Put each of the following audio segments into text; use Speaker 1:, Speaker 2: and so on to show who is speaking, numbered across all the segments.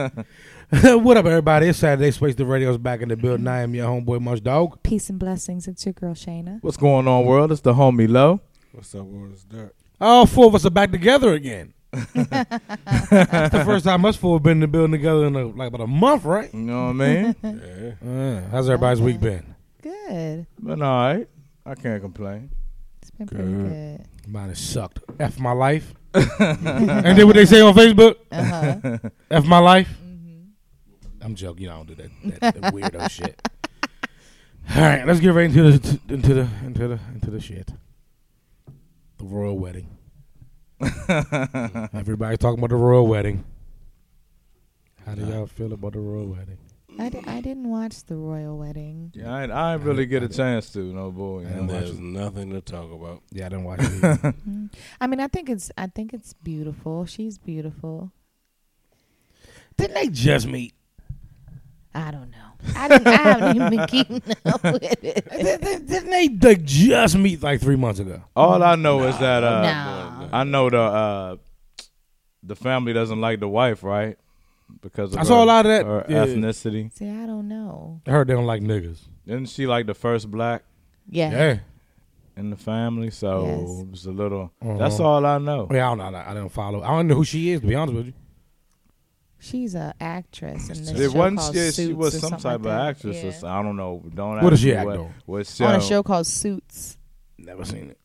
Speaker 1: what up, everybody? It's Saturday Space. The radio's back in the building. I am your homeboy, Munch Dog.
Speaker 2: Peace and blessings. It's your girl Shayna.
Speaker 3: What's going on, world? It's the homie Low.
Speaker 4: What's up, world? It's Dirk.
Speaker 1: All four of us are back together again. That's the first time us four have been in the building together in a, like about a month, right?
Speaker 3: You know what I mean?
Speaker 4: Yeah.
Speaker 1: Uh, how's everybody's week been?
Speaker 2: Good.
Speaker 3: Been all right. I can't complain.
Speaker 2: It's been pretty good.
Speaker 1: Mine has sucked. F my life. Ain't that what they say on Facebook?
Speaker 2: Uh huh.
Speaker 1: F my life.
Speaker 2: Mm-hmm.
Speaker 1: I'm joking. You know, I don't do that, that, that weirdo shit. All right, let's get right into the into the into the into the shit. The royal wedding. Everybody's talking about the royal wedding. How do y'all feel about the royal wedding?
Speaker 2: I, di- I didn't watch the royal wedding.
Speaker 3: Yeah, I, ain't- I ain't really get a chance to, no boy. You
Speaker 1: I
Speaker 3: know,
Speaker 1: didn't
Speaker 3: watch
Speaker 4: There's
Speaker 3: it.
Speaker 4: nothing to talk about.
Speaker 1: Yeah, I didn't watch it. either.
Speaker 2: Mm-hmm. I mean, I think it's I think it's beautiful. She's beautiful.
Speaker 1: didn't they just meet?
Speaker 2: I don't know. I didn't. I haven't even been keeping up with it.
Speaker 1: Did- did- Didn't they, they just meet like three months ago?
Speaker 3: All I know is that uh,
Speaker 2: No.
Speaker 3: I know the uh, the family doesn't like the wife, right? Because of
Speaker 1: I saw
Speaker 3: her-
Speaker 1: a lot of that,
Speaker 3: her
Speaker 1: yeah.
Speaker 3: ethnicity.
Speaker 2: See, I don't know.
Speaker 1: I heard they don't like niggas.
Speaker 3: Isn't she like the first black
Speaker 2: Yeah.
Speaker 1: Yeah.
Speaker 3: in the family? So
Speaker 2: Yes.
Speaker 3: it was a little.
Speaker 1: Uh-huh.
Speaker 3: That's all I know.
Speaker 1: I, mean, I don't know. I don't- I don't follow. I don't know who she is. To be honest with you,
Speaker 2: She's an actress in this
Speaker 3: There
Speaker 2: show
Speaker 3: wasn't
Speaker 2: called
Speaker 3: she,
Speaker 2: Suits
Speaker 3: she was
Speaker 2: or
Speaker 3: some
Speaker 2: something
Speaker 3: type
Speaker 2: like
Speaker 3: of
Speaker 2: that.
Speaker 3: actress.
Speaker 2: Yeah.
Speaker 3: Or something. I don't know. Don't
Speaker 1: What does
Speaker 3: ask
Speaker 1: she
Speaker 3: me
Speaker 1: act
Speaker 3: what,
Speaker 1: on?
Speaker 3: What show?
Speaker 2: on a show called Suits.
Speaker 1: never seen it.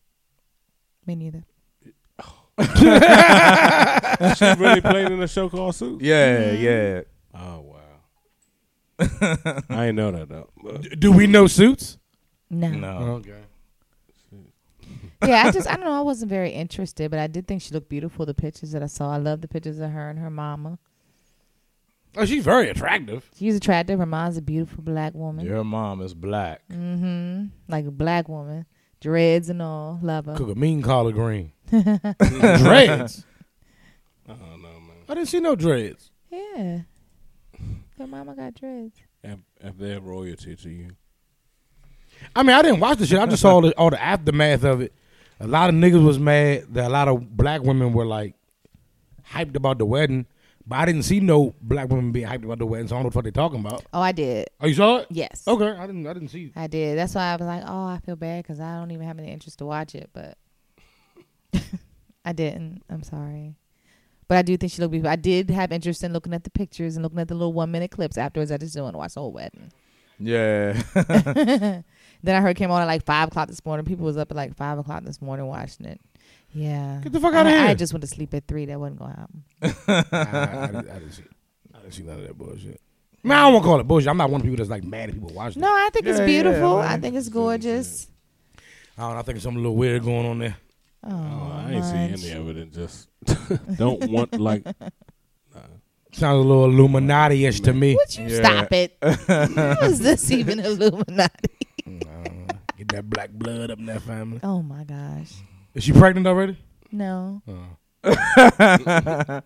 Speaker 2: Me neither.
Speaker 4: she really played in a show called Suits?
Speaker 3: Yeah, yeah.
Speaker 4: Oh, wow. I ain't know that, though. But
Speaker 1: Do we know suits?
Speaker 2: No.
Speaker 3: No.
Speaker 1: okay.
Speaker 2: yeah, I just I don't know. I wasn't very interested, but I did think she looked beautiful. The pictures that I saw, I love the pictures of her and her mama.
Speaker 1: Oh, she's very attractive.
Speaker 2: She's attractive. Her mom's a beautiful black woman.
Speaker 3: Your mom is black.
Speaker 2: Mm-hmm. Like a black woman, dreads and all. Love her.
Speaker 1: Cook a mean collard green. dreads.
Speaker 4: I don't know, man.
Speaker 1: I didn't see no dreads.
Speaker 2: Yeah. Her mama got dreads.
Speaker 4: If, if they're royalty to you.
Speaker 1: I mean, I didn't watch the shit. I just saw the, all the aftermath of it. A lot of niggas was mad that a lot of black women were like hyped about the wedding, but I didn't see no black women being hyped about the wedding. So I don't know what they talking about.
Speaker 2: Oh, I did.
Speaker 1: Oh, you saw it?
Speaker 2: Yes.
Speaker 1: Okay, I didn't. I didn't see.
Speaker 2: I did. That's why I was like, oh, I feel bad because I don't even have any interest to watch it, but I didn't. I'm sorry. But I do think she looked beautiful. I did have interest in looking at the pictures and looking at the little one minute clips afterwards. I just didn't want to watch the whole wedding.
Speaker 3: Yeah.
Speaker 2: Then I heard it came on at like five o'clock this morning. People was up at like five o'clock this morning watching it. Yeah.
Speaker 1: Get the fuck outta
Speaker 2: I-
Speaker 1: here.
Speaker 2: I just went to sleep at three. That wasn't gonna happen.
Speaker 1: I, I, didn't, I didn't see. I didn't see none of that bullshit. Man, I don't want to call it bullshit. I'm not one of the people that's like mad at people watching.
Speaker 2: No,
Speaker 1: it.
Speaker 2: I think it's
Speaker 3: Yeah, yeah,
Speaker 2: beautiful.
Speaker 3: man.
Speaker 2: I think it's gorgeous.
Speaker 1: I don't. know, I think there's something a little weird going on there.
Speaker 2: Oh,
Speaker 4: Oh, I ain't see
Speaker 2: Munch.
Speaker 4: any of it. It just don't want, like,
Speaker 1: Sounds a little Illuminati-ish to me.
Speaker 2: Would you
Speaker 3: Yeah.
Speaker 2: stop it? How is this even Illuminati?
Speaker 1: Get that black blood up in that family.
Speaker 2: Oh my gosh.
Speaker 1: Is she pregnant already?
Speaker 2: No.
Speaker 4: Uh.
Speaker 1: Cause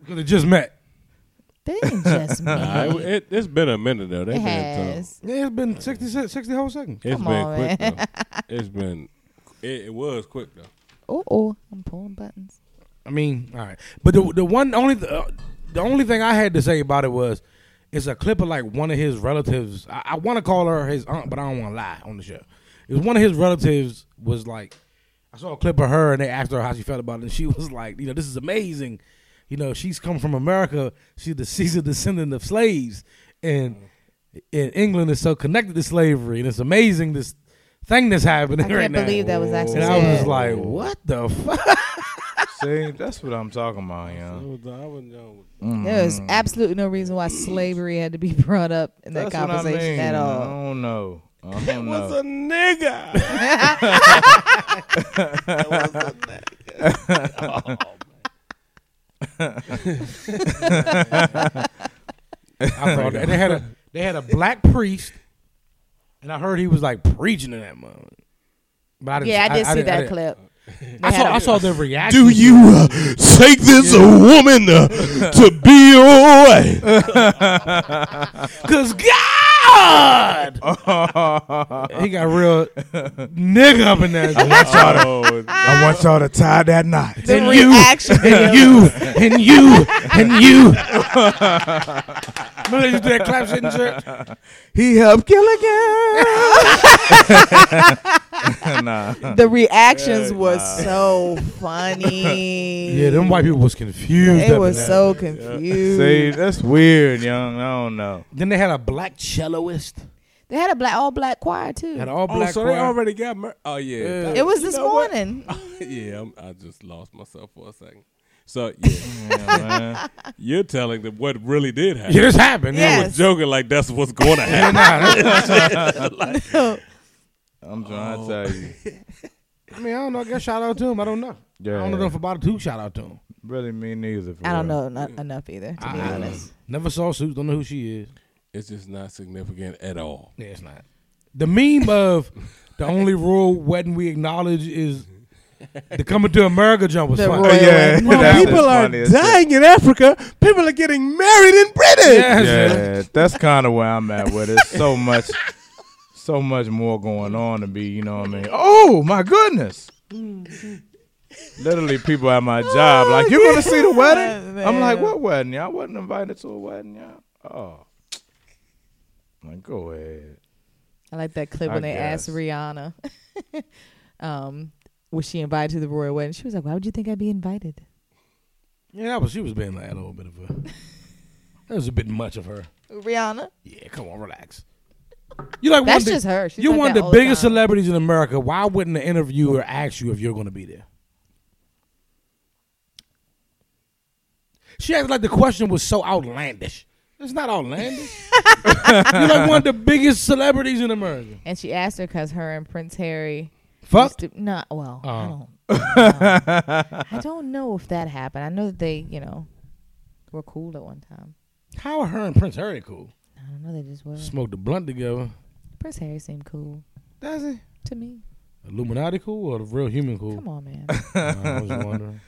Speaker 1: they just met.
Speaker 2: They didn't just meet.
Speaker 4: nah, it, it, it's been a minute, though. They've
Speaker 2: it
Speaker 4: been uh,
Speaker 2: has.
Speaker 1: Yeah, it's been 60, se- 60 whole seconds.
Speaker 4: It's
Speaker 2: Come
Speaker 4: been
Speaker 2: on,
Speaker 4: quick, though. It's been, it, it was quick, though.
Speaker 2: Oh, oh, I'm pulling buttons.
Speaker 1: I mean, all right. But the the one only th- uh, the only thing I had to say about it was it's a clip of like one of his relatives. I, I want to call her his aunt, but I don't want to lie on the show. It was one of his relatives was like, I saw a clip of her and they asked her how she felt about it, and she was like, you know, this is amazing. You know, she's come from America. She's the she's a descendant of slaves, and in England is so connected to slavery, and it's amazing this thing that's happening
Speaker 2: I can't
Speaker 1: right now.
Speaker 2: believe that was actually
Speaker 1: And I was
Speaker 2: said.
Speaker 1: like, what the fuck?
Speaker 3: See, that's what I'm talking about, you know.
Speaker 4: It was- I wasn't young.
Speaker 2: There was absolutely no reason why slavery had to be brought up in that
Speaker 3: That's what I
Speaker 2: conversation
Speaker 3: mean.
Speaker 2: at
Speaker 3: I
Speaker 2: all.
Speaker 3: don't know. I don't
Speaker 4: was
Speaker 3: know.
Speaker 4: a nigga.
Speaker 1: I thought that. they had a they had a black priest, and I heard he was like preaching in that moment. But I didn't,
Speaker 2: Yeah, I did see
Speaker 1: didn't- I
Speaker 2: that
Speaker 1: didn't-
Speaker 2: clip.
Speaker 1: I saw, I saw their reaction.
Speaker 4: Do you uh, take this woman uh, to be your wife?
Speaker 1: Cause God, he got real nigga up in there.
Speaker 4: Oh,
Speaker 3: I want y'all to tie that knot.
Speaker 2: The
Speaker 1: and you,
Speaker 2: reaction
Speaker 1: and you, and you, and you. Remember they used to do that clap shit in church?
Speaker 4: He helped kill a girl.
Speaker 3: nah.
Speaker 2: The reactions were so funny.
Speaker 1: Yeah, them white people was confused.
Speaker 2: They
Speaker 1: up
Speaker 2: were
Speaker 1: in that.
Speaker 2: so confused.
Speaker 3: See, that's weird, young. I don't know.
Speaker 1: Then they had a black celloist.
Speaker 2: They had a black, all black choir too.
Speaker 1: Had all
Speaker 4: Oh,
Speaker 1: black.
Speaker 4: so they
Speaker 1: choir.
Speaker 4: already got mur- Oh yeah.
Speaker 1: Yeah.
Speaker 4: That-
Speaker 2: it was
Speaker 4: you
Speaker 2: this
Speaker 4: know what?
Speaker 2: morning.
Speaker 4: yeah, I'm, I just lost myself for a second. So yeah,
Speaker 3: Yeah,
Speaker 4: you're telling them what really did happen.
Speaker 1: Yeah, this happened.
Speaker 2: Yeah.
Speaker 1: Yeah.
Speaker 2: Yes.
Speaker 4: Joking like that's what's going to happen.
Speaker 3: I'm trying to tell you.
Speaker 1: I mean, I don't know. I guess shout out to him. I don't know.
Speaker 3: Yeah.
Speaker 1: I don't know if about two shout out to him.
Speaker 3: Really, me neither. for
Speaker 2: I don't
Speaker 3: real.
Speaker 2: know not enough either, to be
Speaker 1: I-
Speaker 2: honest.
Speaker 1: Never saw Suits. Don't know who she is.
Speaker 4: it's just not significant at all.
Speaker 1: Yeah, it's not. The meme of the only royal wedding we acknowledge is the coming to America jump was
Speaker 2: The
Speaker 1: funny.
Speaker 2: royal- Yeah,
Speaker 4: Well,
Speaker 2: that
Speaker 4: people are dying in Africa. People are getting married in Britain.
Speaker 1: Yes.
Speaker 3: Yeah, that's kind of where I'm at with it. So much, so much more going on to be. You know what I mean? Oh my goodness! Literally, people at my job like, "You gonna see the wedding?" I'm like,
Speaker 2: Oh, man.
Speaker 3: "What wedding? Y'all wasn't invited to a wedding, y'all." Oh, I'm like go ahead.
Speaker 2: I like that clip
Speaker 3: I
Speaker 2: when they asked
Speaker 3: guess.
Speaker 2: Rihanna, um, was she invited to the royal wedding? She was like, "Why would you think I'd be invited?"
Speaker 1: Yeah, that was she was being like a little bit of a. That was a bit much of her.
Speaker 2: Rihanna.
Speaker 1: Yeah, come on, relax. You like
Speaker 2: That's
Speaker 1: one of
Speaker 2: just
Speaker 1: the,
Speaker 2: her. She's
Speaker 1: You're
Speaker 2: like
Speaker 1: one of
Speaker 2: that
Speaker 1: the
Speaker 2: all
Speaker 1: biggest
Speaker 2: time.
Speaker 1: celebrities in America. Why wouldn't the interviewer ask you if you're going to be there? She acted like the question was so outlandish. It's not outlandish. you're like one of the biggest celebrities in America.
Speaker 2: And she asked her because her and Prince Harry.
Speaker 1: Fuck.
Speaker 2: used to- Not well. I
Speaker 1: Oh.
Speaker 2: don't. know. I don't know if that happened. I know that they, you know, were cool at one time.
Speaker 1: How are her and Prince Harry cool?
Speaker 2: I don't know. They just were.
Speaker 1: Smoked a blunt together.
Speaker 2: Prince Harry seemed cool
Speaker 1: Does he?
Speaker 2: to me.
Speaker 1: Illuminati cool or the real human cool?
Speaker 2: Come on, man.
Speaker 1: I was wondering.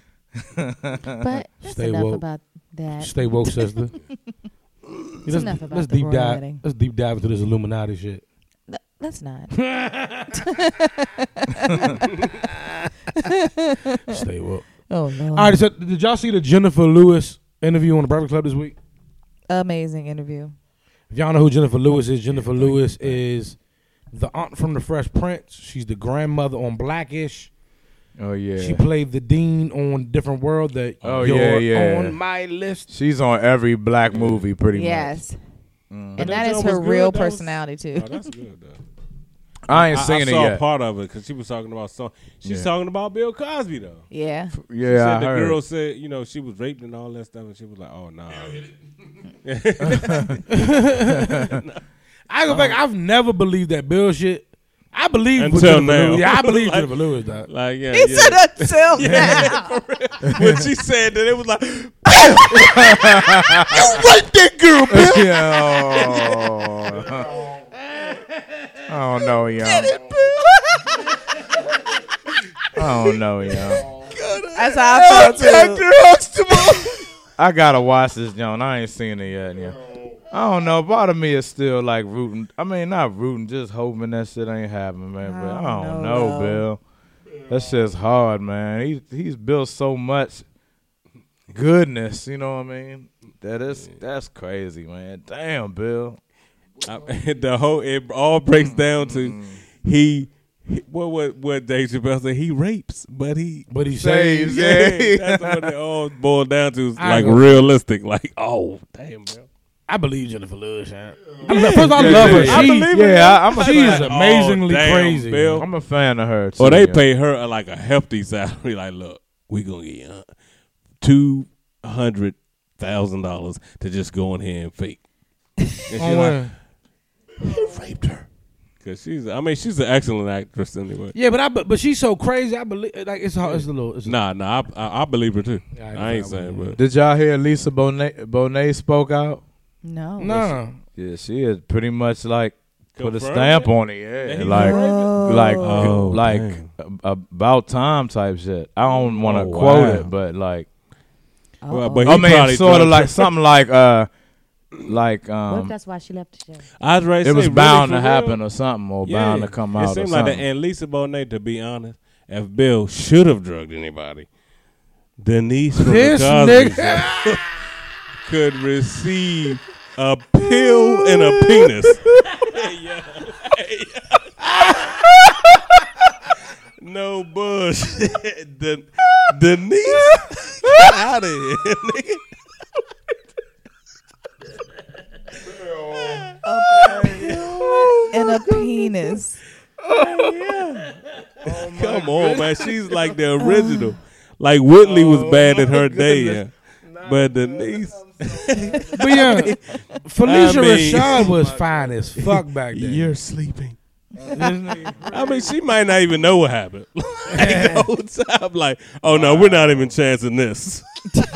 Speaker 2: But that's
Speaker 1: Stay
Speaker 2: enough
Speaker 1: woke.
Speaker 2: about that.
Speaker 1: Stay woke, sister. let's
Speaker 2: enough about
Speaker 1: let's
Speaker 2: the
Speaker 1: deep
Speaker 2: royal
Speaker 1: dive.
Speaker 2: wedding.
Speaker 1: Let's deep dive into this Illuminati shit.
Speaker 2: Th- That's not.
Speaker 1: Stay woke.
Speaker 2: Oh no.
Speaker 1: All right, so did y'all see the Jennifer Lewis interview on the Breakfast Club this week?
Speaker 2: Amazing interview.
Speaker 1: If y'all know who Jennifer Lewis is, Jennifer Lewis is the aunt from The Fresh Prince. She's the grandmother on Blackish.
Speaker 3: Oh yeah.
Speaker 1: She played the dean on Different World. That
Speaker 3: Oh,
Speaker 1: you're
Speaker 3: yeah, yeah.
Speaker 1: on my list.
Speaker 3: She's on every black movie, pretty much.
Speaker 2: Yes. And
Speaker 3: Mhm.
Speaker 4: that
Speaker 2: that is
Speaker 4: joke
Speaker 2: her
Speaker 4: was good.
Speaker 2: real
Speaker 4: That was-
Speaker 2: personality too.
Speaker 4: Oh, that's good though.
Speaker 3: I ain't
Speaker 4: I,
Speaker 3: seen
Speaker 4: I
Speaker 3: it
Speaker 4: saw
Speaker 3: yet.
Speaker 4: part of it because she was talking about so she's
Speaker 3: Yeah.
Speaker 4: talking about Bill Cosby though.
Speaker 2: Yeah.
Speaker 3: yeah,
Speaker 4: She
Speaker 3: I
Speaker 4: said the
Speaker 3: heard.
Speaker 4: girl said you know she was raped and all that stuff and she was like, oh no.
Speaker 1: I go back. I've never believed that bullshit. I believe with
Speaker 4: Until
Speaker 1: Jennifer
Speaker 4: now.
Speaker 1: Lewis. Yeah, I believe
Speaker 4: Like-
Speaker 1: Jennifer Lewis. Dog.
Speaker 4: Like yeah,
Speaker 2: He said
Speaker 4: yeah.
Speaker 2: until now.
Speaker 4: when she said that it was like
Speaker 3: yeah. I don't know, y'all. I don't know, y'all.
Speaker 2: That's how I felt too.
Speaker 3: I gotta watch this, John. I ain't seen it yet, yeah. I don't know. Part of me is still like rooting. I mean, not rooting, just hoping that shit ain't happening, man. But I
Speaker 2: I
Speaker 3: don't
Speaker 2: don't
Speaker 3: know,
Speaker 2: know,
Speaker 3: Bill. That shit's hard, man. He he's built so much goodness. You know what I mean? That is that's crazy, man. Damn, Bill.
Speaker 4: I- the whole it all breaks down to he, he- what what what Dave Chappelle said he rapes, but he
Speaker 1: But he
Speaker 3: Saves,
Speaker 1: saves.
Speaker 3: yeah.
Speaker 4: that's what they all boil down to. is
Speaker 1: I
Speaker 4: Like
Speaker 1: know.
Speaker 4: realistic, like oh damn, bro.
Speaker 1: I believe Jennifer Lewis. huh? I love, first of all, I love her.
Speaker 3: yeah. I
Speaker 1: She,
Speaker 3: believe it. Yeah, I- I'm a
Speaker 1: she
Speaker 3: fan.
Speaker 1: is amazingly
Speaker 4: Oh, damn,
Speaker 1: crazy.
Speaker 4: Bill.
Speaker 3: I'm a fan of her. Too,
Speaker 4: Or they
Speaker 3: yeah.
Speaker 4: pay her uh, like a hefty salary. Like, look, we gonna get you two hundred thousand dollars to just go in here and fake. And she
Speaker 1: On
Speaker 4: like,
Speaker 1: what?
Speaker 4: he raped her. Cause she's, I mean, she's an excellent actress anyway.
Speaker 1: Yeah, but I but, but she's so crazy. I believe like it's hard. It's a little. It's
Speaker 4: Nah, nah, I, I, I believe her too.
Speaker 1: Yeah, I know
Speaker 4: I, ain't
Speaker 1: that one.
Speaker 4: saying, but
Speaker 3: Did y'all hear Lisa Bonet, Bonet spoke out?
Speaker 2: No.
Speaker 1: no. Nah.
Speaker 3: Yeah, she is pretty much like put a
Speaker 4: Confirmed
Speaker 3: stamp
Speaker 4: it?
Speaker 3: on it.
Speaker 4: That
Speaker 3: Yeah,
Speaker 4: he
Speaker 3: like like uh,
Speaker 4: Oh,
Speaker 3: like
Speaker 4: dang.
Speaker 3: a- about time type shit. I don't want to
Speaker 4: Oh,
Speaker 3: quote
Speaker 4: wow.
Speaker 3: it, but like
Speaker 4: Well,
Speaker 2: Uh-oh.
Speaker 4: but he
Speaker 3: I mean,
Speaker 4: probably
Speaker 3: sort of
Speaker 4: drunk.
Speaker 3: like something like uh like
Speaker 2: what if
Speaker 3: um
Speaker 2: that's why she left the show?
Speaker 4: I was ready to
Speaker 3: it was
Speaker 4: say, really,
Speaker 3: bound
Speaker 4: for
Speaker 3: to
Speaker 4: real?
Speaker 3: happen or something or bound to come out
Speaker 4: It
Speaker 3: or
Speaker 4: seemed like that.
Speaker 3: something.
Speaker 4: And Lisa Bonet, to be honest, if Bill should have drugged anybody, Denise from
Speaker 1: This
Speaker 4: the Cosby
Speaker 1: nigga.
Speaker 4: Show could receive a pill and a penis. no bush. Den- Denise, get out of here, nigga.
Speaker 2: and a penis.
Speaker 4: Come on, man. She's like the original. Like Whitley was bad in her day, yeah. But Denise,
Speaker 1: But yeah, Felicia
Speaker 4: I mean-
Speaker 1: Rashad was fine as fuck back then.
Speaker 4: sleeping.
Speaker 1: Yeah.
Speaker 4: I mean, she might not even know what happened. like the whole time, like, oh no, we're not even chancing this.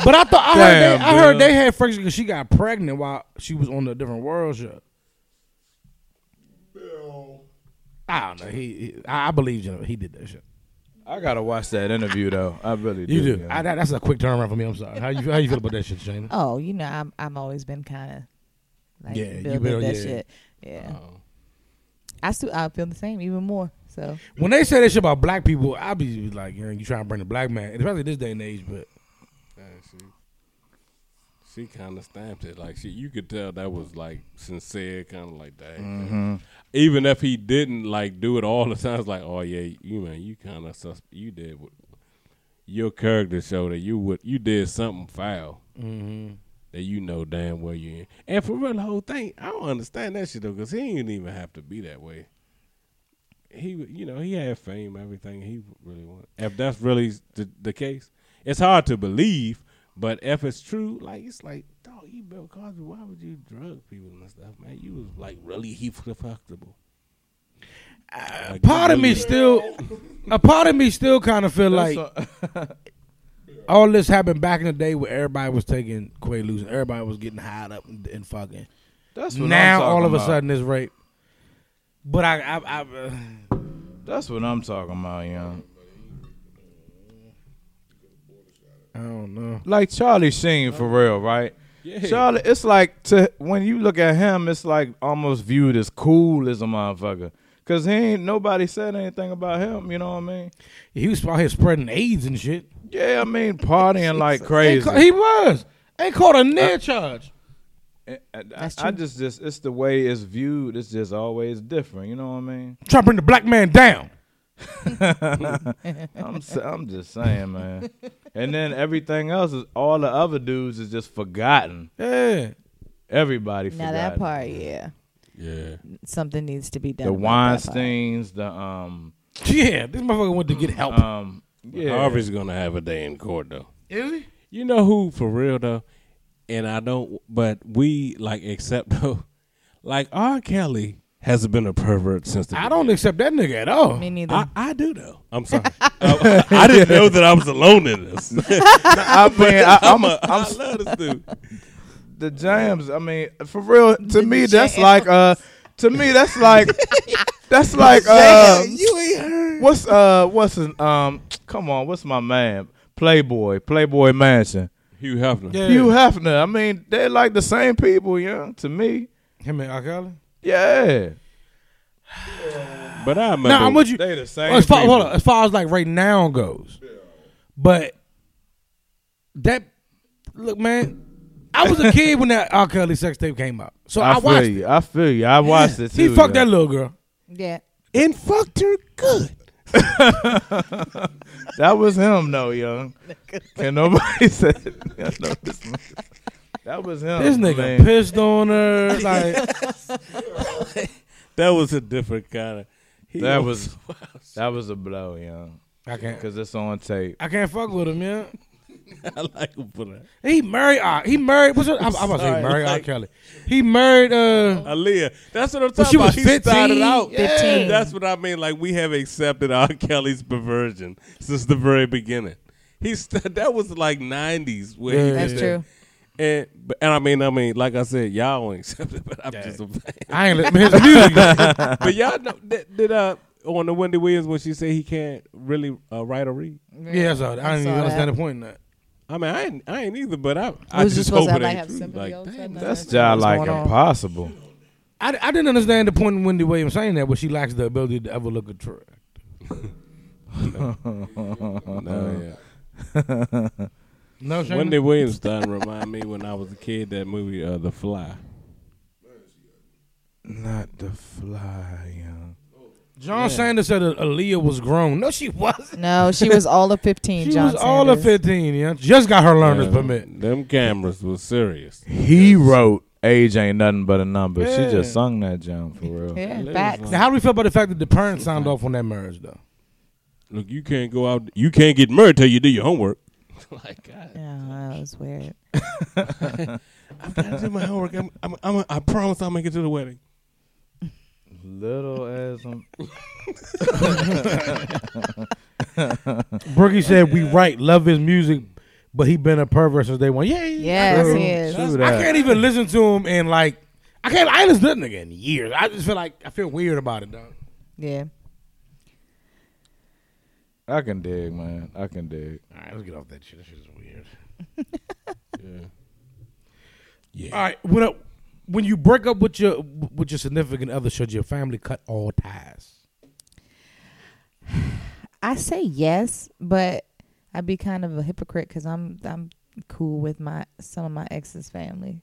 Speaker 1: But I thought I heard,
Speaker 4: Damn,
Speaker 1: they, I heard
Speaker 4: dude.
Speaker 1: they had friction because she got pregnant while she was on the different world show. I don't know. He, he- I I believe you. He did that shit.
Speaker 3: I gotta watch that interview though. I really do.
Speaker 1: You do.
Speaker 3: yeah.
Speaker 1: I, that, that's a quick turnaround for me. I'm sorry. How you how you feel about that shit, Shana?
Speaker 2: Oh, you know, I'm I'm always been kind of like
Speaker 1: Yeah,
Speaker 2: yeah,
Speaker 1: you
Speaker 2: building
Speaker 1: build-
Speaker 2: that
Speaker 1: yeah.
Speaker 2: shit. Yeah, I still I feel the same, even more. So
Speaker 1: When they say that shit about black people, I be like, you know, you trying to bring the black man, especially this day and age. But
Speaker 4: She kind of stamped it like she. You could tell that was like sincere, kind of like that. Even if he didn't like do it all the time, it's like, oh yeah, you man, you kind of sus- you did what your character showed that you would you did something foul that you know damn well you in. And for real, the whole thing, I don't understand that shit though, because he didn't even have to be that way. He, w- you know, he had fame, everything he really wanted. If that's really the, the case, it's hard to believe. But if it's true, like it's like, dog, you Bill Cosby. Why would you drug people and stuff, man? You was like really heat-fuckable. Like,
Speaker 1: part of me
Speaker 4: really-
Speaker 1: still, a part of me still kind of feel like
Speaker 3: That's a-
Speaker 1: all this happened back in the day where everybody was taking Quaaludes and everybody was getting high up and, and fucking.
Speaker 3: that's what I'm
Speaker 1: now all
Speaker 3: talking
Speaker 1: of a
Speaker 3: about.
Speaker 1: sudden it's rape. But I, I, I uh,
Speaker 3: That's what I'm talking about, young.
Speaker 1: I don't know.
Speaker 3: Like Charlie Sheen for real, right?
Speaker 4: Yeah.
Speaker 3: Charlie, it's like to when you look at him, it's like almost viewed as cool as a motherfucker. Cause he ain't nobody said anything about him, you know what I mean?
Speaker 1: He was out here spreading AIDS and shit.
Speaker 3: Yeah, I mean partying like
Speaker 1: Ain't
Speaker 3: crazy. Uh,
Speaker 1: ca- he was. Ain't caught a near charge.
Speaker 3: I, I,
Speaker 2: That's
Speaker 3: I
Speaker 2: true.
Speaker 3: just just it's the way it's viewed. It's just always different. You know what I mean?
Speaker 1: Trying to bring the black man down.
Speaker 3: I'm s- I'm just saying, man. And then everything else is all the other dudes is just forgotten.
Speaker 1: Yeah.
Speaker 3: Everybody
Speaker 2: now
Speaker 3: forgotten.
Speaker 2: that part, yeah,
Speaker 4: Yeah.
Speaker 2: something needs to be done.
Speaker 3: The
Speaker 2: about that part.
Speaker 3: Weinstein's, the um
Speaker 1: Yeah, this motherfucker went to get help.
Speaker 3: um yeah.
Speaker 4: Harvey's gonna have a day in court though.
Speaker 1: Is he?
Speaker 4: You know who for real though, and I don't. But we like accept though, like R. Kelly has been a pervert since the.
Speaker 1: I don't accept that nigga at all.
Speaker 2: Me neither.
Speaker 4: I, I do though. I'm sorry. I, I didn't know that I was alone in this.
Speaker 3: I mean, I, I'm a,
Speaker 4: I love this dude.
Speaker 3: the jams. I mean, for real, to me, that's
Speaker 2: jams.
Speaker 3: like uh, to me, that's like that's like uh,
Speaker 4: You ain't heard.
Speaker 3: what's uh, what's an um, come on, what's my man, Playboy, Playboy Mansion,
Speaker 4: Hugh Hefner.
Speaker 1: Yeah.
Speaker 3: Hugh Hefner. I mean, they're like the same people, you know, to me.
Speaker 1: Him and R. Kelly?
Speaker 3: Yeah,
Speaker 4: But I remember.
Speaker 1: Nah, I'm with you.
Speaker 3: they the same.
Speaker 1: Well, as, far,
Speaker 3: people.
Speaker 1: hold on, as far as like right now goes, but that look, man, I was a kid when that R. Kelly sex tape came out, so I,
Speaker 3: I, feel
Speaker 1: watched. it.
Speaker 3: you. I feel you. I watched it.
Speaker 1: He
Speaker 3: too,
Speaker 1: fucked
Speaker 3: yeah.
Speaker 1: that little girl.
Speaker 2: yeah,
Speaker 4: and fucked her good.
Speaker 3: That was him, though, young. Can nobody say that was him?
Speaker 1: This nigga
Speaker 3: Oh, man.
Speaker 1: pissed on her. Like,
Speaker 4: That was a different kind of. he
Speaker 3: That was that was a blow, young.
Speaker 1: I can't,
Speaker 3: Cause it's on tape.
Speaker 1: I can't fuck with him, yeah.
Speaker 4: I like him for that.
Speaker 1: He married, R, he married. What's her, I, I was about to say
Speaker 4: Sorry,
Speaker 1: married R.
Speaker 4: like-
Speaker 1: Kelly. He married. Uh,
Speaker 4: Aaliyah. That's what I'm
Speaker 1: Well,
Speaker 4: talking
Speaker 1: she
Speaker 4: about.
Speaker 1: was
Speaker 4: he
Speaker 1: 15,
Speaker 4: started out.
Speaker 2: 15.
Speaker 4: That's what I mean. Like we have accepted R. Kelly's perversion since the very beginning. He st- that was like '90s. Where he
Speaker 1: Yeah.
Speaker 2: that's
Speaker 4: did that.
Speaker 2: true.
Speaker 4: And but- and I mean, I mean, like I said, y'all don't accept it, but I'm just a fan.
Speaker 1: I ain't listening his music.
Speaker 4: but y'all know did, did uh on the Wendy Williams when she said he can't really uh, write or read.
Speaker 1: yeah, so I
Speaker 2: I
Speaker 1: didn't
Speaker 2: saw
Speaker 1: even understand
Speaker 2: that.
Speaker 1: the point in that.
Speaker 4: I mean, I ain't, I ain't either, but I I
Speaker 2: was just
Speaker 4: just,
Speaker 2: supposed
Speaker 4: hope
Speaker 2: to
Speaker 4: it
Speaker 2: have, like,
Speaker 4: ain't
Speaker 2: have
Speaker 4: true.
Speaker 2: sympathy
Speaker 4: Like,
Speaker 2: all of a
Speaker 4: damn,
Speaker 2: sudden.
Speaker 4: that's
Speaker 3: That's job
Speaker 2: what's
Speaker 3: like
Speaker 2: going on.
Speaker 3: impossible.
Speaker 1: I, I didn't understand the point in Wendy Williams saying that, but she lacks the ability to ever look attractive.
Speaker 4: Uh-huh. no, yeah.
Speaker 1: No, Shana?
Speaker 4: Wendy Williams started to remind me when I was a kid that movie uh, The Fly.
Speaker 3: Not the fly. uh,
Speaker 1: John Sanders said that Aaliyah was grown. No, she wasn't.
Speaker 2: No, she was all of 15.
Speaker 1: She
Speaker 2: John
Speaker 1: was all of
Speaker 2: Sanders.
Speaker 1: 15, yeah. Just got her learner's
Speaker 4: Yeah,
Speaker 1: permit.
Speaker 4: Them cameras was serious.
Speaker 3: He wrote "Age ain't nothing but a number."
Speaker 1: Yeah.
Speaker 3: She just sung that jam for real.
Speaker 2: Yeah,
Speaker 4: Liz
Speaker 2: facts.
Speaker 4: was
Speaker 1: Now, how do we feel about the fact that the parents signed off on that marriage, though?
Speaker 4: Look, you can't go out. You can't get married till you do your homework. like, God,
Speaker 2: Yeah, that was weird.
Speaker 4: I've got to do my homework. I'm, I'm, I'm, I promise I'll make it to the wedding.
Speaker 3: Little as I'm,
Speaker 1: Brookie said we write, love his music, but he been a pervert since day one. Yeah,
Speaker 2: Yes, he is.
Speaker 3: True
Speaker 1: I
Speaker 3: that.
Speaker 1: can't even listen to him and like I can't. I ain't listened to again years. I just feel like I feel weird about it, dog.
Speaker 2: Yeah. e-
Speaker 3: I can dig, man. I can dig.
Speaker 1: All right, let's get off that shit. That shit is weird.
Speaker 4: Yeah. Yeah.
Speaker 1: All right, when I- when you break up with your with your significant other, should your family cut all ties?
Speaker 2: I say yes, but I'd be kind of a hypocrite because I'm I'm cool with my some of my ex's family.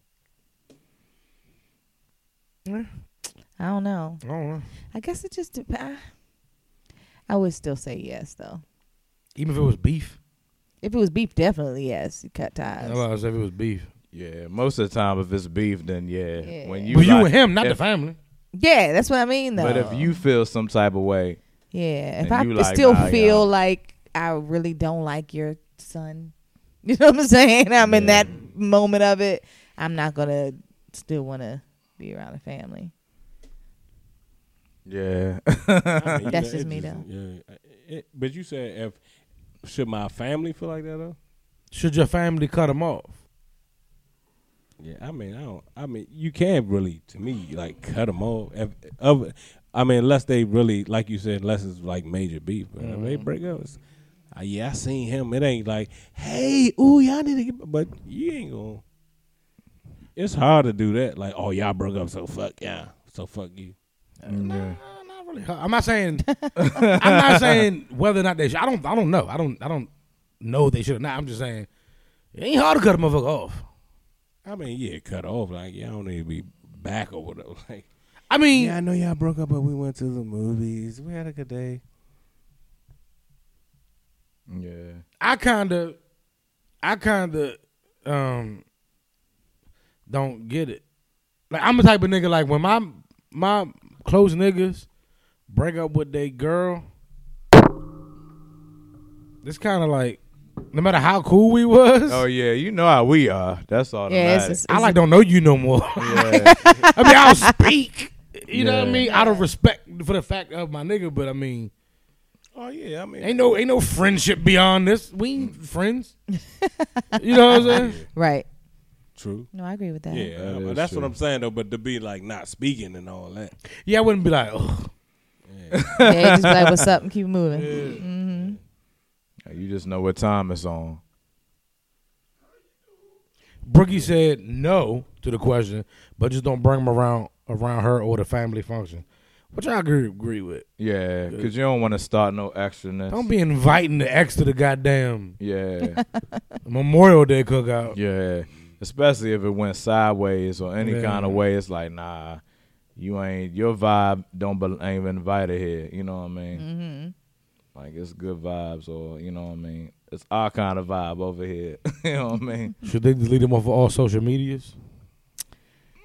Speaker 1: Yeah.
Speaker 2: I don't know.
Speaker 1: I don't know.
Speaker 2: I guess it just ah. depends. I would still say yes though.
Speaker 1: Even if it was beef,
Speaker 2: If it was beef, definitely yes. You cut ties.
Speaker 1: I was if it was beef.
Speaker 3: Yeah, most of the time, if it's beef, then yeah.
Speaker 2: Yeah.
Speaker 3: When
Speaker 1: You
Speaker 3: you,
Speaker 1: but you
Speaker 3: like-
Speaker 1: and him, not the
Speaker 3: if-
Speaker 1: family.
Speaker 2: Yeah, that's what I mean though.
Speaker 3: But if you feel some type of way,
Speaker 2: yeah, if
Speaker 3: and
Speaker 2: I
Speaker 3: you
Speaker 2: f-
Speaker 3: like,
Speaker 2: still
Speaker 3: nah,
Speaker 2: feel
Speaker 3: y'all.
Speaker 2: like I really don't like your son, you know what I'm saying? I'm in
Speaker 3: Yeah.
Speaker 2: that moment of it. I'm not gonna still want to be around the family.
Speaker 3: yeah,
Speaker 4: I mean, you
Speaker 2: That's
Speaker 4: know,
Speaker 2: just
Speaker 4: it
Speaker 2: me, though.
Speaker 4: Yeah, I- it- but you said if should my family feel like that though?
Speaker 1: Should your family cut him off?
Speaker 4: Yeah, I mean, I don't. I mean, you can't really, to me, like cut them off. If, of, I mean, unless they really, like you said, unless it's like major beef. But if they break up, it's, uh, yeah, I seen him. It ain't like, hey, ooh, y'all need to get. But you ain't gonna. It's hard to do that. Like, oh, y'all broke up, so fuck yeah, so fuck you.
Speaker 3: yeah.
Speaker 1: Uh, not really. I'm not saying. I'm not saying whether or not they. Should. I don't. I don't know. I don't. I don't know if they should or not. I'm just saying it ain't hard to cut a motherfucker off.
Speaker 4: I mean, yeah, cut off. Like, y'all don't need to be back or whatever. Like,
Speaker 1: I mean,
Speaker 4: yeah, I know y'all broke up, but we went to the movies. We had a good day.
Speaker 3: yeah.
Speaker 1: I kind of, I kind of, um, don't get it. Like I'm the type of nigga like when my my close niggas break up with they girl, it's kind of like no matter how cool we was,
Speaker 3: Oh yeah, you know how we are. That's all.
Speaker 2: Yeah, it's,
Speaker 3: Yeah,
Speaker 2: it's,
Speaker 1: I like don't know you no more.
Speaker 3: yeah.
Speaker 1: I mean, I'll speak. You know what I
Speaker 3: Yeah.
Speaker 1: mean? Out of respect for the fact of my nigga, but I mean,
Speaker 4: Oh yeah, I mean,
Speaker 1: ain't no ain't no friendship beyond this. We ain't friends. You know what I'm saying?
Speaker 2: right.
Speaker 4: true.
Speaker 2: No, I agree with that.
Speaker 4: Yeah,
Speaker 3: That
Speaker 4: but
Speaker 3: is
Speaker 4: that's
Speaker 3: true.
Speaker 4: what I'm saying though. But to be like not speaking and all that,
Speaker 1: Yeah, I wouldn't be like, oh,
Speaker 2: Yeah, you just be like, "What's up?" and keep moving. hmm
Speaker 3: You just know what time it's on.
Speaker 1: Brookie said no to the question, but just don't bring him around around her or the family function, which I agree agree with.
Speaker 3: Yeah, because you don't want to start no extraness.
Speaker 1: Don't be inviting the ex to the goddamn
Speaker 3: Yeah,
Speaker 1: Memorial Day cookout.
Speaker 3: yeah. Especially if it went sideways or any
Speaker 1: Yeah.
Speaker 3: kind of way, it's like nah, you ain't your vibe. Don't be, ain't even invited here. You know what I mean? Like it's good vibes, or you know what I mean? It's our kind of vibe over here. you know what I mean?
Speaker 1: Should they delete him off of all social medias?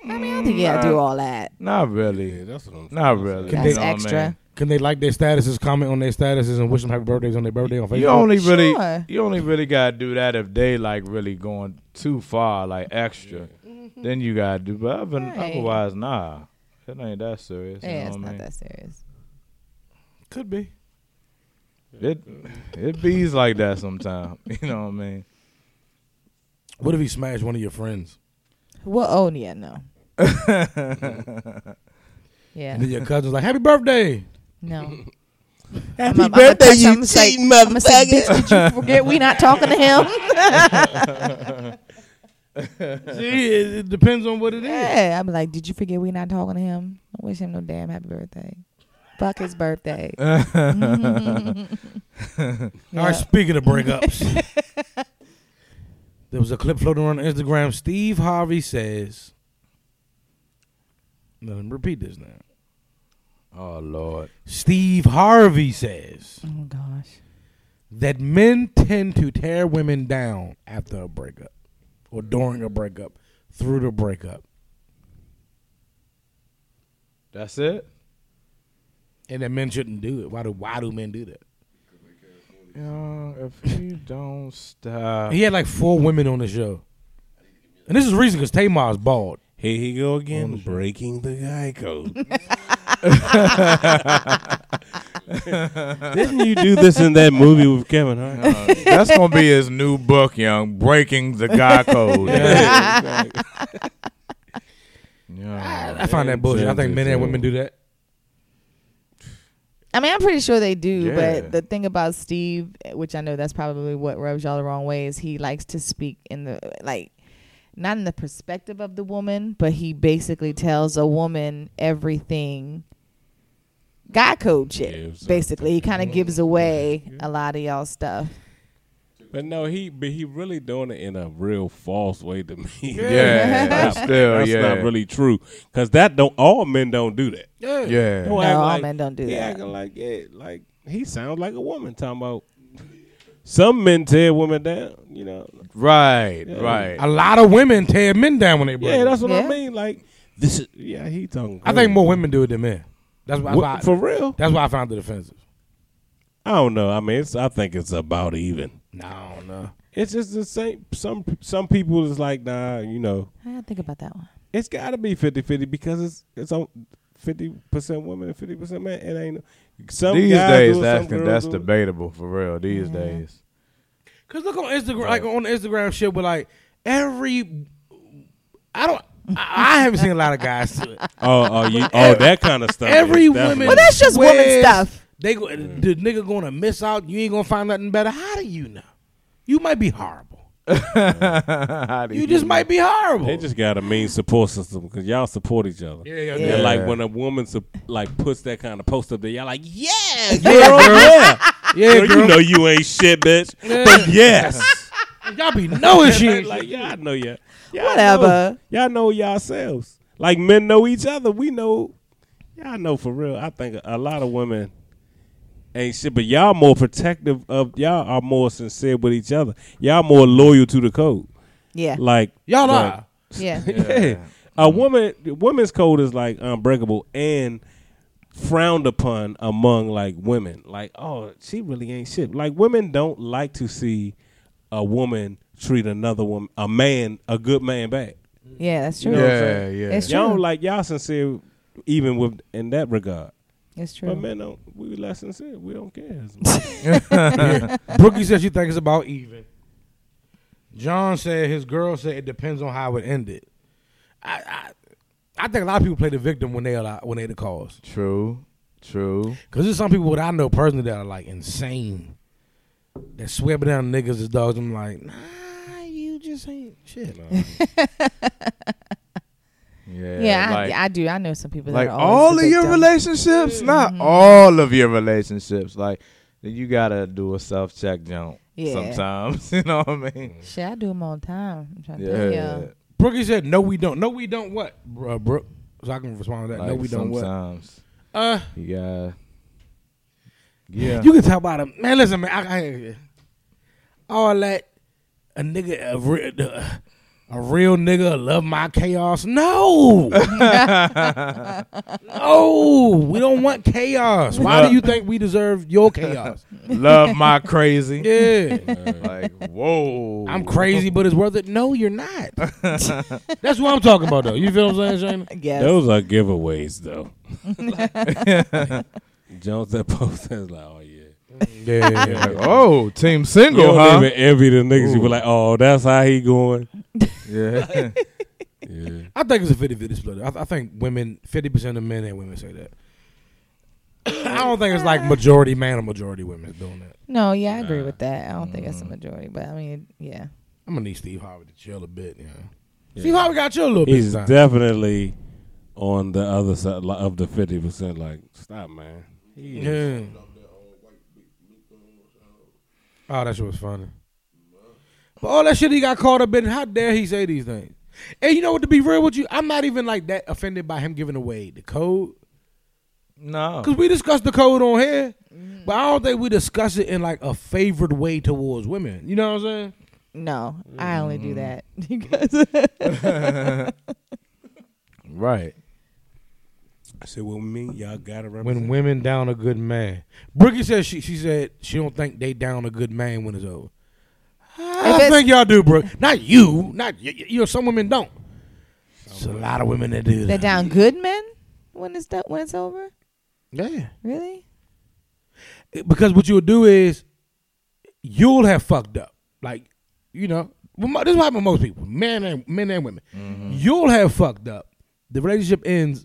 Speaker 2: I mean, I think you gotta do all that.
Speaker 3: Not really.
Speaker 4: that's what I'm.
Speaker 3: Not really.
Speaker 1: That's
Speaker 3: you know what I
Speaker 2: extra.
Speaker 3: mean?
Speaker 1: Can they like their statuses, comment on their statuses, and wish them happy birthdays on their birthday on Facebook?
Speaker 3: You only really
Speaker 2: Sure.
Speaker 3: you only really gotta do that if they like really going too far, like extra. Then you gotta do but other,
Speaker 2: Right.
Speaker 3: otherwise nah. It ain't that serious. you
Speaker 2: yeah,
Speaker 3: know
Speaker 2: it's
Speaker 3: what I
Speaker 2: not
Speaker 3: mean?
Speaker 2: that serious.
Speaker 1: could be.
Speaker 3: It it bees like that sometimes. You know what I mean?
Speaker 1: What if he smashed one of your friends?
Speaker 2: Well, oh yeah, no.
Speaker 1: And
Speaker 2: yeah,
Speaker 1: then your cousin's like, Happy birthday.
Speaker 2: no. I'm
Speaker 4: Happy
Speaker 2: a- I'm a-
Speaker 4: birthday, you
Speaker 2: I'm a say-
Speaker 4: cheating
Speaker 2: I'ma say,
Speaker 4: motherfucker!
Speaker 2: bitch, did you forget we not talking to him?
Speaker 1: See, it, it depends on what it is.
Speaker 2: yeah, I'm like, did you forget we not talking to him? I wish him no damn happy birthday. Fuck his birthday.
Speaker 1: All right,
Speaker 2: Yeah.
Speaker 1: speaking of breakups. There was a clip floating around on Instagram. Steve Harvey says, let me repeat this now.
Speaker 3: Oh Lord.
Speaker 1: Steve Harvey says
Speaker 2: Oh gosh.
Speaker 1: that men tend to tear women down after a breakup or during a breakup, through the breakup.
Speaker 3: That's it?
Speaker 1: And that men shouldn't do it. Why do why do men do that?
Speaker 3: Yeah, if you don't stop.
Speaker 1: He had like four women on the show. And this is the reason because Tamar's bald.
Speaker 4: Here he go again, breaking the guy code. Didn't you do this in that movie with Kevin Hart?
Speaker 3: Uh, that's gonna be his new book, young. Breaking the guy code. Yeah.
Speaker 1: I find that bullshit. I think men and women do that.
Speaker 2: I mean, I'm pretty sure they do,
Speaker 3: Yeah.
Speaker 2: but the thing about Steve, which I know that's probably what rubs y'all the wrong way, is he likes to speak in the like not in the perspective of the woman, but he basically tells a woman everything guy code
Speaker 4: Yeah,
Speaker 2: shit.
Speaker 4: it's, uh,
Speaker 2: basically, he kind of gives away a lot of y'all stuff.
Speaker 4: But no, he but he really doing it in a real false way to me.
Speaker 3: Yeah,
Speaker 4: that's,
Speaker 3: that's still,
Speaker 4: that's
Speaker 3: yeah.
Speaker 4: not really true. Cause that don't all men don't do that.
Speaker 3: Yeah.
Speaker 2: No,
Speaker 4: act
Speaker 2: all men don't do
Speaker 4: he
Speaker 2: that.
Speaker 4: acting like yeah, like he sounds like a woman talking about. Some men tear women down, you know.
Speaker 3: Right, right.
Speaker 1: A lot of women tear men down when they break.
Speaker 4: Yeah, that's what
Speaker 2: Yeah.
Speaker 4: I mean. Like this is yeah, he talking.
Speaker 1: I
Speaker 4: crazy.
Speaker 1: think more women do it than men. That's why,
Speaker 4: What-
Speaker 1: for,
Speaker 4: for real.
Speaker 1: that's why I found it offensive.
Speaker 4: I don't know. I mean, it's, I think it's about even.
Speaker 1: No, no.
Speaker 4: It's just the same. Some some people is like, nah, you know,
Speaker 2: I gotta think about that one.
Speaker 4: it's got to be 50-50 because it's it's on fifty percent women and fifty percent men. It ain't some
Speaker 3: These
Speaker 4: guys do
Speaker 3: days,
Speaker 4: it,
Speaker 3: that's
Speaker 4: some girls
Speaker 3: that's
Speaker 4: do it.
Speaker 3: debatable for real. These days,
Speaker 1: Cause look on Instagram, like on Instagram shit, but like every, I don't, I, I haven't seen a lot of guys. do it.
Speaker 4: Oh, oh, you, oh, that kind of stuff.
Speaker 1: Every
Speaker 4: is
Speaker 1: woman,
Speaker 4: definitely-
Speaker 2: Well, that's just woman
Speaker 1: swears
Speaker 2: stuff.
Speaker 1: They go, the nigga gonna miss out. You ain't gonna find nothing better. How do you know? You might be horrible.
Speaker 3: How do
Speaker 1: You just might be horrible.
Speaker 4: They just got a mean support system because y'all support each other.
Speaker 1: yeah, yeah,
Speaker 4: And
Speaker 1: yeah.
Speaker 4: like when a woman sup- like puts that kind of post up there, y'all like, yeah, girl,
Speaker 1: yeah,
Speaker 4: Girl,
Speaker 1: yeah,
Speaker 4: you
Speaker 1: girl.
Speaker 4: know you ain't shit, bitch. But yes,
Speaker 1: Y'all be knowing shit.
Speaker 4: like y'all know y'all. y'all
Speaker 2: Whatever.
Speaker 4: Know, y'all know yourselves. Like men know each other. We know. Y'all know for real. I think a, a lot of women ain't shit, but y'all more protective of y'all are more sincere with each other. Y'all more loyal to the code.
Speaker 2: Yeah,
Speaker 4: Like
Speaker 1: Y'all
Speaker 4: like,
Speaker 1: are.
Speaker 2: yeah.
Speaker 4: yeah. A woman women's code is like unbreakable and frowned upon among like women. Like, oh, she really ain't shit. Like women don't like to see a woman treat another woman a man, a good man bad.
Speaker 2: Yeah, that's true.
Speaker 3: yeah, yeah.
Speaker 2: It's
Speaker 4: Y'all don't
Speaker 2: true.
Speaker 4: like y'all sincere even with in that regard.
Speaker 2: It's
Speaker 4: But
Speaker 2: true.
Speaker 4: men don't we less sincere. We don't care.
Speaker 1: Brookie says she thinks it's about even. John said his girl said it depends on how it ended. I, I, I think a lot of people play the victim when they are when they the cause.
Speaker 3: True, true.
Speaker 1: Cause there's some people that I know personally that are like insane. That swear down niggas as dogs. I'm like, nah, you just ain't shit.
Speaker 3: Yeah,
Speaker 2: Yeah,
Speaker 3: like,
Speaker 2: I, I do. I know some people
Speaker 3: like
Speaker 2: that Mm-hmm. are always
Speaker 3: all
Speaker 2: the
Speaker 3: of your
Speaker 2: victim.
Speaker 3: relationships, not all of your relationships. Like then you gotta do a self check jump
Speaker 2: Yeah.
Speaker 3: sometimes. You know what I mean?
Speaker 2: Shit, I do them all the time. I'm trying to
Speaker 3: Yeah,
Speaker 2: tell you.
Speaker 1: Brookie said, no, we don't. No, we don't what, uh, Brooke? So I can respond to that.
Speaker 3: like
Speaker 1: no, we don't what.
Speaker 3: sometimes
Speaker 1: Uh,
Speaker 3: you gotta. Yeah,
Speaker 1: You can talk about him, man. Listen, man, I, I, all that a nigga, a, re, uh, a real nigga love my chaos. No, no, we don't want chaos. Why do you think we deserve your chaos?
Speaker 3: love my crazy.
Speaker 1: Yeah,
Speaker 3: Like whoa,
Speaker 1: I'm crazy, but it's worth it. No, you're not. That's what I'm talking about, though. You feel what I'm saying, Shana?
Speaker 2: Yes.
Speaker 4: Those are giveaways though. Jones that post is like, oh yeah.
Speaker 1: Yeah, yeah,
Speaker 3: Like, oh, team single,
Speaker 4: you
Speaker 3: huh?
Speaker 1: Uh-huh.
Speaker 4: don't even envy the niggas. You
Speaker 3: Ooh.
Speaker 4: be like, oh, that's how he going.
Speaker 3: Yeah,
Speaker 4: Yeah.
Speaker 1: I think it's a 50 50 split. I, I think women, 50% of men and women say that. I don't think it's like majority man or majority women doing that.
Speaker 2: No, yeah, I agree with that. I don't think
Speaker 3: Mm-hmm.
Speaker 2: that's the majority, but I mean, yeah.
Speaker 1: I'm going to need Steve Harvey to chill a bit. You know? Steve Harvey got chill a little
Speaker 4: He's
Speaker 1: bit. Def-
Speaker 4: definitely on the other side li- of the fifty percent. Like, stop, man. He is-
Speaker 1: yeah. Oh, that shit was funny. But all that shit he got caught up in, how dare he say these things? And you know what? To be real with you, I'm not even like that offended by him giving away the code
Speaker 3: No.
Speaker 1: because we discussed the code on here, but I don't think we discuss it in like a favored way towards women. You know what I'm saying?
Speaker 2: No, I only
Speaker 3: Mm-hmm.
Speaker 2: do that because
Speaker 3: Right.
Speaker 4: I said, well, me, y'all gotta represent.
Speaker 1: When women down a good man, Bricky says she she said she don't think they down a good man when it's over. I
Speaker 2: it's-
Speaker 1: think y'all do, bro. Not you, not y- y- you. know, Some women don't. It's a lot of women that do
Speaker 2: they're
Speaker 1: that.
Speaker 2: down good men when it's do- when it's over.
Speaker 1: Yeah.
Speaker 2: Really?
Speaker 1: because what you'll do is you'll have fucked up. Like you know, well, mo- this is what happens to most people, men and men and women.
Speaker 3: Mm-hmm.
Speaker 1: You'll have fucked up. The relationship ends.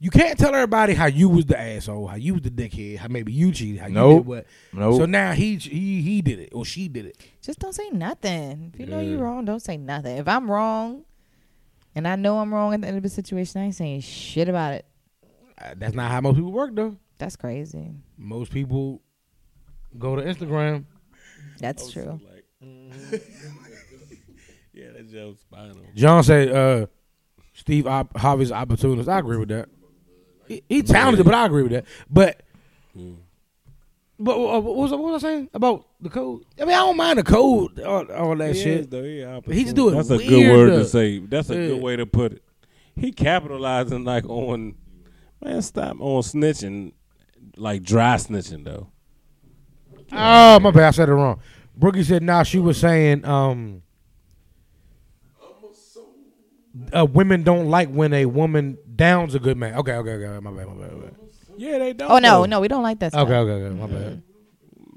Speaker 1: You can't tell everybody how you was the asshole, how you was the dickhead, how maybe you cheated, how you
Speaker 3: Nope.
Speaker 1: did what.
Speaker 3: Nope.
Speaker 1: So now he he he did it or she did it.
Speaker 2: Just don't say nothing. If you know
Speaker 4: Yeah.
Speaker 2: you're wrong, don't say nothing. If I'm wrong, and I know I'm wrong at the end of the situation, I ain't saying shit about it.
Speaker 1: Uh, That's not how most people work though.
Speaker 2: That's crazy.
Speaker 1: Most people go to Instagram.
Speaker 3: Oh,
Speaker 2: That's true.
Speaker 4: Like, yeah, that Joe's spinal.
Speaker 1: John said, uh, "Steve Op- Harvey's opportunist." I agree with that. He, he talented, but I agree with that. But But uh, what, was, I- what was I saying about the code? I mean, I don't mind the code, all, all that
Speaker 4: He is,
Speaker 1: shit.
Speaker 4: though. He an
Speaker 1: But he just do it
Speaker 4: That's a good
Speaker 1: weird,
Speaker 4: word
Speaker 1: though.
Speaker 4: to say. That's a
Speaker 1: Yeah.
Speaker 4: good way to put it. He capitalizing like on man stop on snitching, like dry snitching though.
Speaker 1: Oh, my bad, I said it wrong. Brookie said, "Nah, she was saying, um, uh, women don't like when a woman downs a good man." Okay, okay, okay, my bad, my bad, my bad.
Speaker 4: Yeah, they don't.
Speaker 2: Oh no,
Speaker 4: though.
Speaker 2: no, we don't like that stuff.
Speaker 1: Okay, okay, okay, my bad.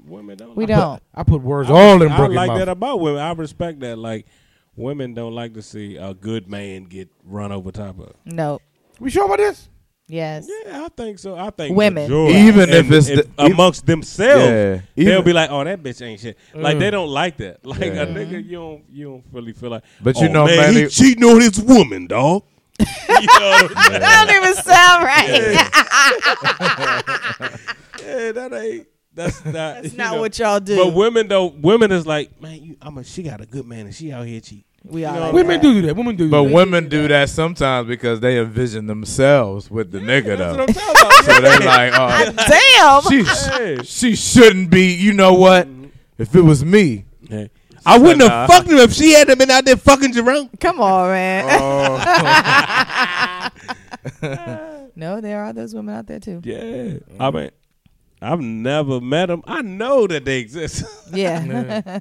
Speaker 4: women don't.
Speaker 2: We
Speaker 4: like-
Speaker 2: don't.
Speaker 1: I put words all in
Speaker 4: I
Speaker 1: Brookie's
Speaker 4: like that
Speaker 1: mouth.
Speaker 4: about women. I respect that. Like women don't like to see a good man get run over top of.
Speaker 2: No.
Speaker 1: We sure about this?
Speaker 2: Yes.
Speaker 4: Yeah, I think so. I think
Speaker 2: Women.
Speaker 4: majority-
Speaker 3: Even if
Speaker 4: and-
Speaker 3: it's
Speaker 4: and
Speaker 3: the- e-
Speaker 4: amongst themselves,
Speaker 3: Yeah,
Speaker 4: they'll
Speaker 3: even-
Speaker 4: be like, "Oh, that bitch ain't shit." Like
Speaker 1: Mm.
Speaker 4: they don't like that. Like
Speaker 3: Yeah.
Speaker 4: a nigga, you don't you don't really feel like.
Speaker 3: But you
Speaker 4: "Oh,
Speaker 3: know,
Speaker 4: man,
Speaker 3: Manny-
Speaker 4: he cheating on his woman, dog. you know,
Speaker 2: That don't even sound right.
Speaker 4: yeah, that ain't. That's not.
Speaker 2: That's
Speaker 4: you
Speaker 2: not
Speaker 4: know.
Speaker 2: what y'all do.
Speaker 4: But women though, women is like, man, you, I'm a. She got a good man, and she out here cheating.
Speaker 2: we are.
Speaker 4: know,
Speaker 2: like
Speaker 1: Women
Speaker 2: that.
Speaker 1: do do that. Women do. do
Speaker 3: But
Speaker 1: that.
Speaker 3: women do that sometimes because they envision themselves with the nigga though.
Speaker 4: That's what I'm talking about.
Speaker 3: So they're like, oh,
Speaker 2: Damn.
Speaker 3: she
Speaker 4: Hey.
Speaker 3: she shouldn't be. You know what? If it was me,
Speaker 4: Hey. I wouldn't have fucked him if she hadn't been out there fucking Jerome.
Speaker 2: Come on, man.
Speaker 3: oh,
Speaker 2: no, there are those women out there too.
Speaker 4: Yeah, I mean, I've never met them. I know that they exist.
Speaker 2: Yeah.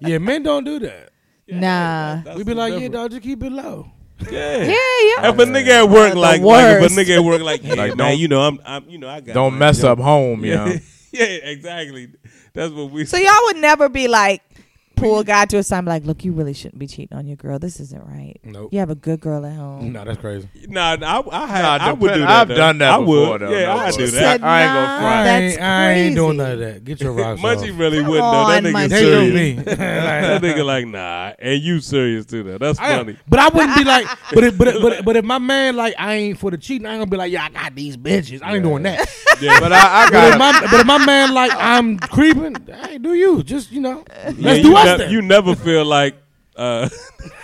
Speaker 1: yeah, men don't do that.
Speaker 2: nah.
Speaker 4: That's
Speaker 1: We be
Speaker 4: the
Speaker 1: like, yeah,
Speaker 4: difference.
Speaker 1: dog, just keep it low.
Speaker 4: yeah.
Speaker 2: Yeah, yeah.
Speaker 4: If a nigga at work
Speaker 2: The
Speaker 4: like, like if
Speaker 2: worst.
Speaker 4: a nigga at work like, yeah,
Speaker 3: Like,
Speaker 4: man,
Speaker 3: don't-
Speaker 4: you know, I'm, I'm, you know, I got.
Speaker 3: don't
Speaker 4: mine.
Speaker 3: mess up home, you
Speaker 4: Yeah,
Speaker 3: know.
Speaker 4: yeah, exactly. That's what we.
Speaker 2: So y'all would never be like pull a guy to a side and be like, look, you really shouldn't be cheating on your girl. This isn't right.
Speaker 1: Nope.
Speaker 2: You have a good girl at home.
Speaker 1: No, that's crazy.
Speaker 4: Nah, I, I, had,
Speaker 3: Nah,
Speaker 4: I would
Speaker 3: depend-
Speaker 4: do that.
Speaker 3: I've
Speaker 4: though.
Speaker 3: done that
Speaker 4: I would.
Speaker 3: before, though.
Speaker 4: Yeah,
Speaker 3: No
Speaker 4: I do
Speaker 3: bullshit.
Speaker 4: that.
Speaker 2: Said,
Speaker 3: I ain't gonna
Speaker 2: nah,
Speaker 3: front.
Speaker 1: I
Speaker 2: Oh, That's
Speaker 1: ain't, I ain't doing
Speaker 2: crazy.
Speaker 1: none of that. Get your rocks off.
Speaker 4: Munchie really
Speaker 2: Come
Speaker 4: wouldn't though. That
Speaker 2: on,
Speaker 4: nigga
Speaker 2: Munchie.
Speaker 1: They know
Speaker 4: serious.
Speaker 1: me.
Speaker 4: that nigga like, nah, and you serious too? Though that's
Speaker 1: I-
Speaker 4: funny.
Speaker 1: but I wouldn't be like, but if, but if, but if- but if my man like I ain't for the cheating, I ain't gonna be like, yeah, I got these bitches. I ain't doing that.
Speaker 4: Yeah,
Speaker 3: But I, I
Speaker 1: But if,
Speaker 3: got
Speaker 1: my, but if my man like I'm creeping, hey, do you? Just you know, let's
Speaker 4: Yeah,
Speaker 1: do
Speaker 4: you,
Speaker 1: us
Speaker 4: ne-
Speaker 1: then.
Speaker 4: you never feel like uh,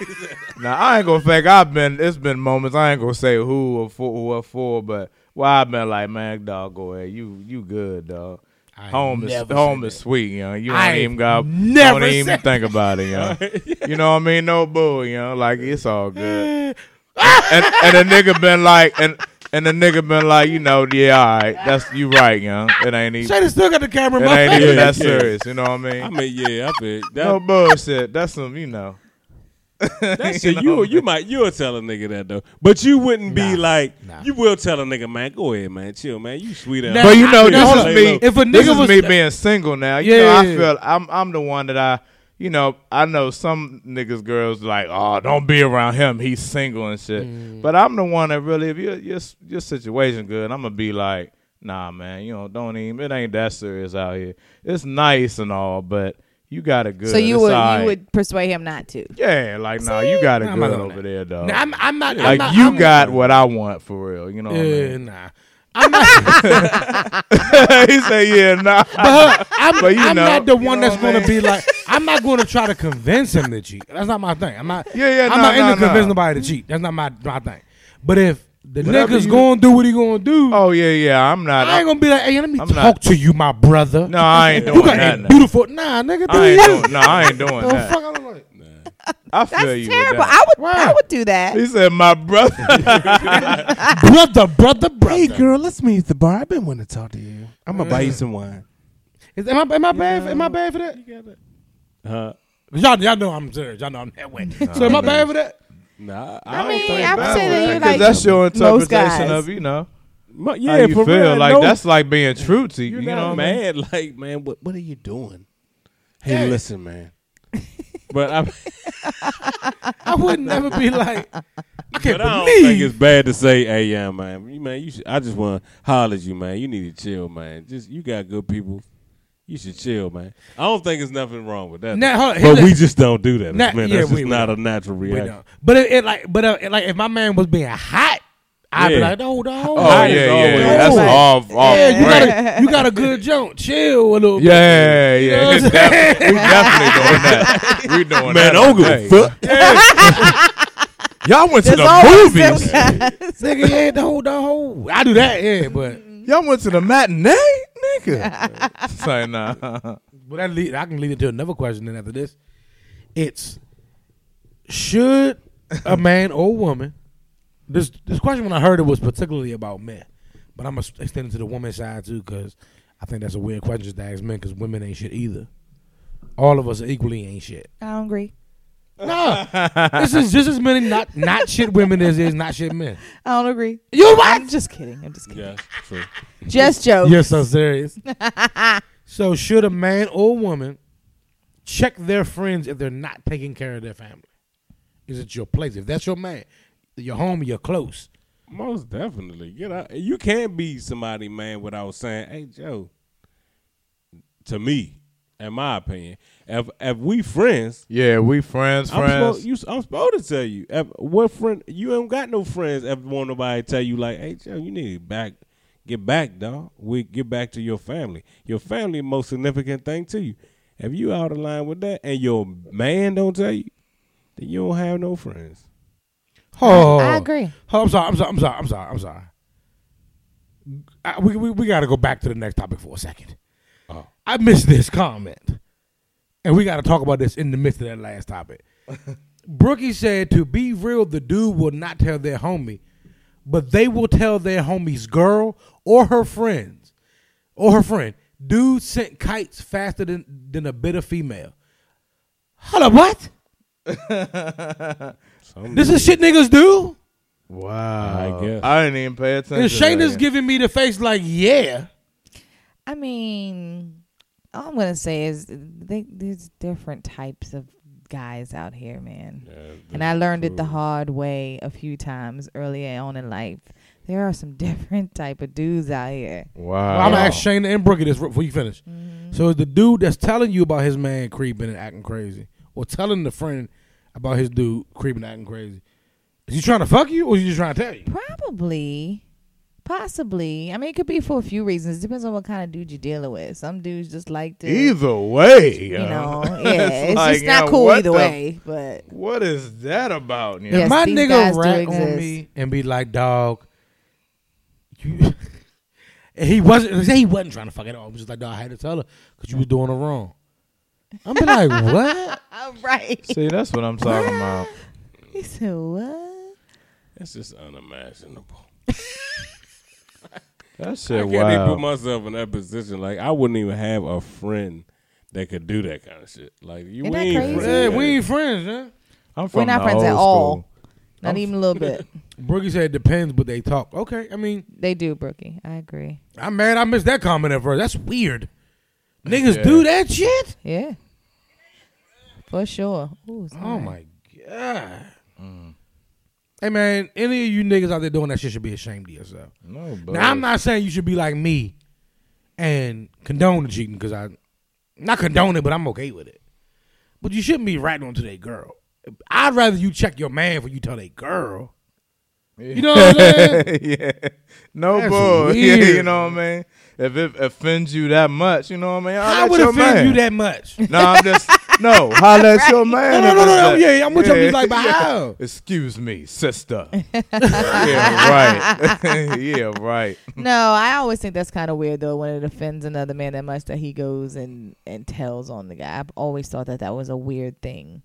Speaker 3: Now I ain't gonna fake. I've been. It's been moments. I ain't gonna say who or for who or for, but well, I've been like, man, dog, go ahead. You you good, dog.
Speaker 1: I
Speaker 3: Home is
Speaker 1: never
Speaker 3: home
Speaker 1: said
Speaker 3: is sweet, you know. You
Speaker 1: I
Speaker 3: ain't even got
Speaker 1: never
Speaker 3: don't even
Speaker 1: said
Speaker 3: think about it, you know. You know what I mean? No bull, you know. Like it's all good.
Speaker 1: that.
Speaker 3: and and the nigga been like, and and the nigga been like, you know, yeah, all right, that's you right, you know. It ain't even
Speaker 1: Shady still got the camera. in
Speaker 3: it
Speaker 1: my
Speaker 3: ain't
Speaker 1: face.
Speaker 3: even that
Speaker 4: Yeah.
Speaker 3: serious. You know what I mean?
Speaker 4: I mean, yeah, I bet that,
Speaker 3: no bullshit. That's some, you know.
Speaker 4: that shit. You you might you'll tell a nigga that though, but you wouldn't be
Speaker 1: Nah,
Speaker 4: like
Speaker 1: nah.
Speaker 4: you will tell a nigga, man, go ahead, man, chill, man, you sweet ass.
Speaker 1: Nah.
Speaker 3: But you know,
Speaker 1: I-
Speaker 3: this
Speaker 4: hold
Speaker 3: is
Speaker 4: on.
Speaker 3: me.
Speaker 1: If a
Speaker 3: this
Speaker 1: nigga
Speaker 3: is
Speaker 1: was-
Speaker 3: me being single now. You know, I
Speaker 1: Yeah.
Speaker 3: feel I'm I'm the one that I. You know, I know some niggas girls like, oh, don't be around him. He's single and shit. But I'm the one that really, if your your your situation good, I'm gonna be like, nah, man, you know, don't even. It ain't that serious out here. It's nice and all, but you got it good.
Speaker 2: So you
Speaker 3: It's
Speaker 2: would
Speaker 3: alright.
Speaker 2: you would persuade him not to.
Speaker 3: yeah, like nah, you got it
Speaker 1: Nah, I'm not
Speaker 3: good
Speaker 1: doing
Speaker 3: over
Speaker 1: that.
Speaker 3: there, dog.
Speaker 1: Nah, I'm, I'm not. I'm
Speaker 3: like
Speaker 1: not,
Speaker 3: you
Speaker 1: I'm,
Speaker 3: got what I want for real. You know what
Speaker 1: Yeah, nah. I'm not.
Speaker 3: I mean? he said, yeah, nah.
Speaker 1: But I'm,
Speaker 3: But you
Speaker 1: I'm
Speaker 3: know-
Speaker 1: not the
Speaker 3: you
Speaker 1: one
Speaker 3: know
Speaker 1: that's
Speaker 3: what I
Speaker 1: gonna be like. I'm not going to try to convince him to cheat. That's not my thing. I'm not.
Speaker 3: Yeah, yeah,
Speaker 1: I'm
Speaker 3: nah,
Speaker 1: not
Speaker 3: nah,
Speaker 1: into convincing
Speaker 3: nah.
Speaker 1: nobody to cheat. That's not my my thing. But if the
Speaker 3: Whatever
Speaker 1: nigga's
Speaker 3: you-
Speaker 1: going to do what he going to do,
Speaker 3: Oh yeah, yeah. I'm not.
Speaker 1: I ain't gonna be like, hey, let me
Speaker 3: I'm
Speaker 1: talk
Speaker 3: not-
Speaker 1: to you, my brother.
Speaker 3: no, I ain't
Speaker 1: you
Speaker 3: doing
Speaker 1: got
Speaker 3: that.
Speaker 1: a
Speaker 3: now.
Speaker 1: beautiful. Nah, nigga, do
Speaker 3: I ain't
Speaker 1: you?
Speaker 3: doing. No, I ain't doing
Speaker 1: The
Speaker 3: that.
Speaker 1: fuck, I don't like-
Speaker 3: I feel
Speaker 2: That's
Speaker 3: you. with
Speaker 2: terrible.
Speaker 3: that.
Speaker 2: I would
Speaker 1: Why?
Speaker 2: I would do that.
Speaker 3: He said, "My brother."
Speaker 1: brother, brother, brother.
Speaker 5: Hey, girl, let's meet at the bar. I've been wanting to talk to you. I'm gonna buy you some wine.
Speaker 1: Is, am I am I bad? for- Am I bad for that?
Speaker 4: Huh?
Speaker 1: Y'all, y'all know I'm serious. Y'all know I'm that way. so am I bad for that?
Speaker 4: Nah, I,
Speaker 2: I
Speaker 4: don't
Speaker 2: mean,
Speaker 4: think
Speaker 2: I would say
Speaker 4: that was-
Speaker 2: that you're
Speaker 3: Because
Speaker 2: like
Speaker 3: that's your
Speaker 2: most
Speaker 3: interpretation
Speaker 2: guys.
Speaker 3: of you know
Speaker 4: My-
Speaker 3: how
Speaker 4: yeah,
Speaker 3: you
Speaker 4: for
Speaker 3: feel.
Speaker 4: real,
Speaker 3: like
Speaker 4: no,
Speaker 3: that's like being true to you.
Speaker 4: you're
Speaker 3: You
Speaker 4: not
Speaker 3: know, what I mean?
Speaker 4: mad. Like, man, what what are you doing? Hey, listen, man. but I,
Speaker 1: I would never be like. I can't
Speaker 4: but I don't think
Speaker 1: believe.
Speaker 4: it's bad to say, "Hey, yeah, man, you man, you should." I just want to holler at you, man. You need to chill, man. Just you got good people. You should chill, man. I don't think there's nothing wrong with that.
Speaker 1: Now, hold on,
Speaker 4: but
Speaker 1: here-
Speaker 4: we just don't do that,
Speaker 1: Nah,
Speaker 4: man.
Speaker 1: yeah,
Speaker 4: That's
Speaker 1: we-
Speaker 4: just
Speaker 1: we
Speaker 4: not
Speaker 1: don't.
Speaker 4: a natural
Speaker 1: We
Speaker 4: reaction.
Speaker 1: don't. But it, it like, but uh, it like, if my man was being hot, I'd be
Speaker 4: Yeah.
Speaker 1: like, no, no.
Speaker 3: Oh yeah,
Speaker 4: is
Speaker 3: yeah,
Speaker 4: always-
Speaker 3: yeah. That's
Speaker 2: Right.
Speaker 3: off, off.
Speaker 1: yeah, you
Speaker 3: break.
Speaker 1: got a, you got a good jump. Chill a little. bit.
Speaker 3: Yeah,
Speaker 1: know
Speaker 3: yeah,
Speaker 1: what
Speaker 3: yeah.
Speaker 1: I'm
Speaker 3: Def- we definitely doing that. We doing
Speaker 4: Man,
Speaker 3: that.
Speaker 4: I don't give
Speaker 3: today.
Speaker 4: a fuck.
Speaker 3: Y'all went to
Speaker 2: There's always
Speaker 3: the
Speaker 2: them
Speaker 3: movies.
Speaker 2: guys.
Speaker 1: nigga, yeah, the whole, the whole. I do that, yeah, but
Speaker 3: Y'all went to the matinee, nigga. Say nah.
Speaker 1: but that lead, I can lead it to another question. Then after this, it's should a man or woman this this question when I heard it was particularly about men, but I'm gonna extend it to the woman side too because I think that's a weird question just to ask men because women ain't shit either. All of us are equally ain't shit.
Speaker 2: I don't agree.
Speaker 1: No, this is just as many not not shit women as is not shit men.
Speaker 2: I don't agree.
Speaker 1: You what?
Speaker 2: I'm just kidding. I'm just kidding.
Speaker 4: Yeah, true.
Speaker 2: Just joke.
Speaker 1: You're so serious. so should a man or woman check their friends if they're not taking care of their family? Is it your place? If that's your man, your home, you're close.
Speaker 4: Most definitely. Get out. You can't be somebody, man, without saying, "Hey, Joe." To me, in my opinion, if if we friends,
Speaker 3: Yeah, we friends,
Speaker 4: I'm supposed,
Speaker 3: friends.
Speaker 4: you, I'm supposed to tell you. If, what friend? You don't got no friends. If want nobody tell you like, hey, Joe, you need to back, get back, dog. We get back to your family. Your family the most significant thing to you. If you out of line with that, and your man don't tell you, then you don't have no friends.
Speaker 1: Oh,
Speaker 2: I agree.
Speaker 1: Oh, I'm sorry. I'm sorry. I'm sorry. I'm sorry. I'm sorry. I, we we, we got to go back to the next topic for a second.
Speaker 4: Oh.
Speaker 1: I missed this comment, and we got to talk about this in the midst of that last topic. Brookie said, "To be real, the dude will not tell their homie, but they will tell their homie's girl or her friends, or her friend. Dude sent kites faster than than a bitter female. Hello, what?
Speaker 4: Some
Speaker 1: This is shit niggas do.
Speaker 3: Wow.
Speaker 4: I guess.
Speaker 3: I didn't even pay attention.
Speaker 1: And Shayna's
Speaker 3: to that.
Speaker 1: giving me the face like, yeah."
Speaker 2: I mean, all I'm gonna say is they, there's different types of guys out here, man. and I learned it the hard way a few times earlier on in life. There are some different type of dudes out here.
Speaker 3: Wow.
Speaker 1: Well, I'm gonna ask Shayna and Brookie this r- before you finish.
Speaker 2: Mm-hmm.
Speaker 1: So is the dude that's telling you about his man creeping and acting crazy, or telling the friend about his dude creeping and acting crazy, is he trying to fuck you, or is he just trying to tell you?
Speaker 2: Probably, possibly. I mean, it could be for a few reasons. It depends on what kind of dude you're dealing with. Some dudes just like to,
Speaker 3: Either way,
Speaker 2: you
Speaker 3: yo.
Speaker 2: know, yeah.
Speaker 3: It's
Speaker 2: it's
Speaker 3: like,
Speaker 2: just not
Speaker 3: yo,
Speaker 2: cool
Speaker 3: what
Speaker 2: either
Speaker 3: the-
Speaker 2: way. But
Speaker 3: What is that about? You
Speaker 1: If
Speaker 2: Yes,
Speaker 1: my
Speaker 2: these
Speaker 1: nigga
Speaker 2: guys do
Speaker 1: rat on
Speaker 2: exist.
Speaker 1: me and be like, "Dog, you," and he wasn't. Say he wasn't trying to fuck at all. He was just like, "Dog, I had to tell her because you was doing it wrong." I'm be like, "What?"
Speaker 2: all right.
Speaker 3: See, that's what I'm talking about.
Speaker 2: He said what?
Speaker 4: It's just unimaginable.
Speaker 3: That shit.
Speaker 4: I can't even
Speaker 3: wow.
Speaker 4: put myself in that position. Like I wouldn't even have a friend that could do that kind of shit. Like
Speaker 2: Isn't
Speaker 4: you, we
Speaker 2: that
Speaker 4: ain't
Speaker 2: crazy?
Speaker 4: friends.
Speaker 1: Hey, we ain't friends, huh?
Speaker 3: I'm from
Speaker 2: We're not
Speaker 3: the
Speaker 2: friends
Speaker 3: old
Speaker 2: at all.
Speaker 3: school.
Speaker 2: Not
Speaker 3: I'm-
Speaker 2: even a little bit.
Speaker 1: Brookie said, "Depends, but they talk." Okay, I mean.
Speaker 2: They do, Brookie. I agree.
Speaker 1: I'm mad I missed that comment at first. That's weird. Niggas
Speaker 3: Yeah.
Speaker 1: do that shit?
Speaker 2: Yeah. For sure. Ooh,
Speaker 1: Oh
Speaker 2: sorry.
Speaker 1: my god. Hey man, any of you niggas out there doing that shit should be ashamed of yourself.
Speaker 3: No, but
Speaker 1: Now I'm not saying you should be like me and condone the cheating because I not condone it, but I'm okay with it. But you shouldn't be ratting onto that girl. I'd rather you check your man before you tell that girl. You know what I'm saying?
Speaker 3: yeah. No
Speaker 1: That's
Speaker 3: bull. Yeah,
Speaker 1: weird.
Speaker 3: you know what I mean? If it offends you that much, you know what I mean? Oh,
Speaker 1: I
Speaker 3: that's
Speaker 1: would
Speaker 3: your
Speaker 1: offend
Speaker 3: man.
Speaker 1: you that much.
Speaker 3: No, I'm just No, holla at your man.
Speaker 1: No, no, no, no, no,
Speaker 3: about that.
Speaker 1: yeah, I'm with you. I'm just like, but
Speaker 3: yeah.
Speaker 1: how?
Speaker 3: Excuse me, sister. yeah, right. yeah, right.
Speaker 2: No, I always think that's kind of weird though when it offends another man that much that he goes and and tells on the guy. I've always thought that that was a weird thing.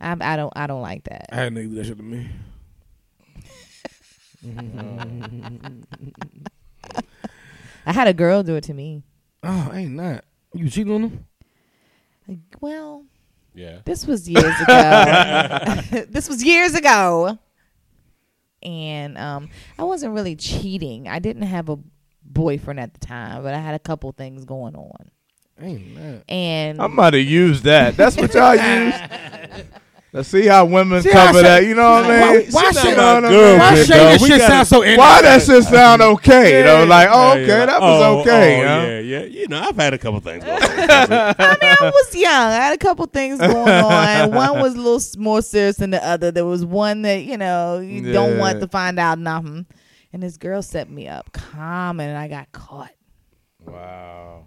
Speaker 2: I'm, I don't I don't like that.
Speaker 1: I had niggas do that shit to me.
Speaker 2: I had a girl do it to me.
Speaker 1: Oh, ain't not. You cheating on them?
Speaker 2: Like, well,
Speaker 4: Yeah.
Speaker 2: this was years ago. this was years ago. And um I wasn't really cheating. I didn't have a boyfriend at the time, but I had a couple things going on.
Speaker 1: Ain't not.
Speaker 2: And
Speaker 3: I might have used that. That's what y'all use. Let's see how women
Speaker 1: See how
Speaker 3: cover
Speaker 1: she-
Speaker 3: that. You know what I
Speaker 1: Why-
Speaker 3: mean?
Speaker 1: why
Speaker 3: You
Speaker 1: she-
Speaker 3: know what I
Speaker 4: Good,
Speaker 3: mean?
Speaker 1: Why
Speaker 4: Big
Speaker 1: shit,
Speaker 4: dog,
Speaker 1: this
Speaker 4: we
Speaker 1: shit
Speaker 4: gotta-
Speaker 1: sound so innocent?
Speaker 3: Why that shit sound okay though? Like, oh, okay,
Speaker 4: Yeah, yeah.
Speaker 3: that was
Speaker 4: Oh,
Speaker 3: okay.
Speaker 4: oh,
Speaker 3: huh?
Speaker 4: Yeah, yeah. You know, I've had a couple things. going on.
Speaker 2: I mean, I was young. I had a couple things going on. One was a little s- more serious than the other. There was one that you know you don't
Speaker 3: Yeah.
Speaker 2: want to find out nothing. And this girl set me up calm, and I got caught.
Speaker 3: Wow.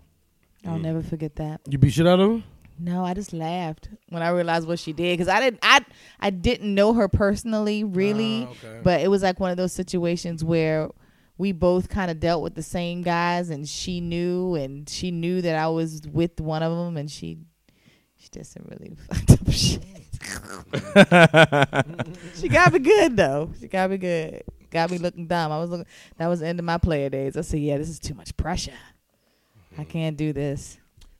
Speaker 2: I'll never forget that.
Speaker 1: You beat shit out of them?
Speaker 2: No, I just laughed when I realized what she did because I didn't. I I didn't know her personally, really.
Speaker 1: Ah, okay.
Speaker 2: But it was like one of those situations where we both kind of dealt with the same guys, and she knew, and she knew that I was with one of them, and she she did some really fucked up shit. she got me good though. She got me good. Got me looking dumb. I was looking. That was the end of my player days. I said, "Yeah, this is too much pressure. I
Speaker 1: Mm-hmm.
Speaker 2: can't do this."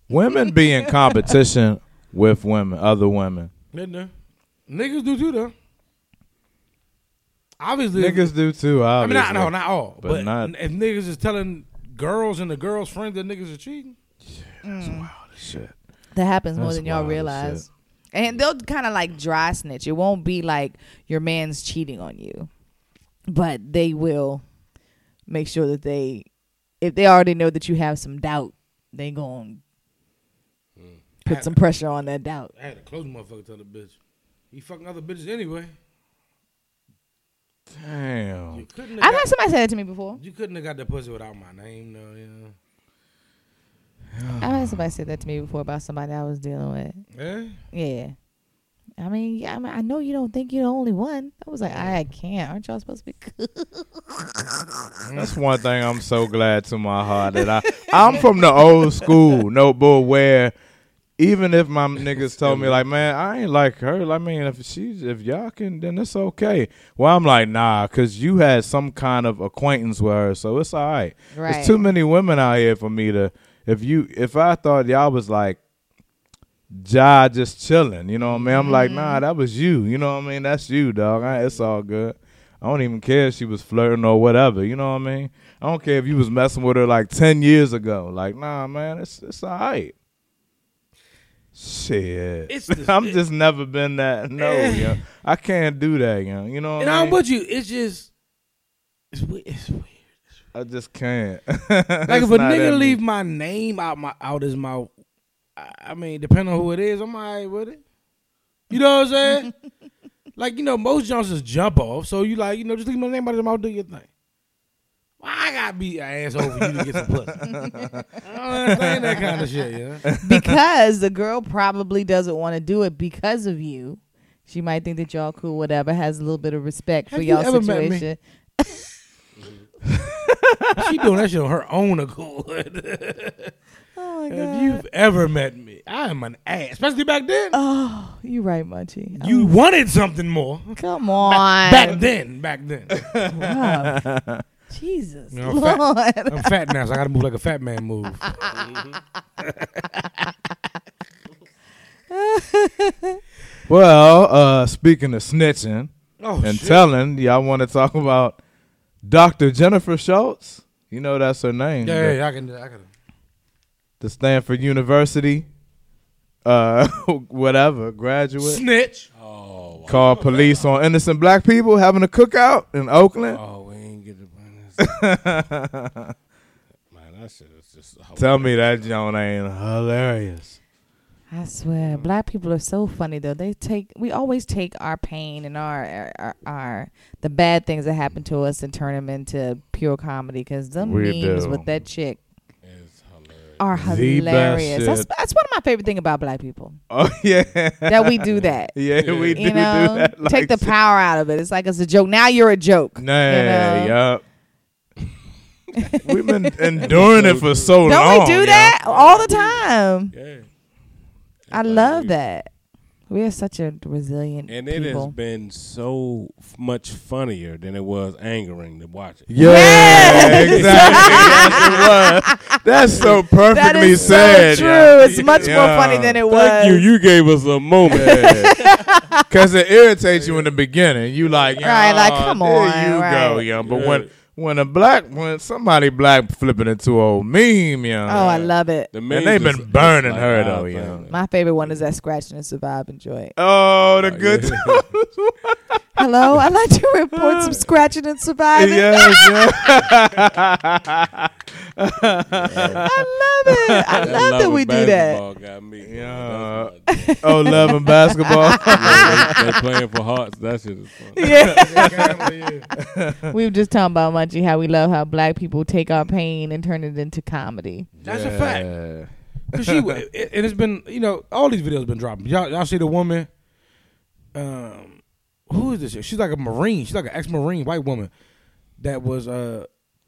Speaker 3: Women be in competition with women, other women.
Speaker 1: Nigga. Niggas do too, though. Obviously.
Speaker 3: Niggas do too.
Speaker 1: I mean,
Speaker 3: Obviously.
Speaker 1: not, no, not all.
Speaker 3: But
Speaker 1: But,
Speaker 3: not-
Speaker 1: if niggas is telling girls and the girls' friends that niggas are cheating,
Speaker 3: Shit.
Speaker 2: That happens more
Speaker 3: That's
Speaker 2: than y'all
Speaker 3: wild as
Speaker 2: realize. And they'll kind of like dry snitch. It won't be like your man's cheating on you, but they will make sure that they, if they already know that you have some doubt, they gon'
Speaker 3: Hmm.
Speaker 2: put some pressure on that doubt.
Speaker 1: I had a close motherfucker tell the bitch. He fucking other bitches anyway. You
Speaker 3: Damn.
Speaker 1: couldn't
Speaker 2: I've
Speaker 1: have
Speaker 2: had
Speaker 1: got,
Speaker 2: somebody say that to me before.
Speaker 1: you couldn't have got that pussy without my name, though, you know.
Speaker 2: I've had somebody say that to me before about somebody I was dealing with.
Speaker 1: Eh?
Speaker 2: Yeah. I mean, yeah, I, mean, I know you don't think you're the only one. I was like, I can't. Aren't y'all supposed to be good?
Speaker 3: That's one thing I'm so glad to my heart that I I'm from the old school notebook where even if my niggas told me like, man, I ain't like her. I mean, if she's if y'all can, then it's okay. Well, I'm like, nah, cause you had some kind of acquaintance with her, so it's all right.
Speaker 2: Right.
Speaker 3: There's too many women out here for me to. If you, if I thought y'all was like, Ja, just chilling, you know what I mean? I'm like, nah, that was you, you know what I mean? That's you, dog. I, it's all good. I don't even care if she was flirting or whatever, you know what I mean? I don't care if you was messing with her like ten years ago. Like, nah, man, it's it's all right. Shit,
Speaker 1: It's the-
Speaker 3: I'm just never been that. No,
Speaker 1: Eh.
Speaker 3: yo, I can't do that, yo. You know what
Speaker 1: And
Speaker 3: I
Speaker 1: I'm
Speaker 3: mean?
Speaker 1: with you. It's just, it's weird. It's weird.
Speaker 3: I just can't.
Speaker 1: Like if a nigga leave my name out my out his mouth, I, I mean, depending on who it is, I'm alright with it. You know what I'm saying? like you know, most Johnsons jump off, so you like you know just leave my name out his mouth, do your thing. Why I gotta be an asshole for you to get some pussy? I don't understand that kind of shit. Yeah,
Speaker 2: because the girl probably doesn't want to do it because of you. She might think that y'all cool, whatever. Has a little bit of respect for
Speaker 1: Have you
Speaker 2: y'all
Speaker 1: ever met me?
Speaker 2: situation.
Speaker 1: she doing that shit on her own accord.
Speaker 2: Oh my
Speaker 1: if
Speaker 2: god!
Speaker 1: you've ever met me, I am an ass, especially back then.
Speaker 2: oh, you right, Munchie.
Speaker 1: you wanted something more.
Speaker 2: Oh, come on.
Speaker 1: Back then, back then.
Speaker 2: Rough. Jesus
Speaker 1: You know, fat-
Speaker 2: Lord.
Speaker 1: I'm fat now, so I gotta move like a fat man move.
Speaker 3: Well, uh, speaking of snitching
Speaker 1: Oh,
Speaker 3: and
Speaker 1: shit.
Speaker 3: telling, y'all want to talk about Dr. Jennifer Schultz? You know that's her name.
Speaker 1: Yeah,
Speaker 3: the,
Speaker 1: yeah, yeah, I can. I can.
Speaker 3: the Stanford University, uh, whatever graduate
Speaker 1: Snitch.
Speaker 4: oh, wow.
Speaker 3: called police on innocent black people having a cookout in Oakland.
Speaker 4: oh, we ain't get to bring this. up. Man, that shit is just.
Speaker 3: Tell me that Joan ain't hilarious.
Speaker 2: I
Speaker 3: Mm.
Speaker 2: swear, black people are so funny though. They take we always take our pain and our our, our the bad things that happen to us and turn them into pure comedy. Cause them
Speaker 3: We
Speaker 2: memes
Speaker 3: do.
Speaker 2: with that chick.
Speaker 4: It's hilarious.
Speaker 2: are
Speaker 3: best
Speaker 2: hilarious. That's,
Speaker 3: shit.
Speaker 2: that's one of my favorite thing about black people
Speaker 3: Oh yeah,
Speaker 2: that we do that.
Speaker 3: yeah, we do
Speaker 2: you know,
Speaker 3: do that. Like,
Speaker 2: take the power out of it. It's like it's a joke. Now you're a joke.
Speaker 3: Nah,
Speaker 2: you know?
Speaker 3: yup. We've been enduring it for so
Speaker 2: Don't
Speaker 3: long.
Speaker 2: we do
Speaker 3: yo.
Speaker 2: that all the time?
Speaker 4: Yeah.
Speaker 2: I
Speaker 4: Like,
Speaker 2: love
Speaker 4: we-
Speaker 2: that. We are such a resilient
Speaker 4: And it has
Speaker 2: people.
Speaker 4: been so f- much funnier than it was angering to watch it.
Speaker 3: Yeah, exactly. Yes, it was. That's so
Speaker 2: That
Speaker 3: perfectly
Speaker 2: is so
Speaker 3: said.
Speaker 2: true. It's much
Speaker 3: Yeah.
Speaker 2: more funny than it was.
Speaker 4: Thank you. You gave us a moment.
Speaker 3: Cause it irritates you in the beginning. You like,
Speaker 2: Right, like,
Speaker 3: "Ah,
Speaker 2: come
Speaker 3: there
Speaker 2: on,
Speaker 3: you go,
Speaker 2: right."
Speaker 3: yeah. But
Speaker 4: Yeah.
Speaker 3: when when a black when somebody black flipping into a old meme,
Speaker 2: oh,
Speaker 3: yeah.
Speaker 2: I love it.
Speaker 4: The
Speaker 3: And they've been burning her, though, you know.
Speaker 2: My favorite one is that scratch and survive and joy.
Speaker 3: Oh, the good
Speaker 4: yeah.
Speaker 3: times.
Speaker 2: Hello, I'd like to report some scratching and surviving.
Speaker 3: yes, yeah.
Speaker 2: I love it. I love that we do that.
Speaker 4: Got me.
Speaker 3: Yeah.
Speaker 4: That's my-
Speaker 3: oh, love and basketball.
Speaker 4: Yeah, they, they playing for hearts. That shit is fun.
Speaker 2: We were just talking about Munchie how we love how black people take our pain and turn it into comedy.
Speaker 1: That's a fact.
Speaker 3: fact.
Speaker 1: 'Cause she, it, it's been, you know, all these videos been dropping. Y'all, y'all see the woman? Um, who is this? She's like a marine. She's like an ex-marine white woman that was uh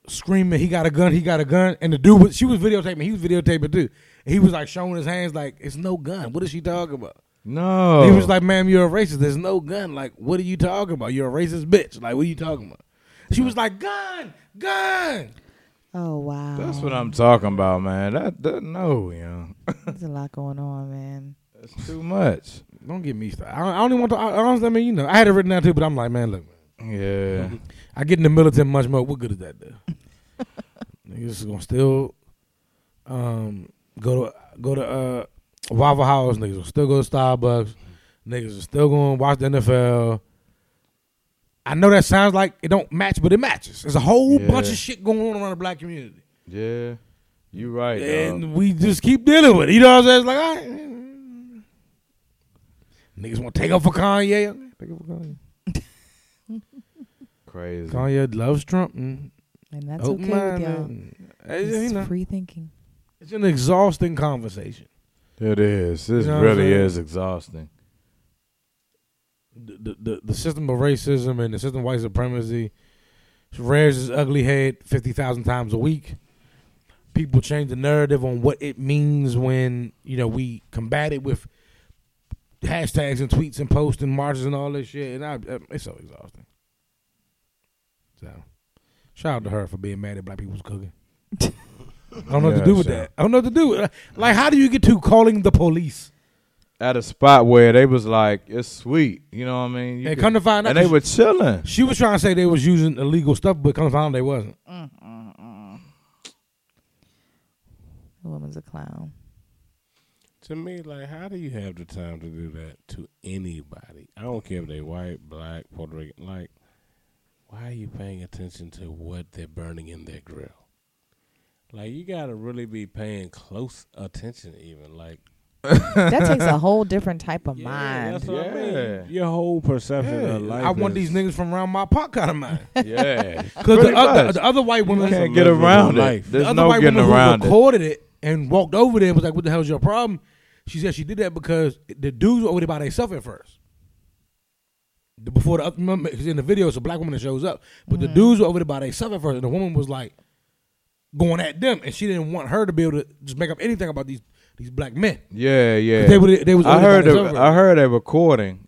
Speaker 1: screaming, "He got a gun! He got a gun!" And the dude was, she was videotaping. He was videotaping too. And he was like showing his hands, like it's no gun. What is she talking about?
Speaker 3: No,
Speaker 1: He was like, "Ma'am, you're a racist. There's no gun. Like, what are you talking about? You're a racist bitch. Like, what are you talking about?" She was like, "Gun, gun."
Speaker 2: Oh wow,
Speaker 3: That's what I'm talking about, man. That, that no, yeah.
Speaker 2: There's a lot going on, man.
Speaker 3: That's too much.
Speaker 1: Don't get me started. I don't, I don't even want to. I, honestly, I mean, you know, I had it written down too, but I'm like, man, look, man, Mm-hmm.
Speaker 3: Yeah.
Speaker 1: I get in the militant much more. What good is that? do? Niggas is gonna still um, go to go to uh, Waffle House. Niggas will still go to Starbucks. Niggas are still going to watch the NFL. I know that sounds like it don't match, but it matches. There's a whole
Speaker 3: Yeah.
Speaker 1: bunch of shit going on around the black community,
Speaker 3: Yeah. You right.
Speaker 1: and
Speaker 3: dog.
Speaker 1: we just keep dealing with it. You know what I'm saying? It's like, all right. mm. niggas want to take up for Kanye. Take up for Kanye.
Speaker 3: Crazy.
Speaker 1: Kanye loves Trump. And
Speaker 2: And that's
Speaker 1: open
Speaker 2: okay with y'all.
Speaker 1: minded. It's,
Speaker 2: It's
Speaker 1: you know,
Speaker 2: free thinking.
Speaker 1: it's an exhausting conversation.
Speaker 3: It is. This
Speaker 1: You know what I'm
Speaker 3: really
Speaker 1: saying?
Speaker 3: is exhausting.
Speaker 1: The, the- the the system of racism and the system of white supremacy rears its ugly head fifty thousand times a week. People change the narrative on what it means when you know we combat it with hashtags and tweets and posts and marches and all this shit, and I, I- it's so exhausting. So, shout out to her for being mad at black people's cooking. I don't know what
Speaker 3: Yeah,
Speaker 1: to do with
Speaker 3: so-
Speaker 1: that. I don't know what to do. with- Like, how do you get to calling the police?
Speaker 3: At a spot where they was like, it's sweet. You know what I mean? You
Speaker 1: and
Speaker 3: could-
Speaker 1: come to find out,
Speaker 3: and they
Speaker 1: she-
Speaker 3: were chilling.
Speaker 1: she was trying to say they was using illegal stuff, but come to find out they wasn't.
Speaker 2: The woman's a clown.
Speaker 4: To me, like, how do you have the time to do that to anybody? I don't care if they white, black, Puerto Rican. Like, why are you paying attention to what they're burning in their grill? Like, you gotta really be paying close attention, even like
Speaker 2: that takes a whole different type of
Speaker 4: Yeah, That's
Speaker 2: mind.
Speaker 4: what I
Speaker 3: Yeah.
Speaker 4: mean. Your whole perception of life.
Speaker 1: I want these
Speaker 4: is-
Speaker 1: niggas from around my park out of mine.
Speaker 3: yeah.
Speaker 1: Because the,
Speaker 3: Pretty
Speaker 1: oth- the,
Speaker 3: much.
Speaker 1: the other white
Speaker 3: You
Speaker 1: woman,
Speaker 3: can't
Speaker 4: a
Speaker 3: get
Speaker 4: miserable
Speaker 3: around
Speaker 4: life.
Speaker 3: it.
Speaker 1: the
Speaker 3: There's
Speaker 1: other
Speaker 3: no
Speaker 1: white
Speaker 3: getting
Speaker 1: woman who
Speaker 3: around it.
Speaker 1: recorded it and walked over there and was like, "What the hell's your problem?" She said she did that because the dudes were over there by themselves at first. The- Before the other- remember, 'cause in the video, it's a black woman that shows up, but the dudes were over there by themselves at first, and the woman was like going at them, and she didn't want her to be able to just make up anything about these these black men.
Speaker 3: Yeah, yeah.
Speaker 1: They were- they was
Speaker 3: I
Speaker 1: only by
Speaker 3: heard
Speaker 1: themselves.
Speaker 3: a, I heard a recording.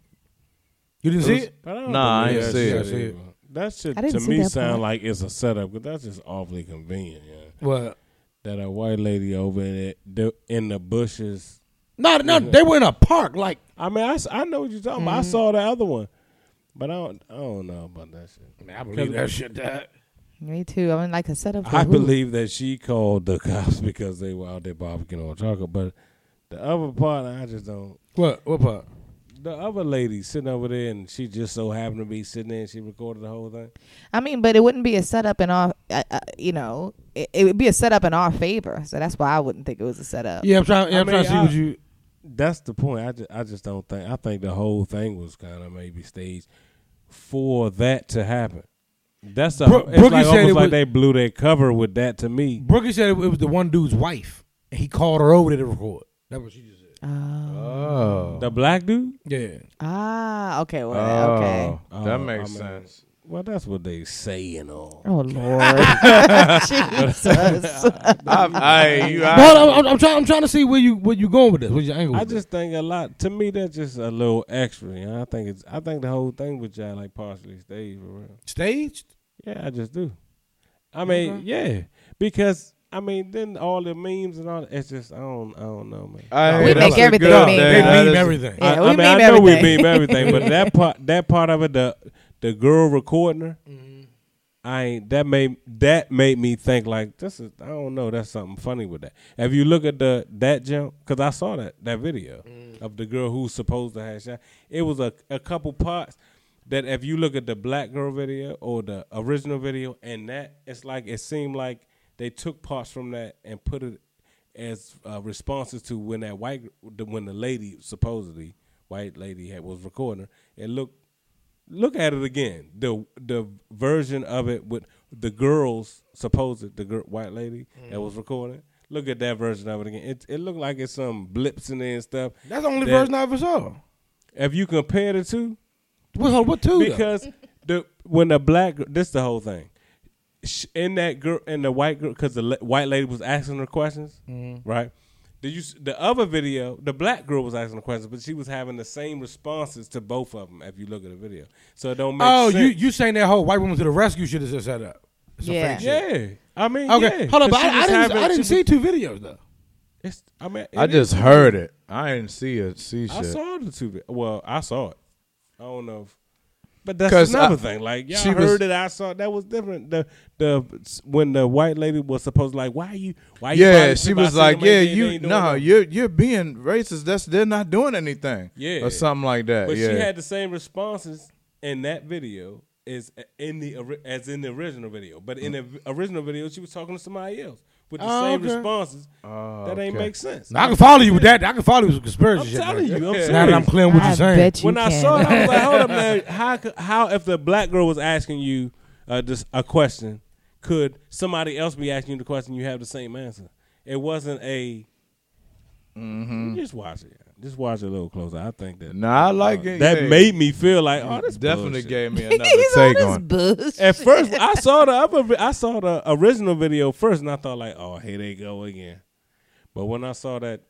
Speaker 1: You didn't see it?
Speaker 4: But don't
Speaker 3: Nah, I
Speaker 4: believe
Speaker 3: ain't
Speaker 4: that
Speaker 3: see
Speaker 4: shit
Speaker 1: it. I see it.
Speaker 4: either. That shit
Speaker 2: I didn't
Speaker 4: to
Speaker 2: see
Speaker 4: me
Speaker 2: that
Speaker 4: sound
Speaker 2: part.
Speaker 4: like it's a setup, but that's just awfully convenient. Yeah.
Speaker 1: Well,
Speaker 4: That a white lady over there the- in the bushes
Speaker 1: no, no, they were in a park, like
Speaker 4: I mean, I, s- I know what you're talking about. I
Speaker 1: Mm-hmm.
Speaker 4: saw the other one, but I don't I don't know about that shit.
Speaker 1: Man, I believe that shit. That
Speaker 2: Me too. I mean, like a setup. for
Speaker 4: I
Speaker 2: who?
Speaker 4: believe that she called the cops because they were out there barbecuing on chocolate. But the other part, I just don't.
Speaker 1: what? What part?
Speaker 4: The other lady sitting over there, and she just so happened to be sitting there, and she recorded the whole thing.
Speaker 2: I mean, but it wouldn't be a setup in our, uh, uh, you know, it, it would be a setup in our favor. So that's why I wouldn't think it was a setup.
Speaker 1: Yeah, I'm trying. Yeah,
Speaker 4: I
Speaker 1: I'm trying to see
Speaker 4: mean,
Speaker 1: what
Speaker 4: I-
Speaker 1: you.
Speaker 4: That's the point. I just, I just don't think. I think the whole thing was kind of maybe staged for that to happen. That's the.
Speaker 1: Bro-
Speaker 4: it's
Speaker 1: Brookie
Speaker 4: like
Speaker 1: said
Speaker 4: almost
Speaker 1: it
Speaker 4: like
Speaker 1: was-
Speaker 4: they blew their cover with that to me.
Speaker 1: Brookie said it was the one dude's wife and he called her over there to record. That's what she just said.
Speaker 2: Oh.
Speaker 3: Oh.
Speaker 4: The black dude?
Speaker 1: Yeah.
Speaker 2: Ah, okay. Well, okay.
Speaker 3: Oh, that makes
Speaker 4: I mean-
Speaker 3: sense.
Speaker 4: Well, that's what they say and all.
Speaker 2: Oh Lord, Jesus!
Speaker 3: I, I, you, I,
Speaker 1: Well, I'm, I'm, I'm trying. I'm trying to see where you where you going with this. What's your angle?
Speaker 4: I
Speaker 1: with
Speaker 4: just think a lot. To me, that's just a little extra. You know? I think it's. I think the whole thing with y'all like partially staged for real.
Speaker 1: this? staged.
Speaker 4: Yeah, I just do. I mean, yeah, because I mean, then all the memes and all. It's just I don't. I don't know, man.
Speaker 3: I,
Speaker 2: We make everything mean.
Speaker 1: They
Speaker 2: Yeah,
Speaker 1: meme everything.
Speaker 2: Yeah,
Speaker 4: I,
Speaker 2: we
Speaker 4: I mean,
Speaker 2: meme
Speaker 4: I know we
Speaker 2: everything.
Speaker 4: meme everything, but that part, that part of it, the the girl recording her, I ain't that made that made me think like this is I don't know that's something funny with that. If you look at the that jump, because I saw that that video of the girl who's supposed to have shot, it was a a couple parts that if you look at the black girl video or the original video and that it's like it seemed like they took parts from that and put it as uh, responses to when that white the, when the lady supposedly white lady had was recording her, it looked look at it again the the version of it with the girls supposed the girl, white lady that
Speaker 1: Mm-hmm.
Speaker 4: was recording look at that version of it again it it looked like it's some blips in there and stuff
Speaker 1: That's the only
Speaker 4: That-
Speaker 1: version I ever saw.
Speaker 4: if you compare the two
Speaker 1: What, what two? though?
Speaker 4: because the when the black gir- this the whole thing Sh- in that girl in the white girl because the le- white lady was asking her questions
Speaker 1: Mm-hmm.
Speaker 4: right did you s- the other video the black girl was asking the questions but she was having the same responses to both of them if you look at the video so it don't make
Speaker 1: oh, you
Speaker 4: sense.
Speaker 1: you saying that whole white woman to the rescue shit is just set up? It's a
Speaker 2: Yeah.
Speaker 1: fake shit.
Speaker 4: yeah I mean
Speaker 1: Okay,
Speaker 4: yeah.
Speaker 1: hold up. but
Speaker 4: But she
Speaker 1: I, I
Speaker 4: was
Speaker 1: didn't.
Speaker 4: having-
Speaker 1: I didn't
Speaker 4: she
Speaker 1: see
Speaker 4: was-
Speaker 1: two videos though.
Speaker 4: it's, I mean
Speaker 3: I
Speaker 4: it is-
Speaker 3: just heard it. I didn't see it. See
Speaker 4: I
Speaker 3: shit.
Speaker 4: saw the two vi- well I saw it I don't know if But that's
Speaker 3: 'Cause
Speaker 4: another
Speaker 3: I-
Speaker 4: thing. Like y'all
Speaker 3: she
Speaker 4: heard
Speaker 3: was-
Speaker 4: it, I saw it. that was different. The the when the white lady was supposed to like, why you why you
Speaker 3: yeah,
Speaker 4: bothering
Speaker 3: she
Speaker 4: somebody?
Speaker 3: was
Speaker 4: I seen
Speaker 3: like,
Speaker 4: them
Speaker 3: "Yeah,
Speaker 4: every day, they
Speaker 3: you
Speaker 4: ain't
Speaker 3: no,
Speaker 4: doing nothing."
Speaker 3: you're you're being racist. That's they're not doing anything.
Speaker 4: Yeah.
Speaker 3: or something like that.
Speaker 4: But
Speaker 3: yeah,
Speaker 4: she had the same responses in that video as in the ori- as in the original video. But in the original video, she was talking to somebody else with the
Speaker 1: Oh,
Speaker 4: same
Speaker 1: okay.
Speaker 4: responses.
Speaker 3: Oh,
Speaker 4: that ain't
Speaker 3: okay.
Speaker 4: make sense.
Speaker 1: Now, I can follow you with that. I can follow you with conspiracy
Speaker 4: I'm
Speaker 1: shit. like
Speaker 4: telling you, I'm
Speaker 1: that.
Speaker 4: serious.
Speaker 1: Now that I'm clear with what
Speaker 2: I
Speaker 1: you're saying.
Speaker 2: bet you
Speaker 4: when
Speaker 2: can.
Speaker 4: I saw it, I was like, "Hold up, man! How c- how if the black girl was asking you uh, this, a question, could somebody else be asking you the question? You have the same answer. It wasn't a.
Speaker 3: Mm-hmm.
Speaker 4: Just watch it. Just watch it a little closer. I think that
Speaker 3: Nah, I like it.
Speaker 4: that
Speaker 3: yeah.
Speaker 4: made me feel like oh, this
Speaker 3: definitely
Speaker 4: bullshit.
Speaker 3: gave me another
Speaker 2: He's
Speaker 3: take
Speaker 2: on
Speaker 3: on. it.
Speaker 2: his bush.
Speaker 4: At first, I saw the other, vi- I saw the original video first, and I thought like, oh, here they go again. But when I saw that,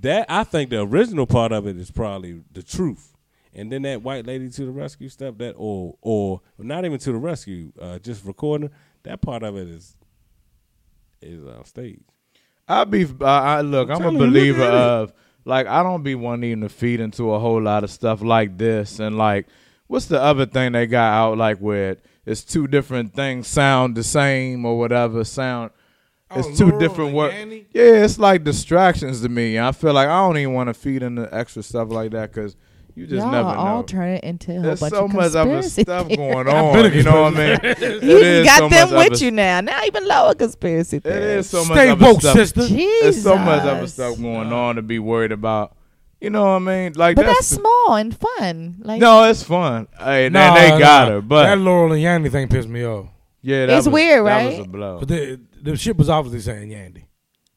Speaker 4: that I think the original part of it is probably the truth. And then that white lady to the rescue stuff, that or or not even to the rescue, uh, just recording that part of it is is uh, on stage.
Speaker 3: I be I, I look. I'm,
Speaker 4: telling
Speaker 3: a
Speaker 4: you, look
Speaker 3: believer
Speaker 4: at it.
Speaker 3: of like I don't be wanting to feed into a whole lot of stuff like this and like what's the other thing they got out like with it's two different things sound the same or whatever sound. It's
Speaker 1: Oh,
Speaker 3: two
Speaker 1: Laurel
Speaker 3: different
Speaker 1: and
Speaker 3: words.
Speaker 1: Yanni?
Speaker 3: Yeah, it's like distractions to me. I feel like I don't even want to feed into extra stuff like that because you just
Speaker 2: Y'all
Speaker 3: never
Speaker 2: all
Speaker 3: know.
Speaker 2: turn it into a whole
Speaker 3: There's
Speaker 2: bunch
Speaker 3: so
Speaker 2: of
Speaker 3: much other
Speaker 2: conspiracy
Speaker 3: stuff
Speaker 2: theories.
Speaker 3: going
Speaker 1: been
Speaker 3: on.
Speaker 1: a
Speaker 3: You know what I mean? It
Speaker 2: You
Speaker 3: is
Speaker 2: got
Speaker 3: so
Speaker 2: them
Speaker 3: much
Speaker 2: with
Speaker 3: other-
Speaker 2: you now. Now even lower conspiracy
Speaker 3: It
Speaker 2: theories.
Speaker 3: is so much
Speaker 1: Stay
Speaker 3: other
Speaker 1: woke,
Speaker 3: stuff.
Speaker 1: sister.
Speaker 2: Jesus.
Speaker 3: There's so much other stuff going on to be worried about. You know what I mean? Like
Speaker 2: But that's
Speaker 3: that's,
Speaker 2: small and fun. Like
Speaker 3: no, it's fun. Hey,
Speaker 1: No,
Speaker 3: man, they got
Speaker 1: no.
Speaker 3: her, but
Speaker 1: that Laurel and Yandy thing pissed me off.
Speaker 3: yeah, that
Speaker 2: It's
Speaker 3: was,
Speaker 2: weird,
Speaker 3: that
Speaker 2: right?
Speaker 3: was a blow.
Speaker 1: But the the shit was obviously saying Yandy.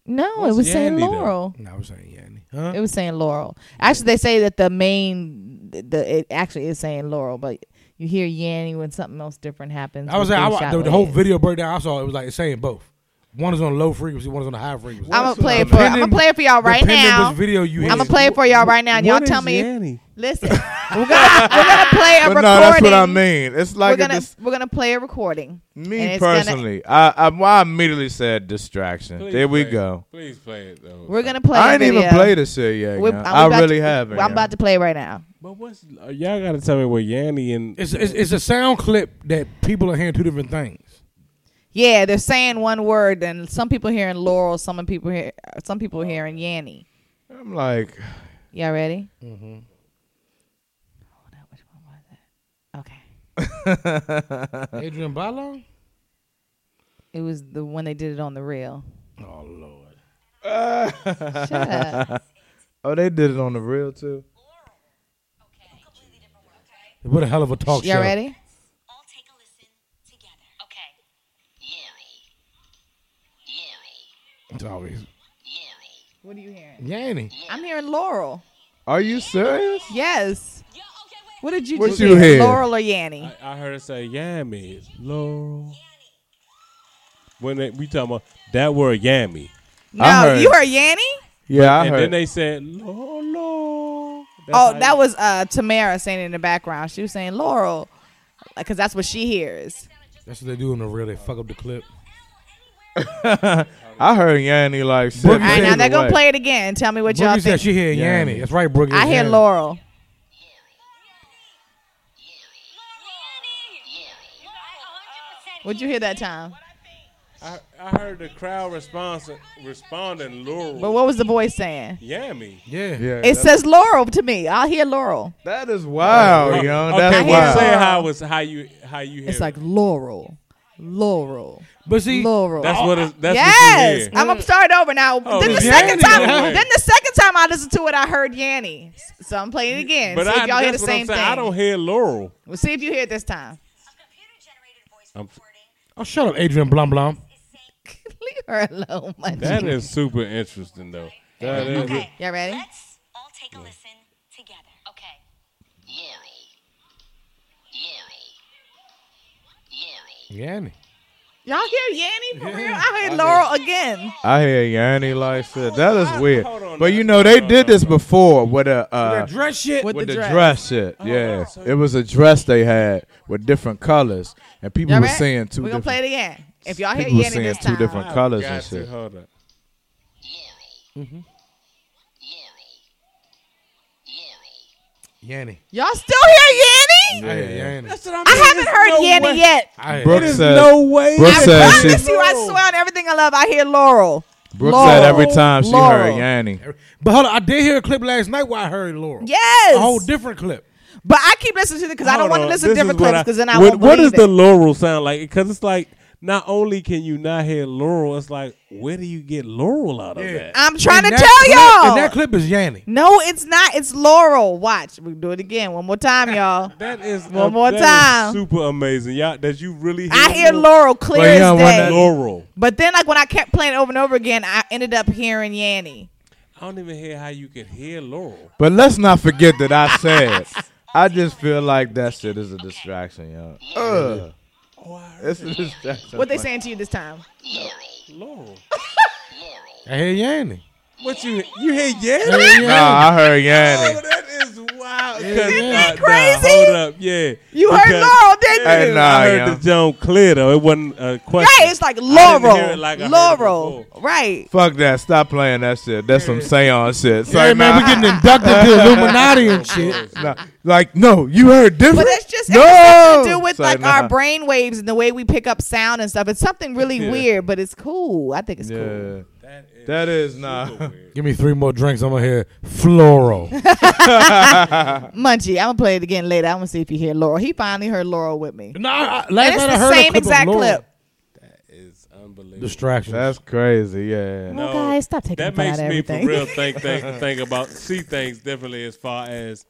Speaker 2: No, it
Speaker 4: What's
Speaker 2: was saying
Speaker 4: Yandy, though?
Speaker 2: Laurel.
Speaker 1: No, I was saying Yandy. Huh?
Speaker 2: It was saying Laurel. Actually, they say that the main, the it actually is saying Laurel, but you hear Yanny when something else different happens.
Speaker 1: I was
Speaker 2: with
Speaker 1: saying I, wa-
Speaker 2: gunshot
Speaker 1: the, the whole
Speaker 2: wounds.
Speaker 1: video breakdown I saw it was like saying both. One is on low frequency, one is on the high frequency.
Speaker 2: I'm gonna
Speaker 3: That's what
Speaker 2: play
Speaker 3: I'm
Speaker 2: it for. I'm
Speaker 1: saying.
Speaker 2: gonna play it for y'all right
Speaker 1: Depending
Speaker 2: now.
Speaker 1: Which video you
Speaker 2: I'm gonna
Speaker 1: hit.
Speaker 2: play it for y'all right now, and y'all
Speaker 4: What
Speaker 2: tell
Speaker 4: is
Speaker 2: me.
Speaker 4: Yanny?
Speaker 2: Listen, we're gonna we're gonna play a
Speaker 3: But
Speaker 2: recording.
Speaker 3: no, that's what I mean. It's
Speaker 2: We're
Speaker 3: like a
Speaker 2: gonna
Speaker 3: dis-
Speaker 2: we're gonna play a recording. and
Speaker 3: me
Speaker 2: it's gonna-
Speaker 3: personally. I, I well, I immediately said distraction.
Speaker 4: Please
Speaker 3: there we
Speaker 4: play it.
Speaker 3: go.
Speaker 4: Please play it though.
Speaker 2: We're gonna play.
Speaker 3: I
Speaker 2: a
Speaker 3: ain't even
Speaker 2: video.
Speaker 3: played this shit yet.
Speaker 2: We're-
Speaker 3: yeah.
Speaker 2: I'm
Speaker 3: I
Speaker 2: about
Speaker 3: really
Speaker 2: to,
Speaker 3: haven't.
Speaker 2: well, I'm
Speaker 3: yeah.
Speaker 2: about to play right now.
Speaker 4: But what's uh, y'all got to tell me where Yanny and
Speaker 1: It's, it's it's a sound clip that people are hearing two different things.
Speaker 2: Yeah, they're saying one word, and some people hearing Laurel, some people hear some people hearing Yanny.
Speaker 3: I'm like,
Speaker 2: Y'all ready? Mm-hmm. Hold on, which one was it? Okay,
Speaker 1: Adrian Bylon?
Speaker 2: it was the one they did it on the reel.
Speaker 1: Oh Lord.
Speaker 2: Shut up.
Speaker 3: oh, they did it on the real too.
Speaker 6: Okay. Completely different world. Okay.
Speaker 1: What a hell of a talk show.
Speaker 2: Y'all ready?
Speaker 6: All take a listen together. Okay. Yuri. Yuri.
Speaker 1: It's always
Speaker 2: What are you hearing?
Speaker 1: Yanny.
Speaker 2: I'm hearing Laurel.
Speaker 3: Are you serious?
Speaker 2: Yes.
Speaker 6: Yo, okay, wait.
Speaker 2: What did you
Speaker 3: What
Speaker 2: just
Speaker 3: you hear?
Speaker 2: Laurel or Yanny?
Speaker 4: I, I heard her say yammy, Laurel. When they, we talking about that word yammy,
Speaker 2: no,
Speaker 3: I heard-
Speaker 2: you heard Yanny?
Speaker 3: Yeah, I
Speaker 4: and
Speaker 3: heard.
Speaker 4: then they said Laurel. That's
Speaker 2: Oh,
Speaker 4: how
Speaker 2: that
Speaker 4: you-
Speaker 2: was uh, Tamara saying in the background. She was saying Laurel, because that's what she hears.
Speaker 1: That's what they do in the real. They fuck up the clip.
Speaker 3: I heard Yanni like
Speaker 1: Boogie
Speaker 3: shit.
Speaker 2: All right, now
Speaker 1: either
Speaker 2: they're gonna
Speaker 3: way.
Speaker 2: play it again. Tell me what y'all
Speaker 1: Brookie said
Speaker 2: think.
Speaker 1: she hear Yanny.
Speaker 3: Yanny.
Speaker 1: That's right, Brookie.
Speaker 2: I
Speaker 1: it's
Speaker 2: hear
Speaker 1: Yanny.
Speaker 2: Laurel. What'd you hear that time?
Speaker 4: I, I heard the crowd response responding Laurel.
Speaker 2: But what was the voice saying?
Speaker 4: Yammy.
Speaker 1: Yeah.
Speaker 3: Yeah,
Speaker 2: It
Speaker 3: that's-
Speaker 2: says Laurel to me. I'll hear Laurel.
Speaker 3: that is wild, young.
Speaker 4: okay,
Speaker 3: Oh, That's
Speaker 2: I
Speaker 4: keep
Speaker 2: hear
Speaker 3: wild.
Speaker 4: saying how it's how you how you hear.
Speaker 2: It's
Speaker 4: it.
Speaker 2: like Laurel, Laurel,
Speaker 1: But see,
Speaker 2: Laurel.
Speaker 4: that's what it's, that's what you
Speaker 2: yes,
Speaker 4: hear.
Speaker 2: I'm gonna start over now.
Speaker 4: Oh,
Speaker 2: then the
Speaker 4: it's
Speaker 2: second
Speaker 4: Yanni.
Speaker 2: time,
Speaker 4: Okay.
Speaker 2: then the second time I listened to it, I heard Yanni. So I'm playing it again.
Speaker 4: But
Speaker 2: see
Speaker 4: I,
Speaker 2: if y'all hear the
Speaker 4: that's what
Speaker 2: same
Speaker 4: I'm saying.
Speaker 2: thing.
Speaker 4: I don't hear Laurel.
Speaker 2: We'll see if you hear it this time.
Speaker 4: I'm-
Speaker 1: oh shut up, Adrian Blum Blum.
Speaker 2: Leave her alone, my
Speaker 4: That
Speaker 2: G.
Speaker 4: is super interesting though. That is
Speaker 6: Okay.
Speaker 2: Y'all ready?
Speaker 6: Let's all take a listen together. Okay. Yuri. Yuri. Yuri.
Speaker 1: Yanny.
Speaker 2: Y'all hear Yanni for real?
Speaker 1: Yeah.
Speaker 2: I heard Laurel again.
Speaker 3: I hear Yanni like shit. That is weird.
Speaker 4: hold on,
Speaker 3: But
Speaker 4: now.
Speaker 3: you know they did this before with a uh,
Speaker 1: dress shit.
Speaker 2: With,
Speaker 3: with
Speaker 2: the,
Speaker 3: the
Speaker 2: dress.
Speaker 3: dress shit. Yeah, it was a dress they had with different colors, and people
Speaker 2: Y'all
Speaker 3: were
Speaker 2: ready?
Speaker 3: saying two
Speaker 2: We're gonna
Speaker 3: different.
Speaker 2: play it again. If y'all hear
Speaker 3: people were
Speaker 2: Yanni
Speaker 3: saying
Speaker 2: this
Speaker 3: two
Speaker 2: time,
Speaker 3: different colors
Speaker 4: Got
Speaker 3: and
Speaker 4: to,
Speaker 3: shit.
Speaker 4: hold up.
Speaker 6: Yuri. Yuri. Yuri.
Speaker 1: Yanny.
Speaker 2: y'all still hear Yanni?
Speaker 1: I hear
Speaker 3: Yeah.
Speaker 1: Yanny.
Speaker 4: what I'm
Speaker 2: I haven't heard Yanni yet.
Speaker 1: I hear
Speaker 3: Brooke
Speaker 1: Yanny.
Speaker 3: said,
Speaker 4: way.
Speaker 3: Brooke
Speaker 2: I
Speaker 3: said she-
Speaker 2: promise you, I swear on everything I love, I hear Laurel.
Speaker 3: Brooke
Speaker 2: Laurel,
Speaker 3: said every time she
Speaker 2: Laurel.
Speaker 3: heard Yanni.
Speaker 1: But hold on, I did hear a clip last night where I heard Laurel.
Speaker 2: Yes,
Speaker 1: A whole different clip.
Speaker 2: but I keep listening to it because I don't
Speaker 4: Hold
Speaker 2: want to
Speaker 4: on.
Speaker 2: listen to
Speaker 4: This
Speaker 2: different
Speaker 4: is what
Speaker 2: clips because then I
Speaker 4: what,
Speaker 2: won't
Speaker 4: What does
Speaker 2: believe
Speaker 4: the
Speaker 2: it.
Speaker 4: Laurel sound like? Because it's like not only can you not hear Laurel, it's like where do you get Laurel out of
Speaker 1: Yeah.
Speaker 4: that?
Speaker 2: I'm trying to
Speaker 1: And
Speaker 2: tell
Speaker 1: that clip-
Speaker 2: y'all.
Speaker 1: And that clip is Yanny.
Speaker 2: no, it's not. It's Laurel. Watch. We do it again. One more time, y'all.
Speaker 4: That is
Speaker 2: One more
Speaker 4: that is
Speaker 2: time.
Speaker 4: super amazing. Y'all, that you really hear
Speaker 2: I hear Laurel clear
Speaker 3: Well, yeah,
Speaker 2: as
Speaker 3: when
Speaker 2: day.
Speaker 3: that-
Speaker 4: Laurel.
Speaker 2: But then, like when I kept playing it over and over again, I ended up hearing Yanni.
Speaker 4: I don't even hear how you can hear Laurel.
Speaker 3: But let's not forget that I said. I just feel like that shit is a distraction, yo. Ugh.
Speaker 2: Oh,
Speaker 3: It's a distraction.
Speaker 2: What they saying to you this time?
Speaker 4: Laurel.
Speaker 1: I hear Yanny.
Speaker 4: What you you hear?
Speaker 1: I
Speaker 4: Yeah.
Speaker 1: hear
Speaker 3: Nah,
Speaker 1: Yanny.
Speaker 3: I heard Yanni.
Speaker 4: Oh, that is wild.
Speaker 1: Isn't
Speaker 2: that
Speaker 4: Nah, nah,
Speaker 2: crazy?
Speaker 4: hold up, yeah.
Speaker 2: You heard
Speaker 4: Because-
Speaker 2: Laurel, didn't
Speaker 3: Hey,
Speaker 2: you?
Speaker 3: nah,
Speaker 4: I heard
Speaker 3: yeah.
Speaker 4: the joke clear though. It wasn't a question.
Speaker 2: Right, it's like
Speaker 4: didn't hear
Speaker 2: Laurel,
Speaker 4: it like I heard it
Speaker 2: Laurel, right?
Speaker 3: Fuck that. Stop playing that shit. That's some seance shit. So
Speaker 1: Hey, man,
Speaker 3: nah,
Speaker 1: we getting inducted to Illuminati and shit.
Speaker 3: nah, like, no, you heard different.
Speaker 2: But that's just it
Speaker 3: no!
Speaker 2: has something to do with
Speaker 3: So,
Speaker 2: like
Speaker 3: nah.
Speaker 4: uh-huh.
Speaker 2: our brain waves and the way we pick up sound and stuff. It's something really
Speaker 3: Yeah.
Speaker 2: weird, but it's cool. I think it's cool.
Speaker 3: Yeah. That is nah.
Speaker 1: Give me three more drinks. I'm gonna hear floral.
Speaker 2: Munchie, I'm gonna play it again later. I'm gonna see if you hear Laurel. He finally heard Laurel with me.
Speaker 1: no, I, I-
Speaker 2: And
Speaker 1: last
Speaker 2: it's
Speaker 1: night I
Speaker 2: the
Speaker 1: heard a
Speaker 2: same
Speaker 1: clip of
Speaker 2: exact
Speaker 1: Laurel.
Speaker 2: clip.
Speaker 4: It's unbelievable.
Speaker 1: Distractions.
Speaker 3: That's crazy. Yeah.
Speaker 2: Well, guys, stop taking the
Speaker 4: that
Speaker 2: fun
Speaker 4: makes
Speaker 2: out of
Speaker 4: me
Speaker 2: everything.
Speaker 4: for real think, think think about see things differently as far as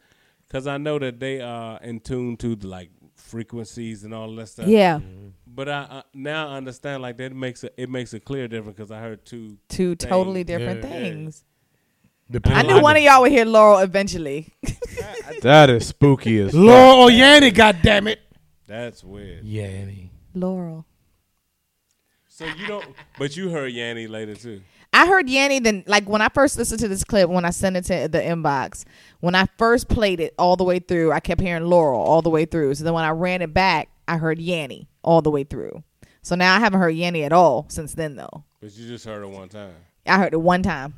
Speaker 4: because I know that they are in tune to the, like frequencies and all that stuff.
Speaker 2: yeah,
Speaker 4: Mm. But I, I now understand like that makes a, it makes a clear difference because I heard two.
Speaker 2: two
Speaker 4: Thing.
Speaker 2: totally different
Speaker 1: Yeah.
Speaker 2: things.
Speaker 1: Depending
Speaker 2: I
Speaker 1: on
Speaker 2: knew one of y'all would hear Laurel eventually.
Speaker 3: That is spooky as fuck.
Speaker 1: Laurel oh, or Yanny. God damn it.
Speaker 4: That's weird.
Speaker 1: Yanny.
Speaker 2: Laurel.
Speaker 4: So you don't, but you heard Yanni later too.
Speaker 2: I heard Yanni then like when I first listened to this clip when I sent it to the inbox, when I first played it all the way through, I kept hearing Laurel all the way through. So then when I ran it back, I heard Yanni all the way through. So now I haven't heard Yanni at all since then though.
Speaker 4: But you just heard it one time.
Speaker 2: I heard it one time.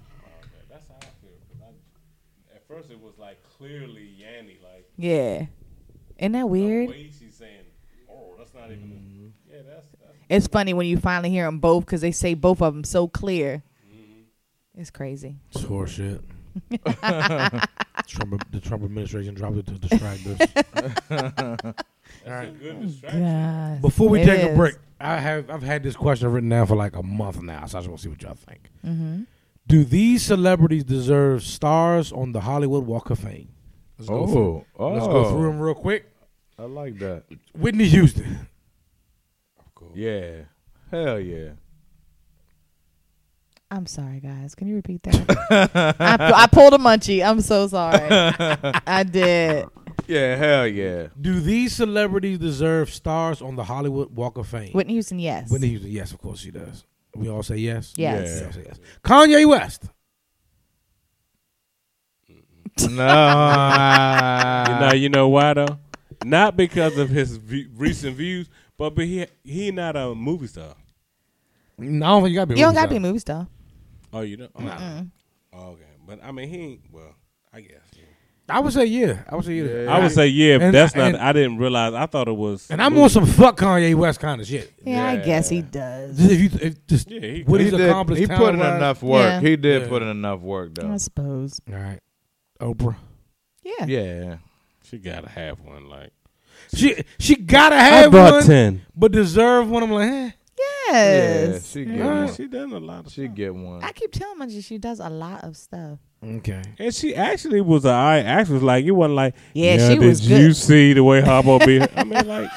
Speaker 4: That's how I feel. 'cause I- at first it was like clearly Yanni, like
Speaker 2: Yeah. Isn't that
Speaker 4: the
Speaker 2: weird?
Speaker 4: way she's saying, "Oh, that's not even." Yeah, that's. that's
Speaker 2: It's funny when you finally hear them both because they say both of them so clear. It's crazy.
Speaker 1: It's horseshit. Trump, the Trump administration dropped it to distract us.
Speaker 4: a good distraction.
Speaker 2: Yes.
Speaker 1: Before we
Speaker 2: It
Speaker 1: take a
Speaker 2: is.
Speaker 1: break, I have I've had this question written down for like a month now, so I just want to see what y'all think.
Speaker 2: Mm-hmm.
Speaker 1: Do these celebrities deserve stars on the Hollywood Walk of Fame? Let's go through,
Speaker 3: Oh, oh.
Speaker 1: let's go through them real quick.
Speaker 3: I like that.
Speaker 1: Whitney Houston,
Speaker 3: Yeah. Hell yeah.
Speaker 2: I'm sorry, guys. Can you repeat that? I, pu- I pulled a munchie. I'm so sorry. I did.
Speaker 3: Yeah, hell yeah.
Speaker 1: Do these celebrities deserve stars on the Hollywood Walk of Fame?
Speaker 2: Whitney Houston, yes.
Speaker 1: Whitney Houston, yes, of course she does. We all say yes.
Speaker 2: Yes.
Speaker 1: We all say yes. Kanye West.
Speaker 3: No.
Speaker 4: now you know why though? Not because of his v- recent views, but but he he not a movie star.
Speaker 1: No, I don't think you gotta be.
Speaker 2: You don't got to be a movie star.
Speaker 4: Oh, you know. Oh, okay, but I mean he ain't. Well, I guess.
Speaker 1: I would say yeah. I would say yeah.
Speaker 4: I would say yeah. If
Speaker 1: And-
Speaker 4: that's not.
Speaker 1: and-
Speaker 4: I didn't realize. I thought it was.
Speaker 1: And I'm on some fuck Kanye West kind of shit.
Speaker 2: Yeah, I guess he
Speaker 4: Yeah.
Speaker 2: does.
Speaker 1: Just if you if just
Speaker 4: Yeah, he-
Speaker 1: what
Speaker 3: he
Speaker 1: he's
Speaker 3: did,
Speaker 1: accomplished.
Speaker 3: he put in
Speaker 1: talent-wise.
Speaker 3: enough work.
Speaker 2: Yeah.
Speaker 3: He did
Speaker 1: Yeah.
Speaker 3: put in enough work though.
Speaker 2: I suppose.
Speaker 1: All right, Oprah.
Speaker 2: Yeah.
Speaker 3: Yeah.
Speaker 4: She gotta have one. Like
Speaker 1: She she gotta have one,
Speaker 4: ten.
Speaker 1: but deserve one. I'm like, eh.
Speaker 3: Yeah.
Speaker 2: Yes.
Speaker 3: She get
Speaker 1: Yeah.
Speaker 3: one.
Speaker 4: She done a lot of.
Speaker 3: She get one.
Speaker 2: I keep telling Munchie she does a lot of stuff.
Speaker 1: okay.
Speaker 4: And she actually was a I actress. Like it wasn't like
Speaker 2: Yeah, she
Speaker 4: did
Speaker 2: was
Speaker 4: you
Speaker 2: good."
Speaker 4: see the way Harbaugh be? I mean, like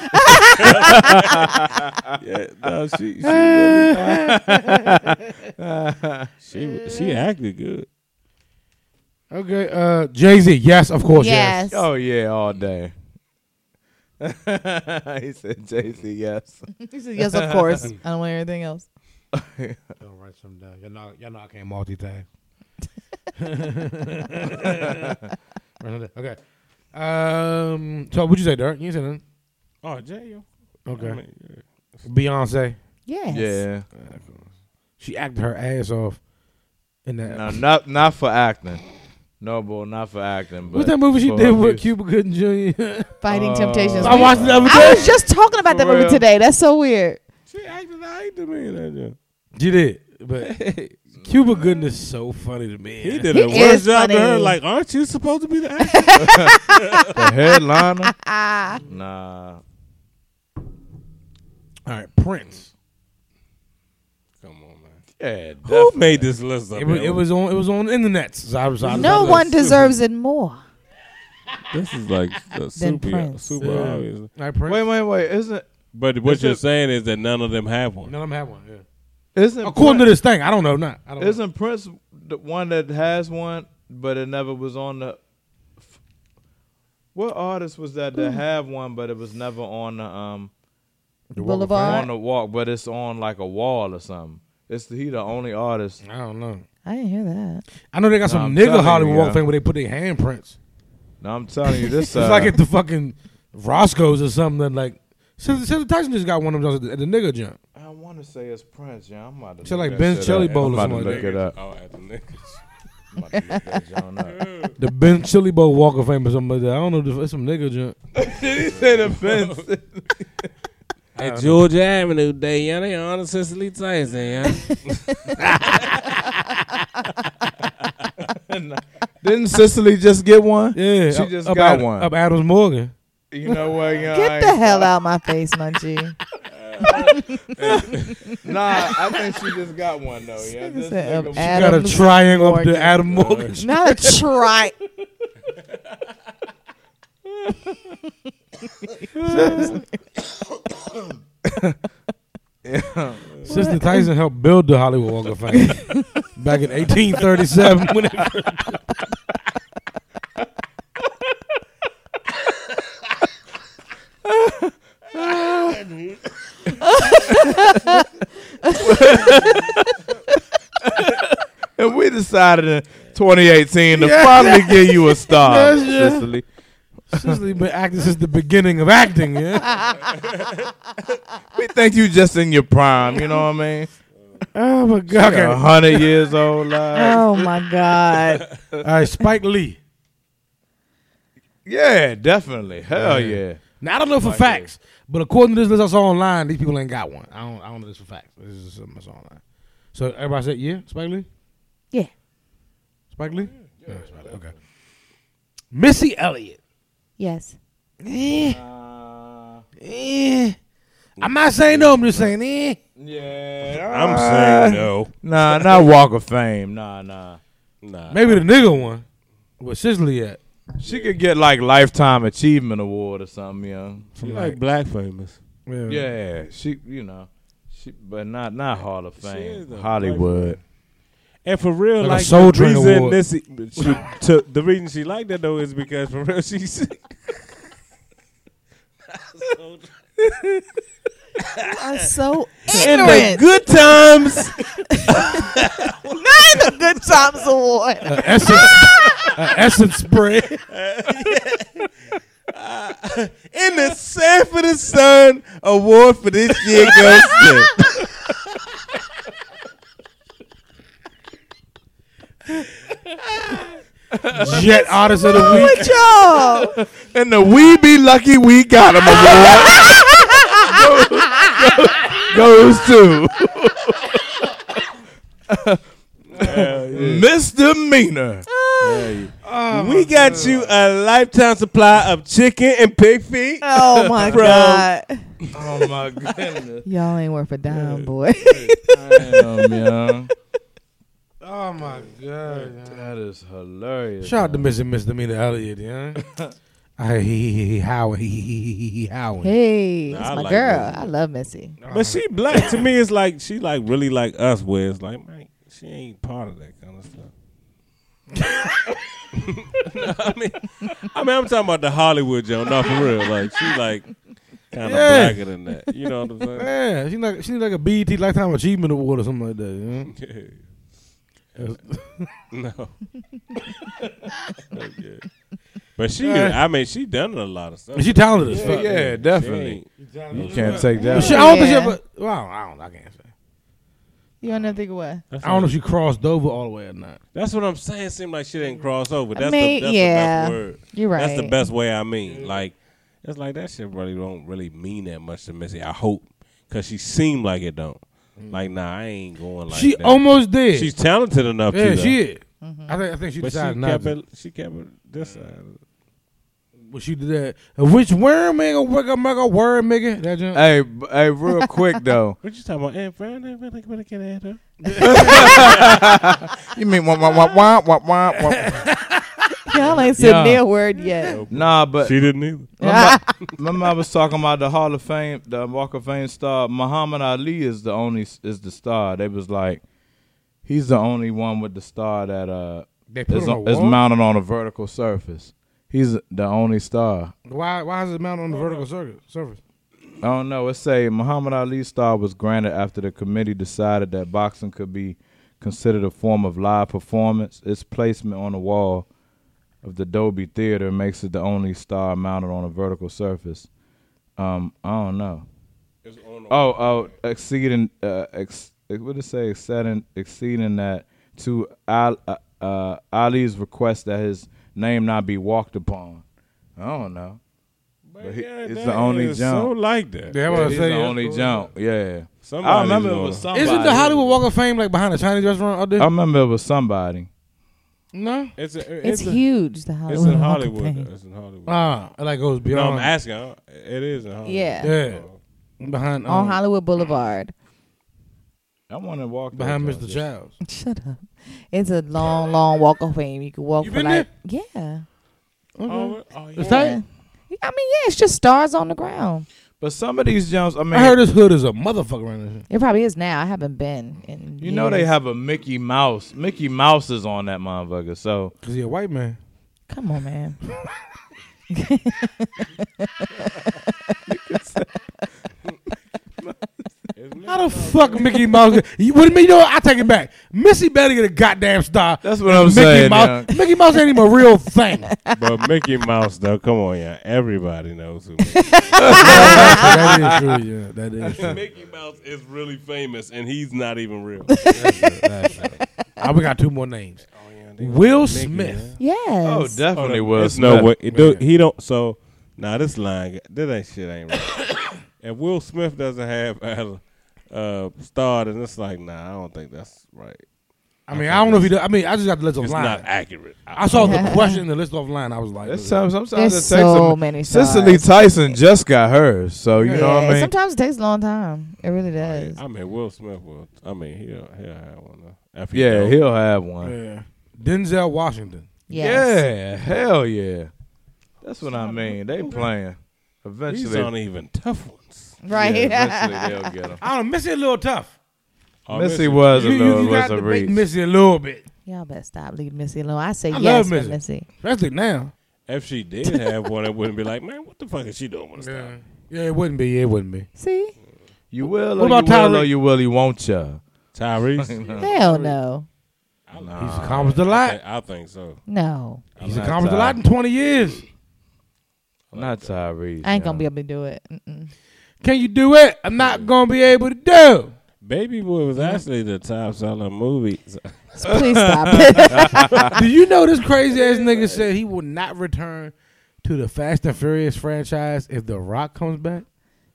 Speaker 4: yeah, no, she she, really, she she acted good.
Speaker 1: Okay. Uh, Jay Z. Yes, of course. Yes.
Speaker 2: yes.
Speaker 3: Oh yeah, all day. he said JC yes.
Speaker 2: He said, yes, of course. I don't want anything else.
Speaker 1: Don't write something down. Y'all know, y'all know I can't multitask. okay. Um. So what'd you say, Dirk? You said nothing.
Speaker 4: Oh, Jay,
Speaker 1: Okay.
Speaker 4: I mean, yeah.
Speaker 1: Beyonce.
Speaker 2: Yes.
Speaker 3: Yeah.
Speaker 1: She acted her ass off in that.
Speaker 3: No, not not for acting. Noble, not for acting. But
Speaker 1: What's that movie she
Speaker 3: for
Speaker 1: did
Speaker 3: her
Speaker 1: with
Speaker 3: music.
Speaker 1: Cuba Gooding Jr.?
Speaker 2: Fighting
Speaker 3: Uh,
Speaker 2: Temptations.
Speaker 1: I watched it the other
Speaker 2: I
Speaker 1: day.
Speaker 2: was just talking about that
Speaker 3: For
Speaker 2: movie
Speaker 3: real?
Speaker 2: today. That's so weird.
Speaker 4: she acted like to me. That yeah.
Speaker 1: She did, but Cuba Gooding is so funny to me.
Speaker 4: He did
Speaker 2: He
Speaker 4: a worse
Speaker 2: is
Speaker 4: job to her.
Speaker 2: funny.
Speaker 4: Like, aren't you supposed to be the actor?
Speaker 3: The headliner? nah.
Speaker 1: All right, Prince.
Speaker 4: Come on, man.
Speaker 3: Yeah.
Speaker 4: Who made this list up?
Speaker 1: It was, it was on. It was on the internet. So I was- I was-
Speaker 2: No one deserves it more.
Speaker 4: this is like uh, super,
Speaker 2: Prince.
Speaker 4: super
Speaker 1: Yeah.
Speaker 4: obvious.
Speaker 1: All right, Prince.
Speaker 3: Wait, wait, wait. Isn't
Speaker 4: But what
Speaker 3: This
Speaker 4: you're
Speaker 3: is-
Speaker 4: saying is that none of them have one.
Speaker 1: None of them have one. Yeah.
Speaker 3: isn't
Speaker 1: According to
Speaker 3: Prince,
Speaker 1: this thing, I don't know. Not. I don't know.
Speaker 3: isn't Prince the one that has one, but it never was on the. What artist was that that have one, but it was never on the um on
Speaker 2: Boulevard.
Speaker 3: the walk, but it's on like a wall or something. It's the, he the only artist.
Speaker 1: I don't know.
Speaker 2: I didn't hear that.
Speaker 1: I know they got
Speaker 3: No,
Speaker 1: some
Speaker 3: I'm telling
Speaker 1: nigga
Speaker 3: you,
Speaker 1: Hollywood Walk
Speaker 3: yeah.
Speaker 1: thing where they put their handprints.
Speaker 3: Now I'm telling you, this uh,
Speaker 1: It's like at the fucking Roscoe's or something. Like, since since Tyson just got one of those at the nigga jump.
Speaker 3: I want to say it's Prince. Yeah, I'm about to.
Speaker 1: Shit
Speaker 3: look
Speaker 1: like
Speaker 3: that
Speaker 1: Ben's
Speaker 3: shit
Speaker 1: Chili
Speaker 3: up.
Speaker 1: Bowl
Speaker 3: I'm
Speaker 1: or something
Speaker 3: about to
Speaker 1: like
Speaker 3: look it up.
Speaker 4: Oh, at the niggas.
Speaker 3: I'm about to look that joint up.
Speaker 1: The Ben Chili Bowl Walk of Fame or something like that. I don't know. If it's some nigga jump.
Speaker 3: Did he say the Ben's?
Speaker 4: At Georgia Avenue Day, yeah, they honor Cicely Tyson, yeah.
Speaker 3: Didn't Cicely just get one?
Speaker 1: Yeah,
Speaker 3: She
Speaker 1: up-
Speaker 3: just
Speaker 1: up
Speaker 3: got
Speaker 1: Ad-
Speaker 3: one.
Speaker 1: up Adams Morgan.
Speaker 3: You know what? Yeah, I
Speaker 2: Get the
Speaker 3: ain't-
Speaker 2: hell out my face, Munchie.
Speaker 3: Nah, I think she just got one though. Yeah, this
Speaker 2: said, um,
Speaker 3: nigga-
Speaker 1: You got a
Speaker 2: Adams
Speaker 1: triangle up
Speaker 2: Morgan.
Speaker 1: to Adam Morgan.
Speaker 2: Not a try.
Speaker 1: Sister Tyson helped build the Hollywood Walk of Fame back in 1837. When it first
Speaker 3: and we decided in 2018 to finally give you a star,
Speaker 1: Yes, yeah.
Speaker 3: Cicely.
Speaker 1: Cicely been acting since the beginning of acting. Yeah.
Speaker 3: We think you just in your prime. You know what I mean?
Speaker 1: Oh my God.
Speaker 3: A
Speaker 1: Okay.
Speaker 3: hundred years old. Like.
Speaker 2: Oh my God.
Speaker 1: All right, Spike Lee.
Speaker 3: Yeah, definitely. Hell yeah.
Speaker 1: Now I don't know for facts, but according to this list I saw online, these people ain't got one. I don't. I don't know this for facts. This is just something I saw online. So everybody said, yeah, Spike Lee.
Speaker 2: Yeah.
Speaker 1: Spike Lee. Yeah, Spike Lee, Okay. Missy Elliott.
Speaker 2: Yes.
Speaker 1: Eh.
Speaker 3: Uh,
Speaker 1: Eh. I'm not saying no. I'm just saying eh.
Speaker 3: Yeah.
Speaker 4: I'm saying no.
Speaker 3: Nah, not Walk of Fame. Nah, nah.
Speaker 4: Nah.
Speaker 1: Maybe the nigga one. Where Cicely at?
Speaker 3: She could get like Lifetime Achievement Award or something, you know.
Speaker 4: She like black famous.
Speaker 3: Yeah, she, you know, she, but not not Hall of
Speaker 4: is
Speaker 3: Fame,
Speaker 4: a
Speaker 3: Hollywood.
Speaker 4: And for real,
Speaker 1: Like a
Speaker 4: like,
Speaker 1: Soul
Speaker 4: the
Speaker 1: Train
Speaker 4: reason
Speaker 1: award.
Speaker 4: this, she, to, the reason she liked that though is because for real she's
Speaker 2: I'm so
Speaker 4: in the
Speaker 2: ignorant.
Speaker 4: good times.
Speaker 2: Not in the Good Times Award.
Speaker 1: A essence, a essence spread.
Speaker 4: in the Sanford and Son Award for this year goes to.
Speaker 1: Jet artist of the week.
Speaker 2: Joe.
Speaker 3: And the We Be Lucky We Got Him award goes, goes, goes to misdemeanor.
Speaker 4: we got you a lifetime supply of chicken and pig feet.
Speaker 2: Oh my
Speaker 4: Bro.
Speaker 2: God.
Speaker 3: Oh my goodness.
Speaker 2: Y'all ain't worth a dime, boy.
Speaker 3: Damn, yeah.
Speaker 1: Oh my god.
Speaker 3: That is hilarious.
Speaker 1: Shout out to Mr. Misdemeanor Elliott, yeah. I he he he howling, he he he he he howling.
Speaker 2: hey,
Speaker 4: Nah,
Speaker 2: it's
Speaker 4: I
Speaker 2: my
Speaker 4: like
Speaker 2: girl.
Speaker 4: Missy.
Speaker 2: I love Missy.
Speaker 4: But she black to me. It's like she like really like us. Where it's like, man, she ain't part of that kind of stuff. No, I mean, I mean, I'm talking about the Hollywood Joe, not for real. Like she like kind of
Speaker 1: Yeah.
Speaker 4: blacker than that. You know what I'm saying?
Speaker 1: Yeah, she like she like a BET Lifetime Achievement Award or something like that. You know?
Speaker 4: no. okay. But she, I mean, she done a lot of stuff.
Speaker 1: And she talented as
Speaker 3: Yeah,
Speaker 1: fuck.
Speaker 3: yeah, definitely.
Speaker 4: She ain't-
Speaker 3: You can't take that.
Speaker 1: She, I don't think she
Speaker 2: Yeah.
Speaker 1: ever. Well, I don't. know, I can't say.
Speaker 2: You don't know think of what?
Speaker 4: That's,
Speaker 1: I don't know
Speaker 4: what,
Speaker 1: if she crossed over all the way or not.
Speaker 4: that's what I'm saying. Seem like she didn't cross over.
Speaker 2: I
Speaker 4: That's,
Speaker 2: mean,
Speaker 4: the, that's
Speaker 2: yeah.
Speaker 4: the best word.
Speaker 2: You're right.
Speaker 4: That's the best way I mean. Like, it's like that shit really don't really mean that much to Missy. I hope because she seemed like it don't. Like, nah, I ain't going like
Speaker 1: Mm. she
Speaker 4: that.
Speaker 1: almost did.
Speaker 4: She's talented enough
Speaker 1: yeah,
Speaker 4: to.
Speaker 1: she is.
Speaker 2: Mm-hmm.
Speaker 1: I think I think she
Speaker 4: But she
Speaker 1: decided not
Speaker 4: kept
Speaker 1: to.
Speaker 4: it. She kept it this side.
Speaker 1: Well, she did that. Which worm nigga, wigga, mugga, worm nigga? That joint?
Speaker 3: Hey, b- hey, real quick though.
Speaker 4: What you talking about? Aunt Fran, Aunt Fran, like, what I can add her?
Speaker 3: You mean wah, wah, wah, wah, wah, wah, wah.
Speaker 2: Y'all ain't said
Speaker 3: Yeah.
Speaker 2: their word yet.
Speaker 3: Nah, but
Speaker 4: She didn't either.
Speaker 3: remember, remember I was talking about the Hall of Fame, the Walk of Fame star. Muhammad Ali is the only is the star. They was like, he's the only one with the star that uh
Speaker 1: They put
Speaker 3: is,
Speaker 1: on a
Speaker 3: is
Speaker 1: wall?
Speaker 3: mounted on a vertical surface. He's the only star.
Speaker 1: Why why is it mounted on the vertical surface? surface?
Speaker 3: I don't know. It say Muhammad Ali's star was granted after the committee decided that boxing could be considered a form of live performance. Its placement on the wall of the Dolby Theater makes it the only star mounted on a vertical surface. Um, I don't know.
Speaker 4: It's on the-
Speaker 3: Oh, oh, exceeding, uh, ex, what did it say? Exceeding, exceeding that to Al, uh, uh, Ali's request that his name not be walked upon. I don't know. But he-
Speaker 4: Yeah,
Speaker 3: it's
Speaker 4: that
Speaker 3: the only
Speaker 4: is
Speaker 3: jump.
Speaker 4: So like that.
Speaker 1: Yeah, I
Speaker 3: It's
Speaker 1: was
Speaker 3: the
Speaker 1: saying.
Speaker 3: only jump. Yeah.
Speaker 4: Somebody's
Speaker 3: I remember it
Speaker 4: gonna-
Speaker 3: was somebody.
Speaker 1: Isn't the Hollywood Walk of Fame like behind a Chinese restaurant out there?
Speaker 3: I remember it was somebody.
Speaker 1: no.
Speaker 4: It's, a,
Speaker 2: It's,
Speaker 4: a-
Speaker 2: huge. The
Speaker 4: It's
Speaker 2: Hollywood. Walk
Speaker 4: in
Speaker 2: of
Speaker 4: Hollywood.
Speaker 2: Fame.
Speaker 4: though. It's in Hollywood.
Speaker 1: Ah, it like goes
Speaker 4: no,
Speaker 1: beyond.
Speaker 4: I'm asking. I don't- It is in Hollywood. Oh.
Speaker 2: Yeah.
Speaker 1: yeah, behind
Speaker 2: On
Speaker 1: um,
Speaker 2: Hollywood Boulevard.
Speaker 3: I want to walk
Speaker 1: behind
Speaker 3: those
Speaker 1: Mr.
Speaker 3: houses.
Speaker 1: Childs.
Speaker 2: Shut up. It's a long, long walk of fame. You can walk
Speaker 1: You
Speaker 2: for
Speaker 1: been
Speaker 2: like yeah.
Speaker 4: Oh, oh, yeah.
Speaker 1: It's tight.
Speaker 2: I mean, yeah, it's just stars on the ground.
Speaker 3: But some of these jumps, I mean,
Speaker 1: I heard this hood is a motherfucker right now.
Speaker 2: It probably is now. I haven't been in.
Speaker 3: you know they
Speaker 2: years.
Speaker 3: have a Mickey Mouse. Mickey Mouse is on that motherfucker. So
Speaker 1: Cause he a white man.
Speaker 2: Come on, man.
Speaker 3: Oh,
Speaker 4: It's
Speaker 1: How the fuck Mickey Mouse? You, what do you mean? You know what? I take it back. Missy better get a goddamn star.
Speaker 3: that's what I'm
Speaker 1: Mickey
Speaker 3: saying.
Speaker 1: Mouse.
Speaker 3: yeah.
Speaker 1: Mickey Mouse ain't even a real thing.
Speaker 4: but Mickey Mouse, though, come on, yeah. Everybody knows who Mickey,
Speaker 1: that is true. Yeah, that is true.
Speaker 4: Mickey Mouse is really famous, and he's not even real.
Speaker 1: Ah, we got two more names. Will Smith.
Speaker 2: Yes.
Speaker 3: Oh, definitely was.
Speaker 4: There's no
Speaker 3: Smith.
Speaker 4: way. It do, he don't. So now nah, this line, that ain't shit ain't right. if Will Smith doesn't have a uh, star, then it's like, nah, I don't think that's right.
Speaker 1: I mean, I don't know if he. Does. I mean, I just got the list
Speaker 4: It's
Speaker 1: offline.
Speaker 4: not accurate.
Speaker 1: I saw the question in the list offline. I was like,
Speaker 3: It's some-
Speaker 2: There's
Speaker 3: sometimes it takes
Speaker 2: so
Speaker 3: a,
Speaker 2: many
Speaker 3: Cicely
Speaker 2: stars.
Speaker 3: Tyson just got hers, so you know what I
Speaker 2: Yeah,
Speaker 3: mean.
Speaker 2: Sometimes it takes a long time. It really does.
Speaker 4: I mean, Will Smith will. I mean, he'll he'll have one. Though, if he
Speaker 3: yeah,
Speaker 4: don't.
Speaker 3: he'll have one.
Speaker 1: yeah. uh, Denzel Washington.
Speaker 2: Yes.
Speaker 3: Yeah, hell yeah. That's what I mean. They playing. Eventually,
Speaker 4: These aren't even tough ones.
Speaker 2: Right.
Speaker 3: Yeah, eventually they'll get 'em.
Speaker 1: I don't miss it a little tough.
Speaker 4: Oh,
Speaker 3: Missy was a
Speaker 1: You, you,
Speaker 3: little
Speaker 1: you
Speaker 3: was
Speaker 1: got
Speaker 3: a
Speaker 1: to make
Speaker 3: reach.
Speaker 1: Missy a little bit,
Speaker 2: Y'all better stop leaving Missy alone. I say
Speaker 1: I
Speaker 2: yes
Speaker 1: love
Speaker 2: for
Speaker 1: Missy.
Speaker 2: Missy.
Speaker 1: especially now.
Speaker 4: If she did have one, it wouldn't be like, man, what the fuck is she doing with a stop?
Speaker 1: Yeah. yeah, it wouldn't be. It wouldn't be.
Speaker 2: See?
Speaker 3: You will
Speaker 1: What
Speaker 3: or
Speaker 1: about
Speaker 3: you will or
Speaker 1: Tyreek?
Speaker 3: you will, he won't ya.
Speaker 4: Tyrese?
Speaker 2: Hell no.
Speaker 4: I,
Speaker 1: He's accomplished a
Speaker 4: I,
Speaker 1: lot.
Speaker 4: think, I think so.
Speaker 2: No.
Speaker 4: I
Speaker 1: He's
Speaker 4: like
Speaker 1: accomplished a
Speaker 3: Ty.
Speaker 1: lot in twenty years.
Speaker 3: Not Tyrese.
Speaker 2: I ain't going
Speaker 3: yeah.
Speaker 2: to be able to do it. Mm-mm.
Speaker 1: Can you do it? I'm not gonna be able to do.
Speaker 4: Baby Boy was actually the top selling movie.
Speaker 2: So please stop it.
Speaker 1: do you know this crazy ass nigga said he will not return to the Fast and Furious franchise if The Rock comes back?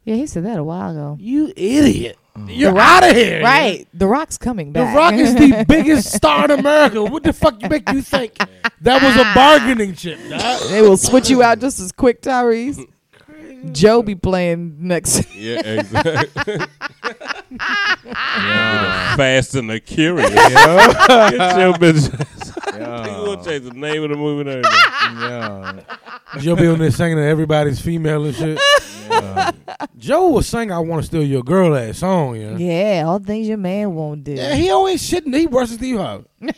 Speaker 2: yeah, he said that a while ago.
Speaker 1: You idiot! You're out of here.
Speaker 2: Right. The Rock's coming
Speaker 1: The
Speaker 2: back.
Speaker 1: Rock is the biggest star in America. What the fuck you make you think that was a bargaining chip? dog?
Speaker 2: they will switch you out just as quick, Tyrese. Joe be playing next.
Speaker 4: yeah, exactly. Fast and the Curious. Get your bitch. They gonna change the name of the movie. and everything.
Speaker 3: Yeah.
Speaker 1: Joe be on there singing to everybody's female and shit. Joe will sing "I Want to Steal Your Girl" that song, yeah. yeah.
Speaker 2: yeah, all things your man won't do.
Speaker 1: he always shitting. He worse than Steve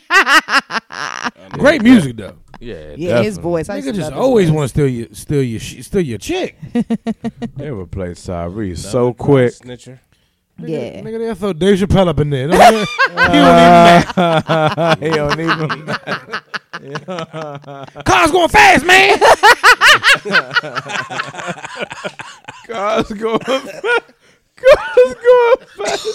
Speaker 1: Harvey. Great music though.
Speaker 3: Yeah,
Speaker 2: yeah, his
Speaker 3: definitely.
Speaker 2: voice. I used to
Speaker 1: Nigga just
Speaker 2: love his
Speaker 1: always
Speaker 2: voice.
Speaker 1: want to steal your, steal your, sh- steal your chick.
Speaker 3: They replaced Tyrese so quick.
Speaker 4: Snitcher.
Speaker 1: Nigga,
Speaker 2: Yeah.
Speaker 1: nigga, they'll throw Dave Chappelle up in there. Don't they? he don't even matter.
Speaker 3: he don't even.
Speaker 1: Car's going fast, man.
Speaker 3: Cars going. Cars going fast.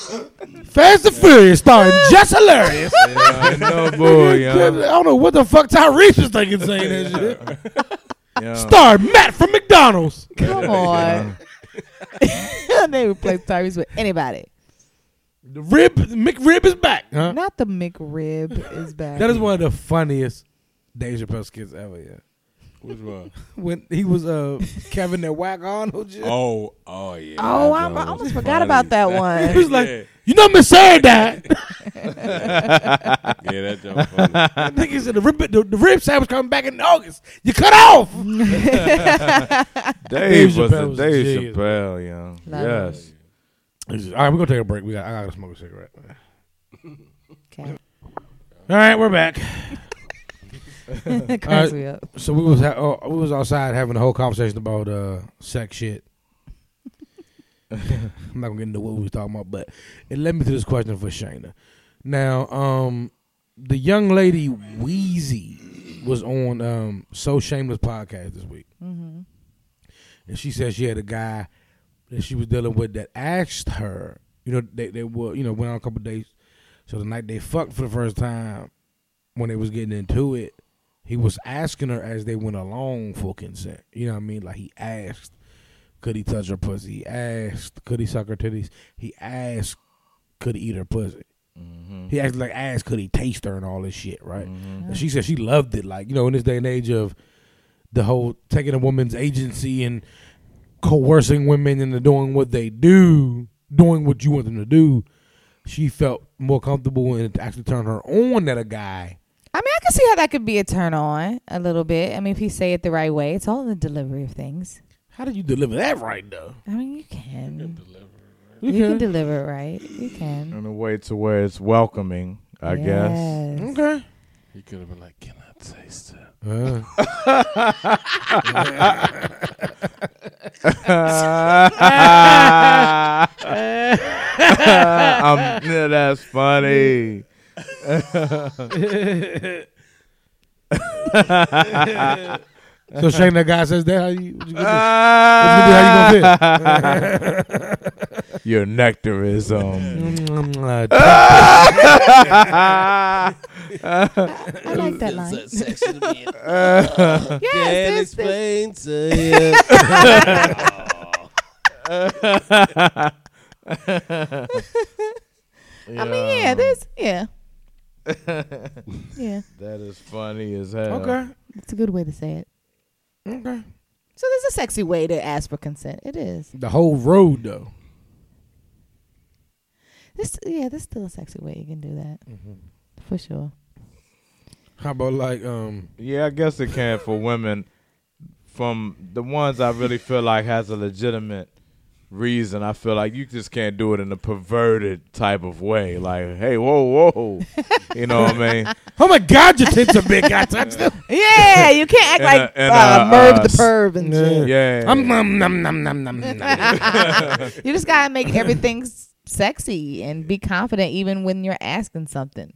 Speaker 1: Fast and Furious starring Jess Hilarious.
Speaker 3: Yeah, no boy,
Speaker 1: I don't know what the fuck Tyrese was thinking saying that shit.
Speaker 3: yeah.
Speaker 1: Star Matt from McDonald's.
Speaker 2: Come on. they replace Tyrese with anybody.
Speaker 1: The rib McRib is back. Huh?
Speaker 2: Not the McRib is back.
Speaker 1: That is one of the funniest Dave Chappelle skits ever. Yeah,
Speaker 4: Which one?
Speaker 1: when he was uh Kevin that whack on. who just-
Speaker 4: Oh, oh yeah.
Speaker 2: oh,
Speaker 4: That
Speaker 2: I,
Speaker 4: joint
Speaker 2: I
Speaker 4: was
Speaker 2: almost
Speaker 4: funny.
Speaker 2: forgot about that
Speaker 1: He
Speaker 2: one.
Speaker 1: was like,
Speaker 4: Yeah.
Speaker 1: you know, Miss Sarah died.
Speaker 4: Yeah, that jump funny.
Speaker 1: I think he said the rib, the, the rib sandwich coming back in August. You cut off.
Speaker 3: Mm. Dave
Speaker 1: Dave
Speaker 3: was
Speaker 1: Chappelle
Speaker 3: a
Speaker 1: was a
Speaker 3: Dave
Speaker 1: genius,
Speaker 3: Chappelle, yeah.
Speaker 2: Love
Speaker 3: Yes.
Speaker 1: All right, we're gonna take a break. We got. I gotta smoke a cigarette.
Speaker 2: okay.
Speaker 1: All right, we're back.
Speaker 2: It cracks
Speaker 1: Alright.
Speaker 2: me up.
Speaker 1: So we was ha- oh, we was outside having a whole conversation about uh sex shit. I'm not gonna get into what we was talking about, but it led me to this question for Shayna. Now, um, the young lady Wheezy was on um So Shameless podcast this week,
Speaker 2: hmm
Speaker 1: and she said she had a guy that she was dealing with that asked her, you know, they they were you know went on a couple dates. So the night they fucked for the first time, when they was getting into it, he was asking her as they went along for consent. You know what I mean? Like he asked, could he touch her pussy? He asked, could he suck her titties? He asked, could he eat her pussy? He asked like asked, could he taste her and all this shit, right? And she said she loved it. Like you know, in this day and age of the whole taking a woman's agency and coercing women into doing what they do, doing what you want them to do, she felt more comfortable and it actually turned her on that a guy.
Speaker 2: I mean, I can see how that could be a turn on a little bit. I mean, if you say it the right way, it's all in the delivery of things.
Speaker 1: How did you deliver that right though?
Speaker 2: I mean, you can.
Speaker 1: You
Speaker 2: You can
Speaker 1: can.
Speaker 2: deliver it right. You can.
Speaker 3: In a way to where it's welcoming, I guess.
Speaker 2: Yes.
Speaker 1: Okay.
Speaker 4: He could have been like, "Can I taste it?"
Speaker 1: Uh,
Speaker 3: I'm, yeah, that's funny.
Speaker 1: so Shane, that guy says that. How you? What you gonna do? What you gonna do? How
Speaker 3: Ah. Your nectar is um.
Speaker 1: you gonna feel? Mm, uh,
Speaker 2: I like that line.
Speaker 7: Can't
Speaker 2: yes, this, this.
Speaker 7: explain to you.
Speaker 2: I mean, yeah, this, yeah, yeah.
Speaker 3: That is funny as hell.
Speaker 1: okay.
Speaker 2: It's a good way to say it.
Speaker 1: Okay.
Speaker 2: So there's a sexy way to ask for consent. It is.
Speaker 1: The whole road though.
Speaker 2: This, yeah, there's still a sexy way you can do that for sure.
Speaker 1: How about like um?
Speaker 3: Yeah, I guess it can for women. From the ones I really feel like has a legitimate reason I feel like you just can't do it in a perverted type of way. Like, hey, whoa, whoa, you know what I mean?
Speaker 1: Oh my God, your tits are big. I touched them.
Speaker 2: Yeah, you can't act
Speaker 3: And,
Speaker 2: like
Speaker 3: uh, and,
Speaker 2: uh,
Speaker 3: uh,
Speaker 2: Merv
Speaker 3: uh,
Speaker 2: the perv and shit.
Speaker 3: Yeah,
Speaker 1: Um, nom, nom, nom, nom, nom, nom.
Speaker 2: You just gotta make everything s- sexy and be confident, even when you're asking something.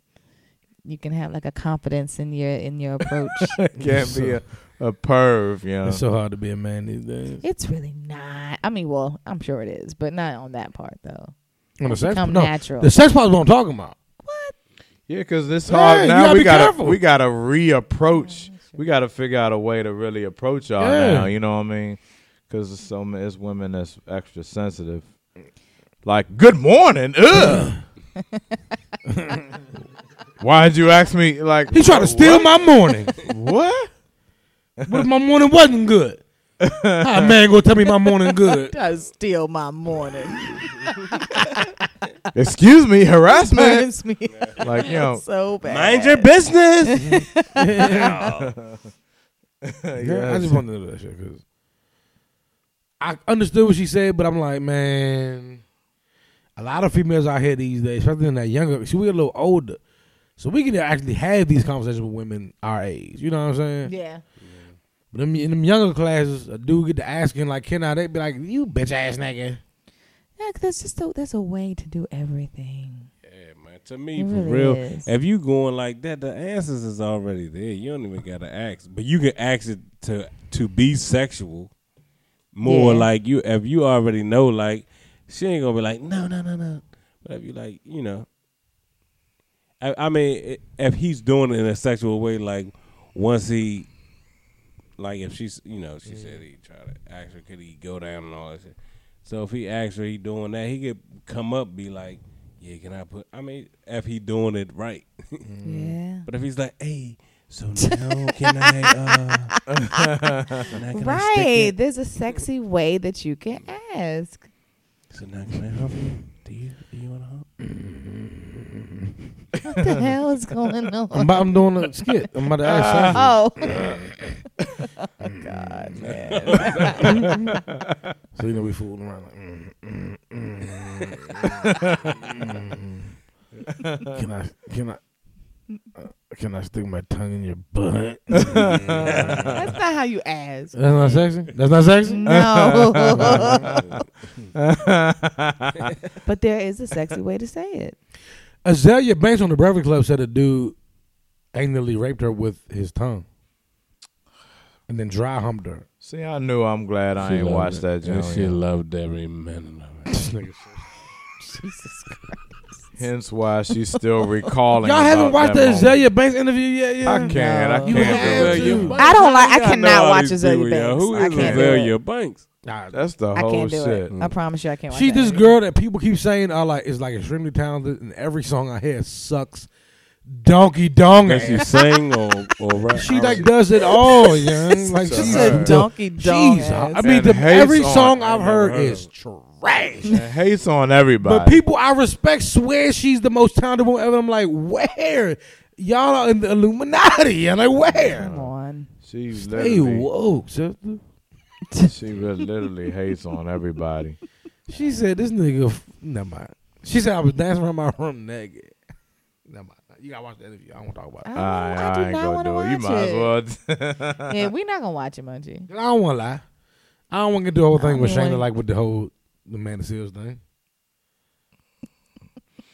Speaker 2: You can have like a confidence in your in your approach.
Speaker 3: can't be a, a perv, you know.
Speaker 1: It's so hard to be a man these days.
Speaker 2: it's really not. I mean, well, I'm sure it is, but not on that part though.
Speaker 1: On the sex,
Speaker 2: Come
Speaker 1: no,
Speaker 2: natural.
Speaker 1: the sex part's what I'm talking about.
Speaker 3: Yeah, because this
Speaker 1: Yeah,
Speaker 3: hard
Speaker 1: you
Speaker 3: now.
Speaker 1: gotta
Speaker 3: we
Speaker 1: be
Speaker 3: gotta
Speaker 1: careful.
Speaker 3: we gotta reapproach. We gotta figure out a way to really approach y'all
Speaker 1: Yeah.
Speaker 3: now. You know what I mean? Because it's so ma- it's women that's extra sensitive. Like, good morning. Ugh. Why'd you ask me? Like,
Speaker 1: He tried to steal my morning.
Speaker 3: what?
Speaker 1: What if my morning wasn't good? How a man gonna tell me my morning good?
Speaker 2: Does steal my morning.
Speaker 3: Excuse me, harassment.
Speaker 2: Burns me
Speaker 3: like, you
Speaker 4: Oh.
Speaker 3: know,
Speaker 2: so bad.
Speaker 3: business.
Speaker 1: Yeah, I just wanted to know that shit because I understood what she said, but I'm like, man, a lot of females out here these days, especially in that younger, see, we're a little older, so we can actually have these conversations with women our age. You know what I'm saying?
Speaker 2: Yeah.
Speaker 1: But them, in them younger classes, a dude get to asking like, "Can I?" They be like, "You bitch ass nigga."
Speaker 2: Yeah, 'cause that's just a, that's a way to do everything.
Speaker 4: Yeah, man. To me,
Speaker 2: It
Speaker 4: for
Speaker 2: really
Speaker 4: real,
Speaker 2: is.
Speaker 4: if you going like that, the answers is already there. You don't even gotta ask, but you can ask it to to be sexual. More
Speaker 2: Yeah.
Speaker 4: like you, if you already know, like she ain't gonna be like, no, no, no, no. But if you like, you know, I, I mean, i- if he's doing it in a sexual way, like once he, like if she's, you know, she said he tried to ask her, could he go down and all that shit. So if he asks her, he doing that, he could come up be like, yeah, can I put? I mean, if he doing it right,
Speaker 2: Yeah.
Speaker 4: but if he's like, hey, so now can I? Uh, now can I stick
Speaker 2: Right.
Speaker 4: it?
Speaker 2: There's a sexy way that you can ask.
Speaker 4: So now can I hump you? Do you do you want to hump?
Speaker 2: What the hell is going
Speaker 1: I'm,
Speaker 2: on?
Speaker 1: about, I'm doing a skit. I'm about to ask. something.
Speaker 2: Oh. Oh, God, man.
Speaker 1: So you know we fooling around like, mm, mm, mm, mm, mm. can I can I uh, can I stick my tongue in your butt?
Speaker 2: That's not how you ask.
Speaker 1: That's not sexy. That's not
Speaker 3: Mm-hmm.
Speaker 1: sexy. Uh,
Speaker 2: No. but there is a sexy way to say it.
Speaker 1: Azalea Banks on the Breakfast Club said a dude angrily raped her with his tongue, and then dry humped her.
Speaker 3: See, I knew. I'm glad I ain't watched that. joint.
Speaker 4: She loved every minute of it.
Speaker 1: This nigga said-
Speaker 2: Jesus Christ.
Speaker 3: Hence why she's still recalling.
Speaker 1: Y'all
Speaker 3: about
Speaker 1: haven't watched
Speaker 3: that
Speaker 1: the
Speaker 3: moment.
Speaker 1: Azalea Banks interview yet? Yeah.
Speaker 3: I can't. I
Speaker 2: No.
Speaker 3: can't.
Speaker 1: You have
Speaker 3: do it.
Speaker 1: to. You-
Speaker 2: I don't like. I
Speaker 4: Y'all know
Speaker 2: cannot
Speaker 4: all
Speaker 2: watch
Speaker 4: these
Speaker 2: Azalea
Speaker 4: people, y'all.
Speaker 2: Banks.
Speaker 4: Who
Speaker 2: I
Speaker 4: is
Speaker 2: can't do
Speaker 4: Azalea
Speaker 2: it.
Speaker 4: Banks?
Speaker 1: Nah,
Speaker 3: That's the
Speaker 2: I
Speaker 3: whole
Speaker 2: can't do
Speaker 3: shit.
Speaker 2: it. I promise you, I can't. Watch
Speaker 1: She's
Speaker 2: that.
Speaker 1: this girl that people keep saying are like is like extremely talented, and every song I hear sucks. Donkey dong.
Speaker 4: Does she
Speaker 1: ass.
Speaker 4: sing or or rap?
Speaker 1: She like does it all, young. Like
Speaker 3: She's
Speaker 1: she's
Speaker 3: a
Speaker 1: the-
Speaker 2: donkey dong
Speaker 1: She's, I
Speaker 2: ass.
Speaker 1: mean, the,
Speaker 3: And hates
Speaker 1: every
Speaker 3: on
Speaker 1: song
Speaker 3: it.
Speaker 1: I've
Speaker 3: Never
Speaker 1: heard
Speaker 4: heard
Speaker 1: is trash.
Speaker 3: It hates on everybody.
Speaker 1: But people I respect swear she's the most talented one ever. I'm like, where? Y'all are in the Illuminati. I'm like,
Speaker 2: Come
Speaker 1: where?
Speaker 2: on.
Speaker 3: she
Speaker 1: Hey,
Speaker 3: literally,
Speaker 1: whoa, sister.
Speaker 3: she re- literally hates on everybody.
Speaker 1: She said this nigga. F- never mind. She said I was dancing around my room naked. Never mind. You gotta watch the interview. I don't want to talk about it.
Speaker 2: I,
Speaker 3: I,
Speaker 2: don't know. I,
Speaker 3: I,
Speaker 2: do
Speaker 3: ain't
Speaker 2: not
Speaker 3: gonna
Speaker 2: want to
Speaker 3: do it.
Speaker 2: watch
Speaker 3: You might
Speaker 2: it.
Speaker 3: as well.
Speaker 2: yeah, we're not gonna watch it, Munchie.
Speaker 1: I don't want to lie. I don't want to get the whole
Speaker 2: I
Speaker 1: thing with
Speaker 2: don't
Speaker 1: Shayna,
Speaker 2: wanna-
Speaker 1: like with the whole the Man of Seals thing.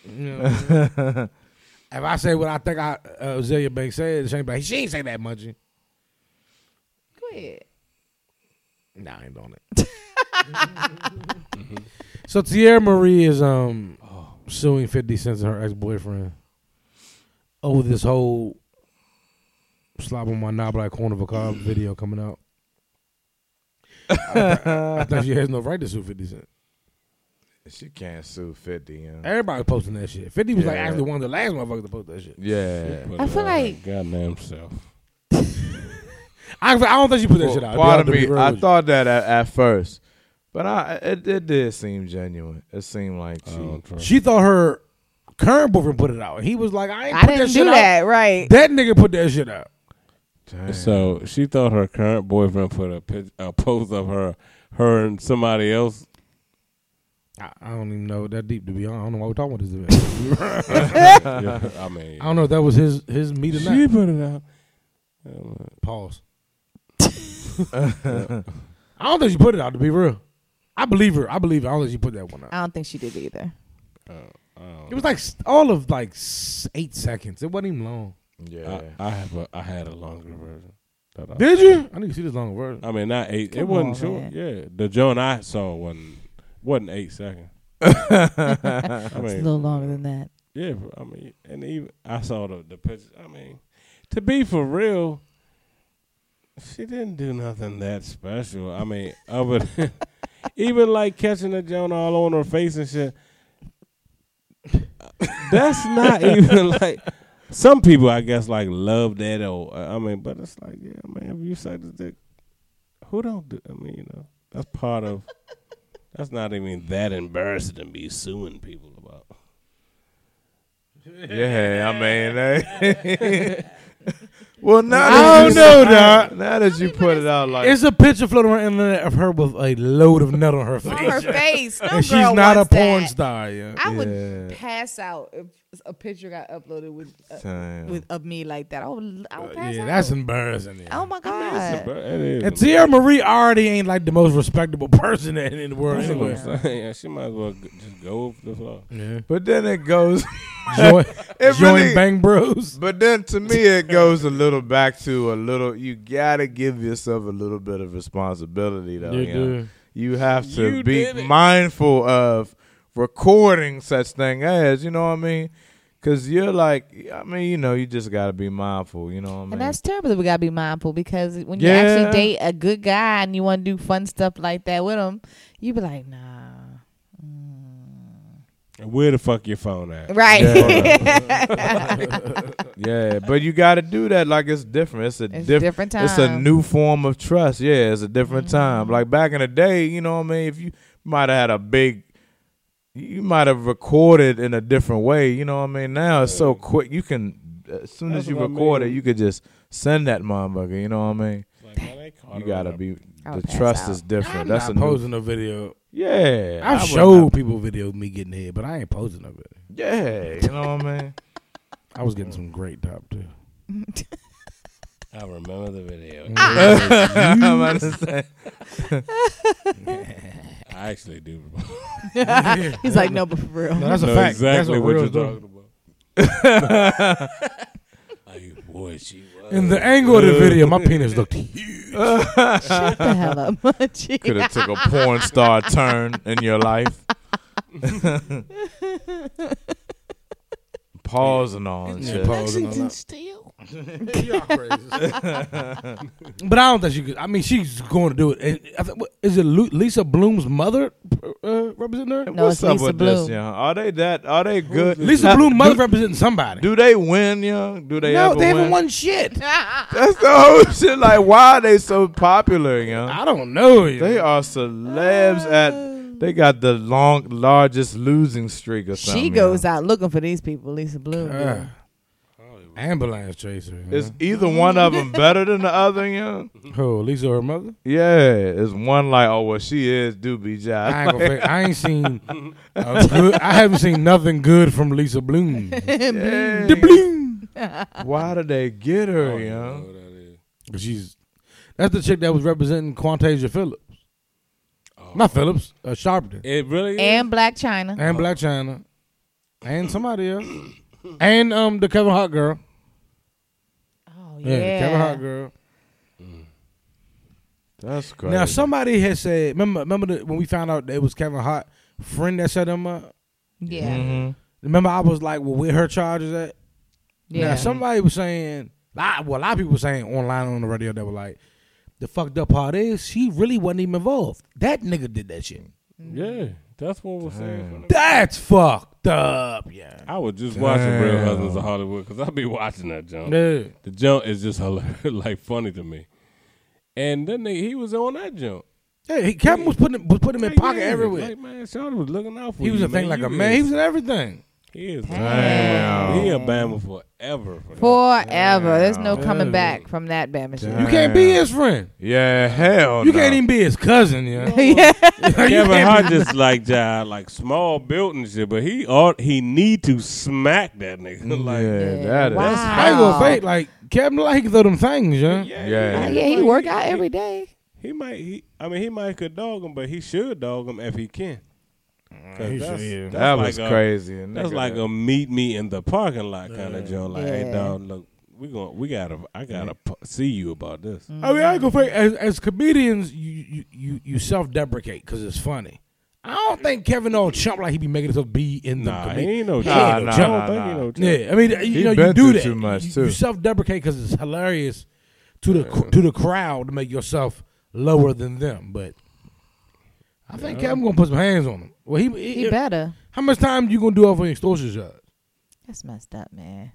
Speaker 1: You know what I mean? if I say what I think I uh, Azalea Banks said, Shayna be like, she ain't say that much.
Speaker 2: Go ahead.
Speaker 1: Nah, I ain't doing it. so Tierra Marie is um suing Fifty Cent and her ex boyfriend over this whole slap on my knob like corner of a car video coming out. I, I think she has no right to sue Fifty Cent.
Speaker 3: she can't sue Fifty. You know?
Speaker 1: Everybody posting that shit. Fifty was like
Speaker 3: Yeah.
Speaker 1: actually one of the last motherfuckers to post that shit.
Speaker 3: Yeah.
Speaker 2: I feel like-
Speaker 4: goddamn self.
Speaker 1: I, I don't think she put that
Speaker 3: Well,
Speaker 1: shit out.
Speaker 3: Part of
Speaker 1: To be
Speaker 3: me,
Speaker 1: real
Speaker 3: I
Speaker 1: with you.
Speaker 3: thought that at, at first, but I it, it did seem genuine. It seemed like
Speaker 4: I
Speaker 1: Oh,
Speaker 3: she.
Speaker 4: don't trust-
Speaker 1: she thought her current boyfriend put it out. He was like, I ain't
Speaker 2: I
Speaker 1: put that
Speaker 2: didn't
Speaker 1: shit
Speaker 2: do that, right?
Speaker 1: out. That nigga put that shit out.
Speaker 3: Dang.
Speaker 4: So she thought her current boyfriend put a pic, a post of her, her and somebody else
Speaker 1: I, I don't even know that deep to be honest. I don't know why we're talking about this event.
Speaker 4: Yeah, I mean,
Speaker 1: I don't know if that was his his meet or
Speaker 4: she
Speaker 1: not.
Speaker 4: put it out. Um,
Speaker 1: Pause. I don't think she put it out to be real. I believe her. I believe. Her. I don't think she put that one out.
Speaker 2: I don't think she did either.
Speaker 1: It was like s- all of like s- eight seconds. It wasn't even long.
Speaker 3: Yeah.
Speaker 4: I, I have a I had a longer version. that I-
Speaker 1: Did you? I need to see this longer version.
Speaker 4: I mean, not eight. it
Speaker 2: Come
Speaker 4: wasn't
Speaker 2: on,
Speaker 4: short.
Speaker 2: man.
Speaker 4: Yeah, the joint I saw wasn't wasn't eight seconds. I
Speaker 2: It's a
Speaker 4: mean,
Speaker 2: little longer than that.
Speaker 4: yeah. I mean, and even I saw the the pictures. I mean, to be for real, she didn't do nothing that special. I mean, other than even like catching the joint all on her face and shit. That's not even like. Some people, I guess, like love that. Or uh, I mean, but it's like, yeah, man, if you suck the dick, who don't? Do, I mean, you know, that's part of. that's not even that embarrassing to be suing people about.
Speaker 3: Yeah, I mean, they- well, now
Speaker 1: I don't
Speaker 3: that
Speaker 1: know,
Speaker 3: you,
Speaker 1: dog.
Speaker 3: Now that you put it out like,
Speaker 1: It's a picture floating around the internet of her with a load of nut on her face,
Speaker 2: On her face. No
Speaker 1: and she's
Speaker 2: girl
Speaker 1: not a
Speaker 2: wants
Speaker 1: porn
Speaker 2: that.
Speaker 1: star. Yeah.
Speaker 2: I
Speaker 3: Yeah.
Speaker 2: would pass out if a picture got uploaded with, uh,
Speaker 3: Damn.
Speaker 2: with of me like that. I would, I would pass
Speaker 1: yeah,
Speaker 2: out.
Speaker 1: that's embarrassing. yeah.
Speaker 2: oh my god.
Speaker 1: And Tierra Marie already ain't like the most respectable person in, in the world
Speaker 4: That's what
Speaker 1: anyway.
Speaker 4: I'm saying. Yeah, she might as well g- just go over the floor.
Speaker 1: Yeah.
Speaker 3: but then it goes.
Speaker 1: Join,
Speaker 3: It
Speaker 1: join
Speaker 3: really-
Speaker 1: Bang Bros.
Speaker 3: But then to me, it goes a little back to a little. You gotta give yourself a little bit of responsibility, though.
Speaker 1: You
Speaker 3: You, know?
Speaker 1: do.
Speaker 3: You have to
Speaker 4: You
Speaker 3: be
Speaker 4: did it.
Speaker 3: mindful of recording such thing as you know what I mean. Cause you're like, I mean, you know, you just gotta be mindful. You know what I mean.
Speaker 2: And that's terrible that we gotta be mindful because when
Speaker 3: Yeah.
Speaker 2: you actually date a good guy and you want to do fun stuff like that with him, you be like, nah,
Speaker 4: And where the fuck your phone at?
Speaker 2: right?
Speaker 3: yeah, but you got to do that. Like it's different. It's a
Speaker 2: It's
Speaker 3: diff-
Speaker 2: different
Speaker 3: It's a
Speaker 2: time. Mm-hmm.
Speaker 3: new form of trust. Yeah, it's a different time. Like back in the day, you know what I mean. If you might have had a big, you might have recorded in a different way. You know what I mean. Now it's so quick. You can as soon
Speaker 4: That's
Speaker 3: as you
Speaker 4: what I
Speaker 3: record it,
Speaker 4: mean.
Speaker 3: you could just send that motherfucker. You know what I mean.
Speaker 4: Like, why they caught
Speaker 3: You
Speaker 4: her
Speaker 3: gotta
Speaker 4: up?
Speaker 3: be.
Speaker 2: I
Speaker 3: The
Speaker 2: would Oh, pass
Speaker 3: trust
Speaker 2: out.
Speaker 3: is different.
Speaker 1: I'm
Speaker 3: That's
Speaker 1: not
Speaker 3: a new.
Speaker 1: posting a video.
Speaker 3: Yeah, I
Speaker 1: I've
Speaker 3: would
Speaker 1: showed
Speaker 3: not-
Speaker 1: people videos of me getting hit, but I ain't posting of it.
Speaker 3: Yeah, you know what I mean.
Speaker 1: I was getting some great top too.
Speaker 4: I remember the video.
Speaker 3: I'm about to say.
Speaker 4: I actually do. remember.
Speaker 2: He's like, no, but for
Speaker 1: No,
Speaker 2: real.
Speaker 1: that's a
Speaker 4: Know
Speaker 1: fact. that's
Speaker 4: Exactly
Speaker 1: a
Speaker 4: what
Speaker 1: real
Speaker 4: you're
Speaker 1: story.
Speaker 4: talking about. like, boy, she was.
Speaker 1: In the angle of the video, my penis looked huge.
Speaker 2: Shut the hell up, Munchie.
Speaker 3: could have took a porn star turn in your life. Pause and all and shit.
Speaker 1: But I don't think she could. I mean, she's going to do it. And I think, what, is it Lu- Lisa Bloom's mother uh, representing her?
Speaker 2: No,
Speaker 3: What's
Speaker 2: it's
Speaker 3: up
Speaker 2: Lisa
Speaker 3: with this,
Speaker 2: Bloom.
Speaker 3: young? Are they that? Are they good?
Speaker 1: Lisa
Speaker 3: Have-
Speaker 1: Bloom mother
Speaker 3: Do,
Speaker 1: representing somebody.
Speaker 3: do they win, young? Do they
Speaker 1: no,
Speaker 3: ever
Speaker 1: they haven't
Speaker 3: win?
Speaker 1: won shit.
Speaker 3: That's the whole shit. Like, why are they so popular, young?
Speaker 1: I don't know. you
Speaker 3: They
Speaker 1: know.
Speaker 3: are celebs at. They got the long, largest losing streak or something.
Speaker 2: She
Speaker 3: young.
Speaker 2: goes out looking for these people, Lisa Bloom.
Speaker 1: Uh, ambulance chaser. you
Speaker 3: Is either one of them better than the other, young?
Speaker 1: know? Who, Lisa or her mother?
Speaker 3: Yeah, it's one like, oh well, she is doobie job.
Speaker 1: I ain't, gonna fake- I ain't seen. a good, I haven't seen nothing good from Lisa Bloom.
Speaker 3: Yeah.
Speaker 1: the Bloom.
Speaker 3: Why did they get
Speaker 4: I
Speaker 3: her,
Speaker 4: don't even know
Speaker 3: yo?
Speaker 4: who that is.
Speaker 1: She's that's the chick that was representing Quantasia Phillips. Not Phillips, uh, Sharpton,
Speaker 4: It really is.
Speaker 2: and Black China.
Speaker 1: and Black China, and somebody else, and um the Kevin Hart girl.
Speaker 2: Oh
Speaker 1: Yeah,
Speaker 2: yeah,
Speaker 1: the Kevin Hart girl.
Speaker 3: That's crazy.
Speaker 1: Now somebody had said, remember, remember the, when we found out that it was Kevin Hart friend that set him up.
Speaker 2: Yeah,
Speaker 1: Mm-hmm.
Speaker 3: Mm-hmm.
Speaker 1: Remember, I was like, well, where her charges at? Yeah.
Speaker 2: yeah.
Speaker 1: somebody was saying, I- well, a lot of people were saying online on the radio that were like, the fucked up part is she really wasn't even involved. That nigga did that shit.
Speaker 4: Yeah, that's what we're saying.
Speaker 1: That's fucked up. Yeah.
Speaker 4: I was just watching Real
Speaker 3: Damn.
Speaker 4: Husbands of Hollywood because I be watching that junk.
Speaker 1: Yeah.
Speaker 4: The junk is just hilarious, like funny to me. And then they, he was on that junk.
Speaker 1: Hey, he, Kevin was putting was putting him in
Speaker 4: Like,
Speaker 1: pocket
Speaker 4: yeah,
Speaker 1: everywhere.
Speaker 4: Like man, Shawty was looking out for
Speaker 1: he was
Speaker 4: you,
Speaker 1: a thing like
Speaker 4: You
Speaker 1: a man. He
Speaker 4: is-
Speaker 1: was in everything.
Speaker 4: He is
Speaker 3: Damn.
Speaker 4: He a Bama forever. For that.
Speaker 2: Forever. There's no coming
Speaker 1: Damn.
Speaker 2: back from that Bama shit.
Speaker 1: You can't be his friend.
Speaker 3: Yeah, hell
Speaker 1: You
Speaker 3: no.
Speaker 1: can't even be his cousin. You know?
Speaker 2: yeah.
Speaker 4: Oh, Kevin Hart just like jive, like small built and shit, but he ought he need to smack that nigga. like
Speaker 3: yeah, that is.
Speaker 2: Wow.
Speaker 1: I ain't gonna fake like Kevin like them things, yeah.
Speaker 3: Yeah.
Speaker 2: Yeah, he work out every day.
Speaker 4: He might. He, I mean, he might could dog him, but he should dog him if he can. 'Cause
Speaker 1: he
Speaker 4: that's,
Speaker 1: should.
Speaker 4: that's
Speaker 3: That
Speaker 4: like
Speaker 3: was
Speaker 4: a-
Speaker 3: crazy.
Speaker 4: That's
Speaker 3: nigga.
Speaker 4: like a meet me in the parking lot kind of joke. Like, hey,
Speaker 2: Yeah.
Speaker 4: dog, look, we going to we gotta, I gotta p- see you about this.
Speaker 1: I mean, I
Speaker 3: Mm-hmm.
Speaker 1: ain't gonna fake. As, as comedians, you you you, you self deprecate because it's funny. I don't think Kevin all chump like he be making himself be in the.
Speaker 4: Nah, he
Speaker 1: comedian.
Speaker 4: ain't no
Speaker 1: He
Speaker 4: chump.
Speaker 1: ain't no
Speaker 3: Nah,
Speaker 1: chump.
Speaker 3: nah,
Speaker 4: I don't think he
Speaker 3: nah.
Speaker 4: no chump.
Speaker 1: Yeah, I mean, you know, you
Speaker 3: been
Speaker 1: do
Speaker 3: through
Speaker 1: that.
Speaker 3: too much,
Speaker 1: you,
Speaker 3: too.
Speaker 1: You self-deprecate because it's hilarious to the to the crowd to make yourself lower than them. But I think Kevin gonna put some hands on him. Well, he, he-
Speaker 2: He better.
Speaker 1: how much time you gonna do off an extortion shot?
Speaker 2: That's messed up, man.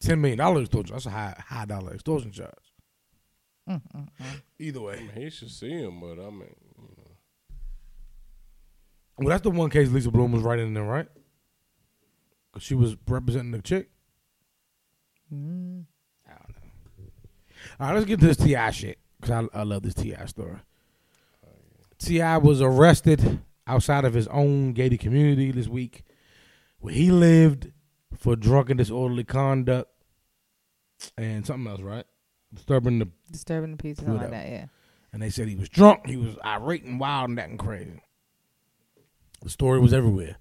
Speaker 1: Ten million dollar extortion. That's a high high dollar extortion charge. Either way,
Speaker 4: He should see him, but I mean,
Speaker 1: well, that's the one case Lisa Bloom was right in there, right? 'Cause she was representing the chick. All right, let's get to this Ti shit because I, I love this Ti story. Ti was arrested outside of his own gated community this week, where he lived for drunken disorderly conduct and something else, right? Disturbing the
Speaker 2: Disturbing the peace or something like
Speaker 1: Whatever.
Speaker 2: that, yeah.
Speaker 1: and they said he was drunk, he was irate and wild and acting crazy. The story was everywhere,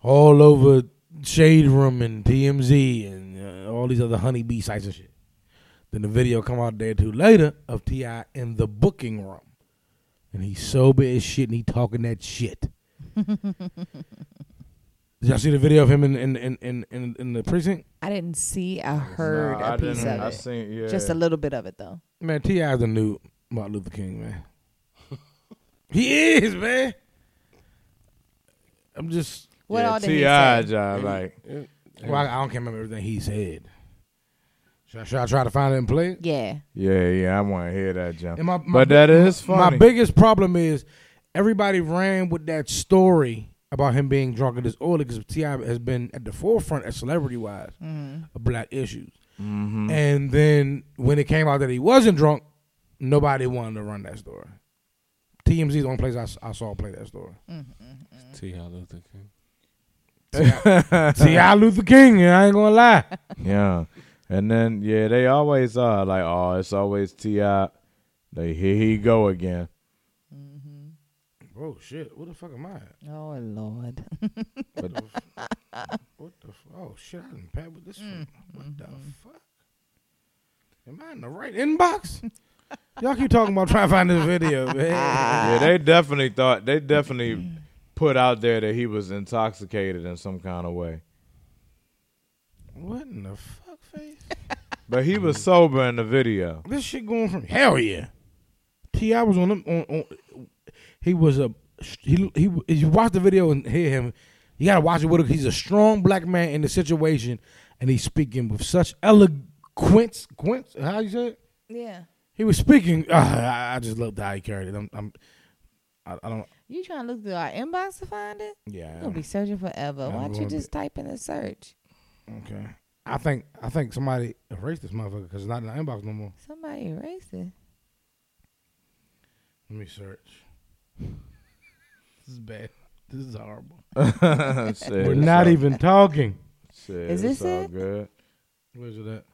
Speaker 1: all over Shade Room and TMZ and uh, all these other honeybee sites and shit. Then the video come out a day or two later of Ti in the booking room, and he's sober as shit and he talking that shit. Did y'all see the video of him in in in in, in, in the precinct?
Speaker 2: I didn't see, I heard
Speaker 3: Nah,
Speaker 2: a
Speaker 3: I
Speaker 2: piece
Speaker 3: didn't-
Speaker 2: of
Speaker 3: I
Speaker 2: it.
Speaker 3: seen, yeah.
Speaker 2: Just a little bit of it, though.
Speaker 1: Man, Ti is the new Martin Luther King, man. he is, man. I'm just.
Speaker 2: What
Speaker 3: yeah,
Speaker 2: all did
Speaker 3: Ti
Speaker 2: he say?
Speaker 3: job like
Speaker 1: Well, I, I don't remember everything he said. Should I, should I try to find it and play it?
Speaker 2: Yeah.
Speaker 3: yeah yeah I want to hear that jump.
Speaker 1: And my- my-
Speaker 3: but uh, that is
Speaker 1: My
Speaker 3: funny.
Speaker 1: biggest problem is everybody ran with that story about him being drunk and oh, disorderly because Ti has been at the forefront as celebrity wise of black issues. And then when it came out that he wasn't drunk, nobody wanted to run that story. TMZ is the only place I, s- I saw play that story.
Speaker 4: T. How Luther King.
Speaker 1: T.I. Luther King. I ain't gonna lie.
Speaker 3: yeah, and then yeah they always are like oh it's always Ti. Like here he go again.
Speaker 1: Oh shit! What the fuck am I? At?
Speaker 2: Oh, Lord.
Speaker 1: What the? F- oh shit! I didn't pay with this. one. What the fuck? Am I in the right inbox? Y'all keep talking about trying to find this video, man.
Speaker 2: Ah.
Speaker 3: Yeah, they definitely thought they definitely put out there that he was intoxicated in some kind of way.
Speaker 1: What in the fuck, face?
Speaker 3: But he was sober in the video.
Speaker 1: This shit going from hell yeah. Ti was on them on, on. He was a he he. If you watch the video and hear him, you gotta watch it with. him. He's a strong black man in the situation, and he's speaking with such eloquence. Quince, how you say it?
Speaker 2: Yeah.
Speaker 1: He was speaking. Uh, I, I just loved how he carried it. I'm, I'm I, I don't.
Speaker 2: You trying to look through our inbox to find it?
Speaker 1: Yeah.
Speaker 2: You'll be searching forever. Why don't you
Speaker 1: going
Speaker 2: just type in a search?
Speaker 1: Okay. I think I think somebody erased this motherfucker because it's not in the inbox no more.
Speaker 2: Somebody erased it.
Speaker 1: Let me search. this is bad. This is horrible.
Speaker 3: Shit,
Speaker 1: We're
Speaker 3: it's
Speaker 1: not
Speaker 3: all-
Speaker 1: even talking.
Speaker 3: Shit,
Speaker 2: Is
Speaker 3: it's
Speaker 2: this
Speaker 3: all
Speaker 2: it?
Speaker 3: Good.
Speaker 1: Where's it at?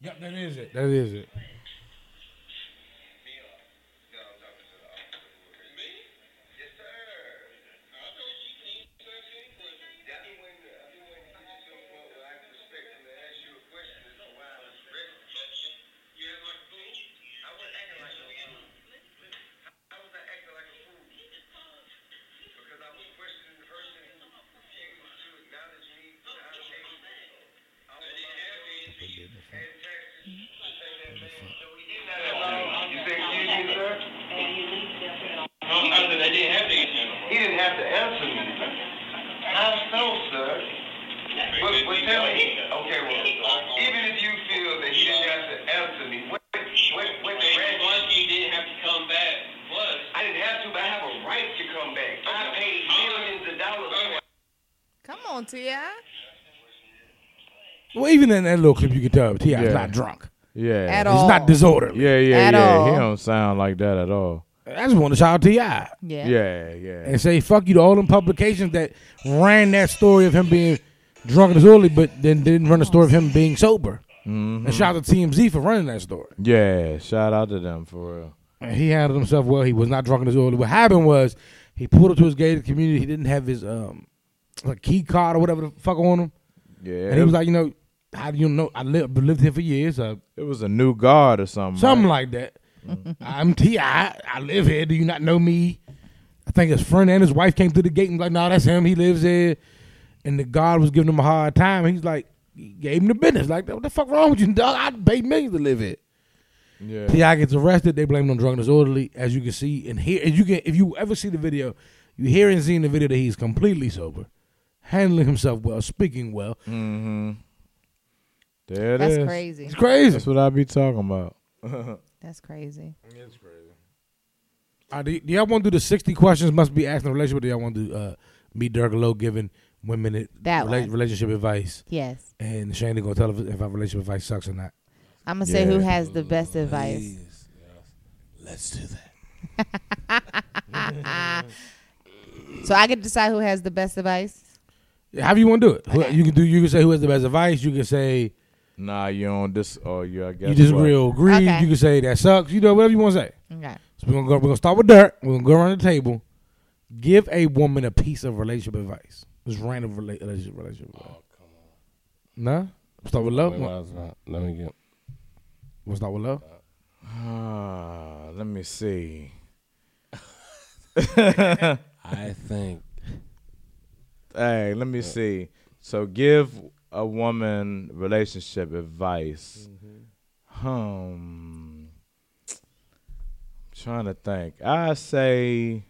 Speaker 1: Yep, that is it. That is it.
Speaker 7: He didn't have to answer me. I know, sir. But, but tell me, okay, well, even if you feel that he didn't have to answer me, what, what, what grant-
Speaker 8: he didn't have to come back was
Speaker 7: I didn't have to, but I have a right to come back. I paid millions of dollars
Speaker 2: on, T.I.
Speaker 1: Well, even in that little clip, you can tell T.I. is
Speaker 3: Yeah.
Speaker 1: not drunk.
Speaker 3: Yeah.
Speaker 2: At
Speaker 1: He's
Speaker 2: all.
Speaker 1: not disorderly.
Speaker 3: Yeah, yeah,
Speaker 2: At
Speaker 3: yeah.
Speaker 2: all.
Speaker 3: He don't sound like that at all.
Speaker 1: I just want to shout out T.I.
Speaker 2: Yeah.
Speaker 3: Yeah, yeah. Yeah,
Speaker 1: and say fuck you to all them publications that ran that story of him being drunk and disorderly, but then didn't run the story of him being sober. And shout out to TMZ for running that story.
Speaker 3: shout out to them for real.
Speaker 1: And he handled himself well. He was not drunk and disorderly. What happened was he pulled up to his gated community. He didn't have his um like key card or whatever the fuck on him,
Speaker 3: Yeah.
Speaker 1: and he was like, you know, how do you know I lived lived here for years, uh,
Speaker 3: it was a new guard or something.
Speaker 1: something
Speaker 3: right?
Speaker 1: like that. I'm Ti. I live here. Do you not know me? I think his friend and his wife came through the gate and was like, no, that's him. He lives here. And the guard was giving him a hard time. He's like, he gave him the business. Like, what the fuck wrong with you? Dog? I paid millions to live here.
Speaker 3: Yeah.
Speaker 1: Ti gets arrested. They blame him on drunk and disorderly, as you can see and hear. And you can, if you ever see the video, you hear and see in the video that he's completely sober, handling himself well, speaking well.
Speaker 3: Mm-hmm. There it
Speaker 2: That's
Speaker 3: is.
Speaker 2: crazy.
Speaker 1: It's crazy.
Speaker 3: That's what I be talking about.
Speaker 2: That's crazy.
Speaker 1: All right, Uh, do, y- do y'all want to do the sixty questions must be asked in a relationship? Or do y'all want to do uh, me Dirk Low giving women it-
Speaker 2: That
Speaker 1: rela-
Speaker 2: one.
Speaker 1: relationship advice?
Speaker 2: Yes.
Speaker 1: And Shane gonna tell if, if our relationship advice sucks or not.
Speaker 2: I'm going to say who has the best advice.
Speaker 4: Let's do that.
Speaker 2: So I get to decide who has the best advice.
Speaker 1: However you want to do it. Who- You can do. You can say who has the best advice. You can say
Speaker 3: Nah, you don't dis or you I guess
Speaker 1: you disagree
Speaker 3: what?
Speaker 1: or agree.
Speaker 2: Okay.
Speaker 1: You can say that sucks. You know whatever you want to say.
Speaker 2: Okay.
Speaker 1: So we're gonna go. We're gonna start with Dirk. We're gonna go around the table. Give a woman a piece of relationship advice. Just random rela- relationship relationship. Advice. Oh come on. Nah. Start with
Speaker 4: Wait, why
Speaker 1: love.
Speaker 4: is that? Let me get.
Speaker 1: We'll start with love.
Speaker 3: Ah, let me see.
Speaker 4: I think
Speaker 3: Hey, let me see. So give a woman relationship advice. Um trying to think. I say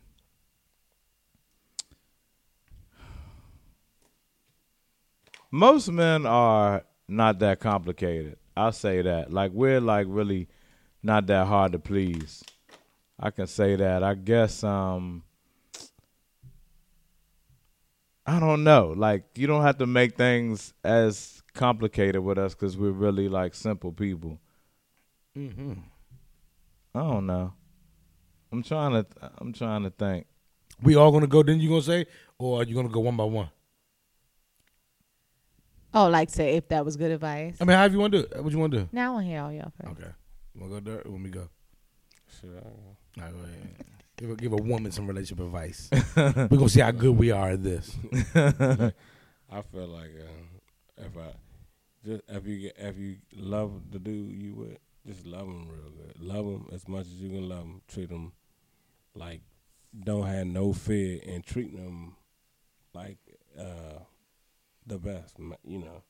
Speaker 3: most men are not that complicated. I say that. Like we're like really not that hard to please. I can say that. I guess um I don't know. Like you don't have to make things as complicated with us because we're really like simple people. Mm-hmm. I don't know. I'm trying to. I'm trying to think.
Speaker 1: We all gonna go. Then you gonna say, or are you gonna go one by one?
Speaker 2: Oh, like say if that was good advice.
Speaker 1: I mean, however you want to do it. What you want to do?
Speaker 2: Now I want to hear all y'all first.
Speaker 1: Okay. We'll go there. When we go.
Speaker 4: should I?
Speaker 1: All right, go ahead. Give a, give a woman some relationship advice. We're gonna see how good we are at this.
Speaker 4: I feel like uh, if I just if you get- if you love the dude you with, just love him real good. Love him as much as you can love him. Treat him like don't have no fear and treat them like uh, the best. m- You know,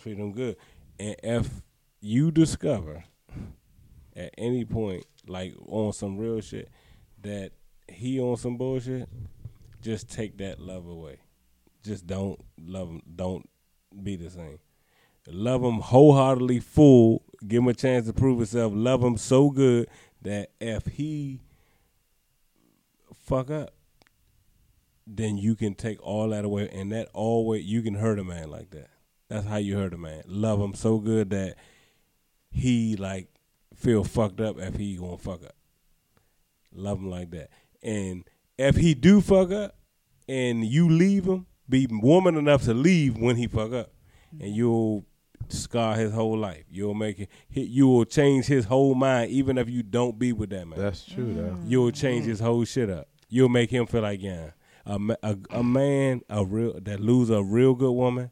Speaker 4: treat them good. And if you discover at any point, like on some real shit, that he on some bullshit, just take that love away just don't love him. Don't be the same. Love him wholeheartedly, full. Give him a chance to prove himself. Love him so good that if he fuck up, then you can take all that away, and that always you can hurt a man like that. That's how you hurt a man. Love him so good that he like feel fucked up if he gonna fuck up. Love him like that, and if he do fuck up, and you leave him, be woman enough to leave when he fuck up, and you'll scar his whole life. You'll make it. he- You will change his whole mind, even if you don't be with that man
Speaker 3: That's true, though.
Speaker 4: you'll change his whole shit up. You'll make him feel like yeah, a ma- a, a man a real that lose a real good woman.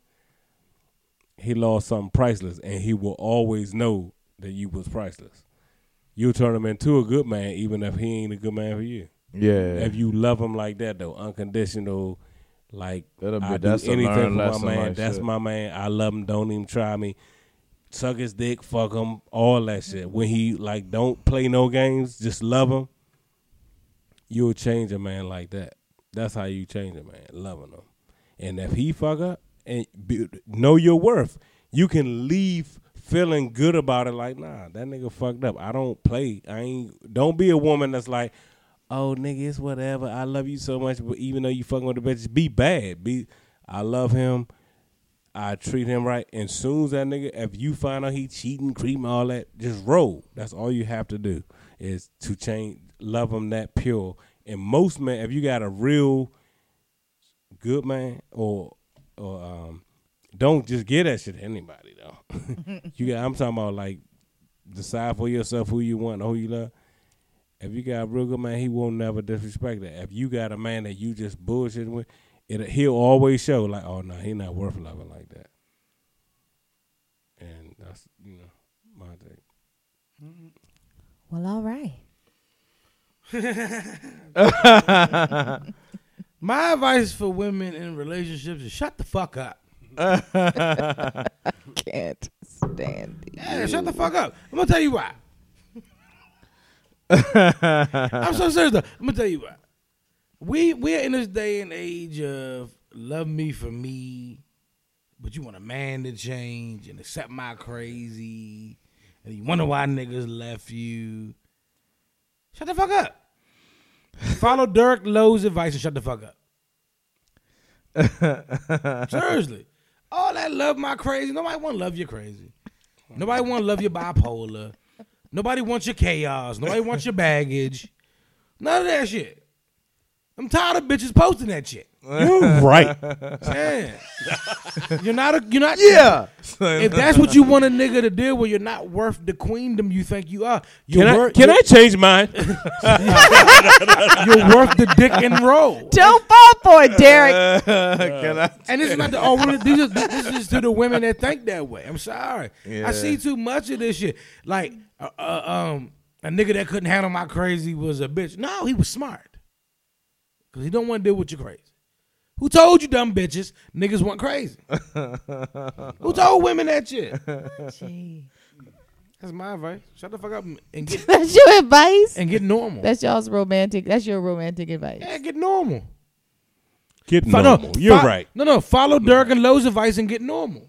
Speaker 4: He lost something priceless, and he will always know that you was priceless. You'll turn him into a good man, even if he ain't a good man for you.
Speaker 3: Yeah.
Speaker 4: If you love him like that, though, unconditional, like
Speaker 3: That'll be-
Speaker 4: I do
Speaker 3: that's a
Speaker 4: anything for
Speaker 3: learned
Speaker 4: my
Speaker 3: lesson,
Speaker 4: man.
Speaker 3: like,
Speaker 4: that's
Speaker 3: shit.
Speaker 4: my man. I love him. Don't even try me. Suck his dick, fuck him, all that shit. When he like, don't play no games. Just love him. You'll change a man like that. That's how you change a man, loving him. And if he fuck up and be, know your worth, you can leave feeling good about it. Like, nah, that nigga fucked up. I don't play. I ain't. Don't be a woman that's like, oh nigga, it's whatever. I love you so much, but even though you fucking with the bitches, be bad. Be. I love him. I treat him right. And soon as that nigga, if you find out he cheating, creeping, all that, just roll. That's all you have to do is to change, love him that pure. And most men, if you got a real good man, or or um, don't just get that shit to anybody though. you got, I'm talking about like decide for yourself who you want, and who you love. If you got a real good man, he won't never disrespect that. If you got a man that you just bullshitting with, it he'll always show like, oh no, he not worth loving like that. And that's you know my thing.
Speaker 2: Well, all right.
Speaker 1: My advice for women in relationships is shut the fuck up.
Speaker 2: Can't stand it.
Speaker 1: Yeah, shut the fuck up. I'm gonna tell you why. I'm so serious. Though. I'm gonna tell you why. We we're in this day and age of love me for me, but you want a man to change and accept my crazy, and you wonder why niggas left you. Shut the fuck up. Follow Dirk Lowe's advice and shut the fuck up. Seriously. All that love my crazy. Nobody wanna love your crazy. Nobody wanna love your bipolar. Nobody wants your chaos. Nobody wants your baggage. None of that shit. I'm tired of bitches posting that shit.
Speaker 4: You're right.
Speaker 1: Man. you're not a you're not Yeah. If that's what you want a nigga to deal with, you're not worth the queendom you think you are. You're
Speaker 4: Can I
Speaker 1: worth-
Speaker 4: can I change mine?
Speaker 1: you're worth the dick and roll.
Speaker 2: Don't fall for it, Derek.
Speaker 3: Can I?
Speaker 1: And this is not the oh, women- these are, this is to the women that think that way. I'm sorry. I see too much of this shit. Like, uh, uh, um, a nigga that couldn't handle my crazy was a bitch. No, he was smart. Cause he don't want to deal with your crazy. Who told you dumb bitches niggas want crazy? Who told women that shit?
Speaker 2: Gee.
Speaker 1: That's my advice. Shut the fuck up and get
Speaker 2: That's your advice.
Speaker 1: and get normal.
Speaker 2: That's y'all's romantic. That's your romantic advice.
Speaker 1: yeah, get normal.
Speaker 4: Get
Speaker 1: Fo-
Speaker 4: normal.
Speaker 1: No,
Speaker 4: You're
Speaker 1: fo-
Speaker 4: right.
Speaker 1: No, no. Follow Dirk and Lowe's advice and get normal.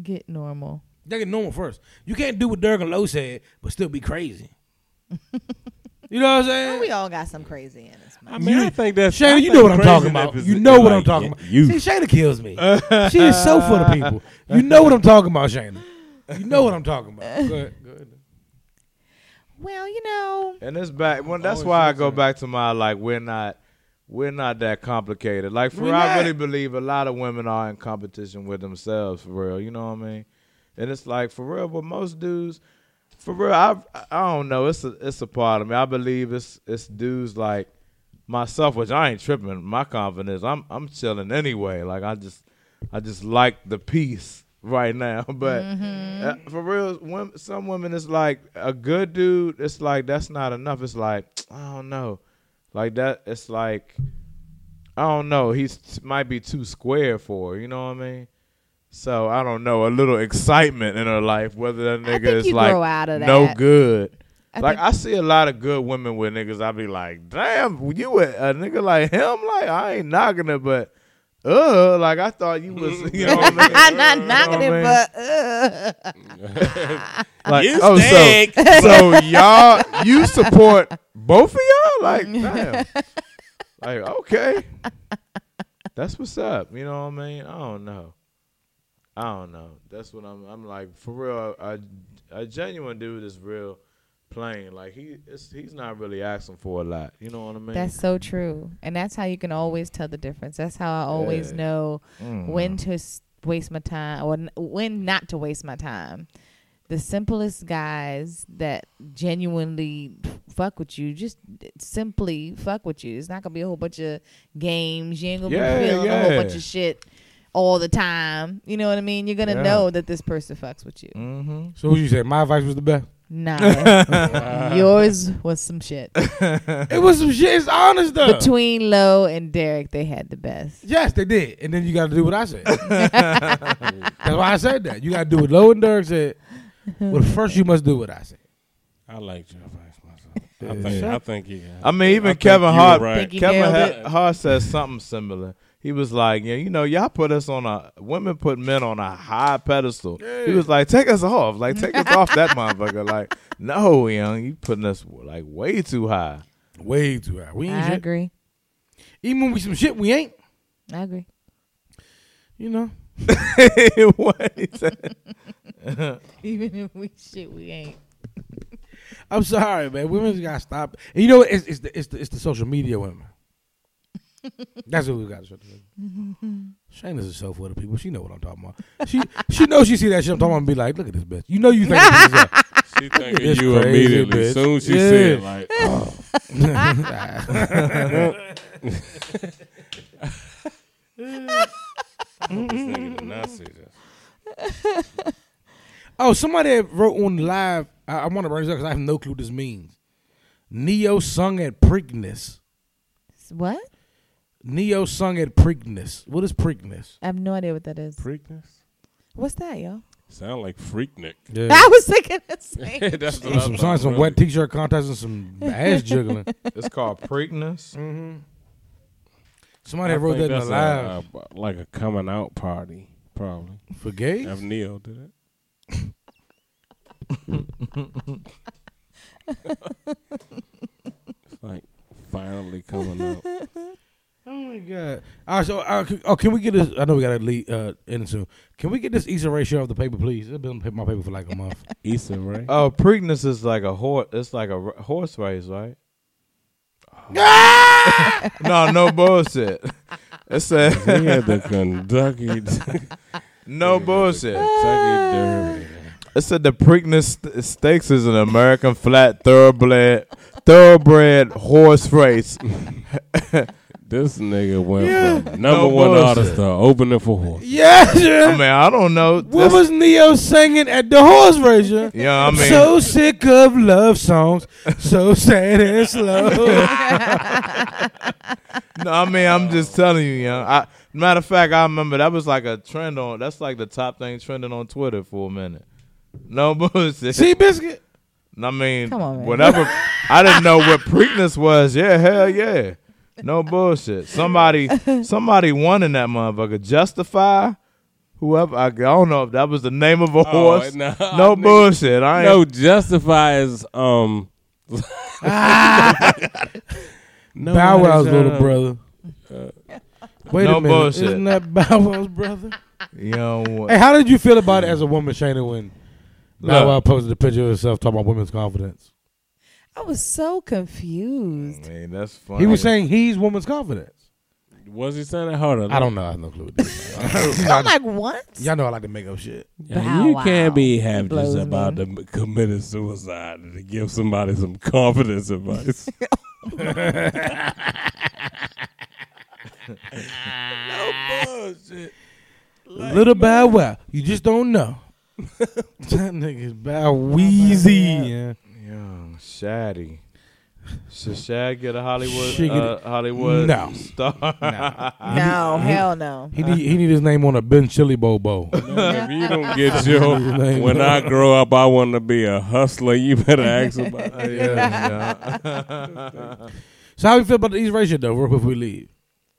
Speaker 2: Get normal.
Speaker 1: They get normal first. You can't do what Dirk and Lowe said, but still be crazy. you know what I'm saying?
Speaker 2: We all got some crazy in us. man.
Speaker 4: I mean, I think that's I
Speaker 1: Shayna, you
Speaker 4: think
Speaker 1: know what I'm
Speaker 4: crazy
Speaker 1: talking
Speaker 4: enough
Speaker 1: about.
Speaker 4: is-
Speaker 1: You know what
Speaker 4: like,
Speaker 1: I'm talking about.
Speaker 4: You
Speaker 1: See, Shayna kills me. she is so full of people. You know what I'm talking about, Shayna. You know what I'm talking about. Good, good.
Speaker 2: Well, you know,
Speaker 3: And it's back. Well, that's why I go back to my like we're not we're not that complicated. Like for
Speaker 1: We're
Speaker 3: real, I
Speaker 1: not.
Speaker 3: really believe a lot of women are in competition with themselves for real. You know what I mean? And it's like for real, but most dudes for real, I I don't know. It's a it's a part of me. I believe it's it's dudes like myself, which I ain't tripping. My confidence, I'm I'm chilling anyway. Like I just I just like the peace right now. But
Speaker 1: Mm-hmm.
Speaker 3: uh, for real, women, some women it's like a good dude. It's like that's not enough. It's like I don't know, like that. It's like I don't know. He's might be too square for her, you know what I mean. So I don't know. A little excitement in her life, whether that
Speaker 2: I
Speaker 3: nigga
Speaker 2: think
Speaker 3: is
Speaker 2: you
Speaker 3: like
Speaker 2: grow out of
Speaker 3: no
Speaker 2: that.
Speaker 3: good. like
Speaker 2: think-
Speaker 3: I see a lot of good women with niggas. I be like, damn, you a, a nigga like him? Like I ain't knocking it, but uh, like I thought you was. You know what I mean?
Speaker 2: I'm not knocking
Speaker 3: what I
Speaker 2: it,
Speaker 3: mean?
Speaker 2: but uh,
Speaker 3: Like,
Speaker 4: You
Speaker 3: oh,
Speaker 4: stink.
Speaker 3: so, so y'all, you support both of y'all? Like, damn. like, okay. That's what's up. You know what I mean? I don't know. I don't know. That's what I'm. I'm like for real. A, a genuine dude is real plain. Like he, it's, he's not really asking for a lot. You know what I mean?
Speaker 2: that's so true, and that's how you can always tell the difference. That's how I always
Speaker 3: Yeah. Mm.
Speaker 2: know when to s- waste my time or n- when not to waste my time. The simplest guys that genuinely fuck with you, just simply fuck with you. It's not gonna be a whole bunch of games. You ain't gonna
Speaker 3: Yeah,
Speaker 2: be feeling a whole
Speaker 3: yeah.
Speaker 2: bunch of shit all the time. You know what I mean? You're gonna
Speaker 3: Yeah.
Speaker 2: know that this person fucks with you.
Speaker 3: mm-hmm.
Speaker 1: So what you say? My advice was the best.
Speaker 2: Nah, yours was some shit.
Speaker 1: It was some shit. It's honest though.
Speaker 2: Between Lowe and Derek, they had the best.
Speaker 1: yes, they did. And then you got to do what I said. That's why I said that. You got to do what Lowe and Dirk said. Well, first you must do what I said.
Speaker 4: I like your advice myself. I think, I think yeah.
Speaker 3: I mean, even
Speaker 4: think
Speaker 3: Kevin
Speaker 4: you
Speaker 3: Hart,
Speaker 4: were right.
Speaker 2: Think you
Speaker 3: Kevin
Speaker 2: nailed
Speaker 3: Hart,
Speaker 2: it.
Speaker 3: Hart says something similar. He was like, yeah, you know, y'all put us on a women put men on a high pedestal. He was like, take us off, like take us off that motherfucker. Like, no, young, you putting us like way too high.
Speaker 1: Way too high. We ain't
Speaker 2: I
Speaker 1: shit.
Speaker 2: agree.
Speaker 1: Even when we some shit, we ain't.
Speaker 2: I agree.
Speaker 1: You know,
Speaker 3: what he said.
Speaker 2: Even if we shit, we ain't.
Speaker 1: I'm sorry, man. Women's got to stop. And you know, what? it's it's the, it's the it's the social media women. That's what we got to shut the fuck up. Shane is herself with the people. She know what I'm talking about. She she knows she see that shit I'm talking about and be like, look at this bitch. You know you think this is a-
Speaker 4: She thinking
Speaker 1: This
Speaker 4: you
Speaker 1: crazy
Speaker 4: immediately.
Speaker 1: bitch.
Speaker 4: Soon she
Speaker 1: Yeah.
Speaker 4: said like, oh. I hope this nigga did not see this.
Speaker 1: Oh, somebody wrote on live. I, I want to bring this up because I have no clue what this means. Neo sung at Preakness.
Speaker 2: What?
Speaker 1: Neo sung at Preakness. What is Preakness?
Speaker 2: I have no idea what that is.
Speaker 4: Freakness?
Speaker 2: What's that, yo?
Speaker 4: Sound like Freaknik.
Speaker 2: I was thinking the same.
Speaker 4: That's what I
Speaker 1: some
Speaker 4: thought,
Speaker 1: songs, some
Speaker 4: really.
Speaker 1: wet t-shirt contests, and some ass juggling.
Speaker 3: It's called Preakness.
Speaker 1: Somebody
Speaker 4: I
Speaker 1: wrote
Speaker 4: think
Speaker 1: that in the
Speaker 4: that's
Speaker 1: live
Speaker 4: a- uh, a- like a coming out party, probably.
Speaker 1: for gays.
Speaker 4: Have Neil did it. It's like finally coming out.
Speaker 1: Oh my god! All right, so uh, c- oh, can we get this? I know we gotta leave uh, in soon. Can we get this Easter ratio of the paper, please? It's been on my paper for like a month.
Speaker 4: Issa, right?
Speaker 3: Oh, Preakness is like a horse. It's like a r- horse race, right? no, no bullshit. It's a
Speaker 4: he had the Kentucky, Kentucky
Speaker 3: no bullshit.
Speaker 4: Derby.
Speaker 3: It said the Preakness St- Stakes is an American flat thoroughbred thoroughbred horse race.
Speaker 4: This nigga went from number
Speaker 3: No
Speaker 4: one
Speaker 3: bullshit.
Speaker 4: artist to opening for horse.
Speaker 1: yes.
Speaker 3: I mean, I don't know.
Speaker 1: What was Neo singing at the horse race? yeah?
Speaker 3: yeah, I mean,
Speaker 1: so sick of love songs, so sad and slow.
Speaker 3: no, I mean, I'm just telling you, young. I, matter of fact, I remember that was like a trend on. That's like the top thing trending on Twitter for a minute. No bullshit.
Speaker 1: See, biscuit.
Speaker 3: I mean,
Speaker 2: Come on, man.
Speaker 3: whatever. I didn't know what Preakness was. Yeah, hell yeah. No bullshit. Somebody, somebody won in that motherfucker. Justify, whoever. I, I don't know if that was the name
Speaker 1: Oh,
Speaker 3: of a horse.
Speaker 4: no,
Speaker 3: no
Speaker 4: nigga.
Speaker 3: bullshit. I ain't.
Speaker 4: No, justify is um. no,
Speaker 1: Bow Wow's little brother. Wait
Speaker 3: No
Speaker 1: a minute.
Speaker 3: bullshit.
Speaker 1: Isn't that Bow Wow's brother?
Speaker 3: You know what?
Speaker 1: hey, how did you feel about it as a woman, Shana, when Bow
Speaker 3: Look.
Speaker 1: Wow posted a picture of herself talking about women's confidence?
Speaker 2: I was so confused.
Speaker 3: Man, that's funny.
Speaker 1: He was saying he's woman's confidence.
Speaker 4: Was he saying that harder?
Speaker 1: I don't know. I have no clue. What this is.
Speaker 2: I'm like, what?
Speaker 1: Y'all know I like to make up shit.
Speaker 4: Yeah, you
Speaker 2: Bow
Speaker 4: can't
Speaker 2: Wow.
Speaker 4: be half
Speaker 2: blows
Speaker 4: just
Speaker 2: me.
Speaker 4: about to m- commit a suicide and to give somebody some confidence advice. no bullshit.
Speaker 1: Little Bow Wow, you just don't know. that nigga's Bow Weezy. yeah.
Speaker 3: Young Shaddy. Should Shad get a Hollywood
Speaker 1: She get
Speaker 3: uh, Hollywood
Speaker 1: No.
Speaker 3: star?
Speaker 2: No, hell no.
Speaker 1: He need, he need his name on a Ben Chili Bobo.
Speaker 4: if you don't get your, when I grow up, I want to be a hustler. You better ask about it.
Speaker 3: yeah,
Speaker 1: so how you feel about the East Ratio though? Real quick, before we leave.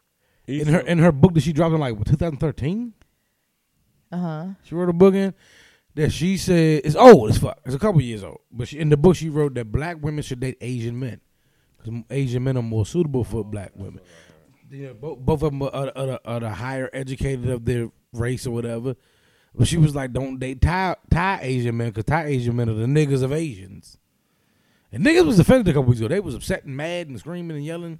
Speaker 1: in her in her book that she dropped in like 2013.
Speaker 2: Uh huh.
Speaker 1: She wrote a book in that she said it's old as fuck. It's a couple years old, but she, in the book she wrote that black women should date Asian men because Asian men are more suitable for black women. You know, both both of them are, are, are, are the higher educated of their race or whatever. But she was like, don't date Thai Thai Asian men because Thai Asian men are the niggas of Asians. And niggas was offended a couple weeks ago. They was upset and mad and screaming and yelling.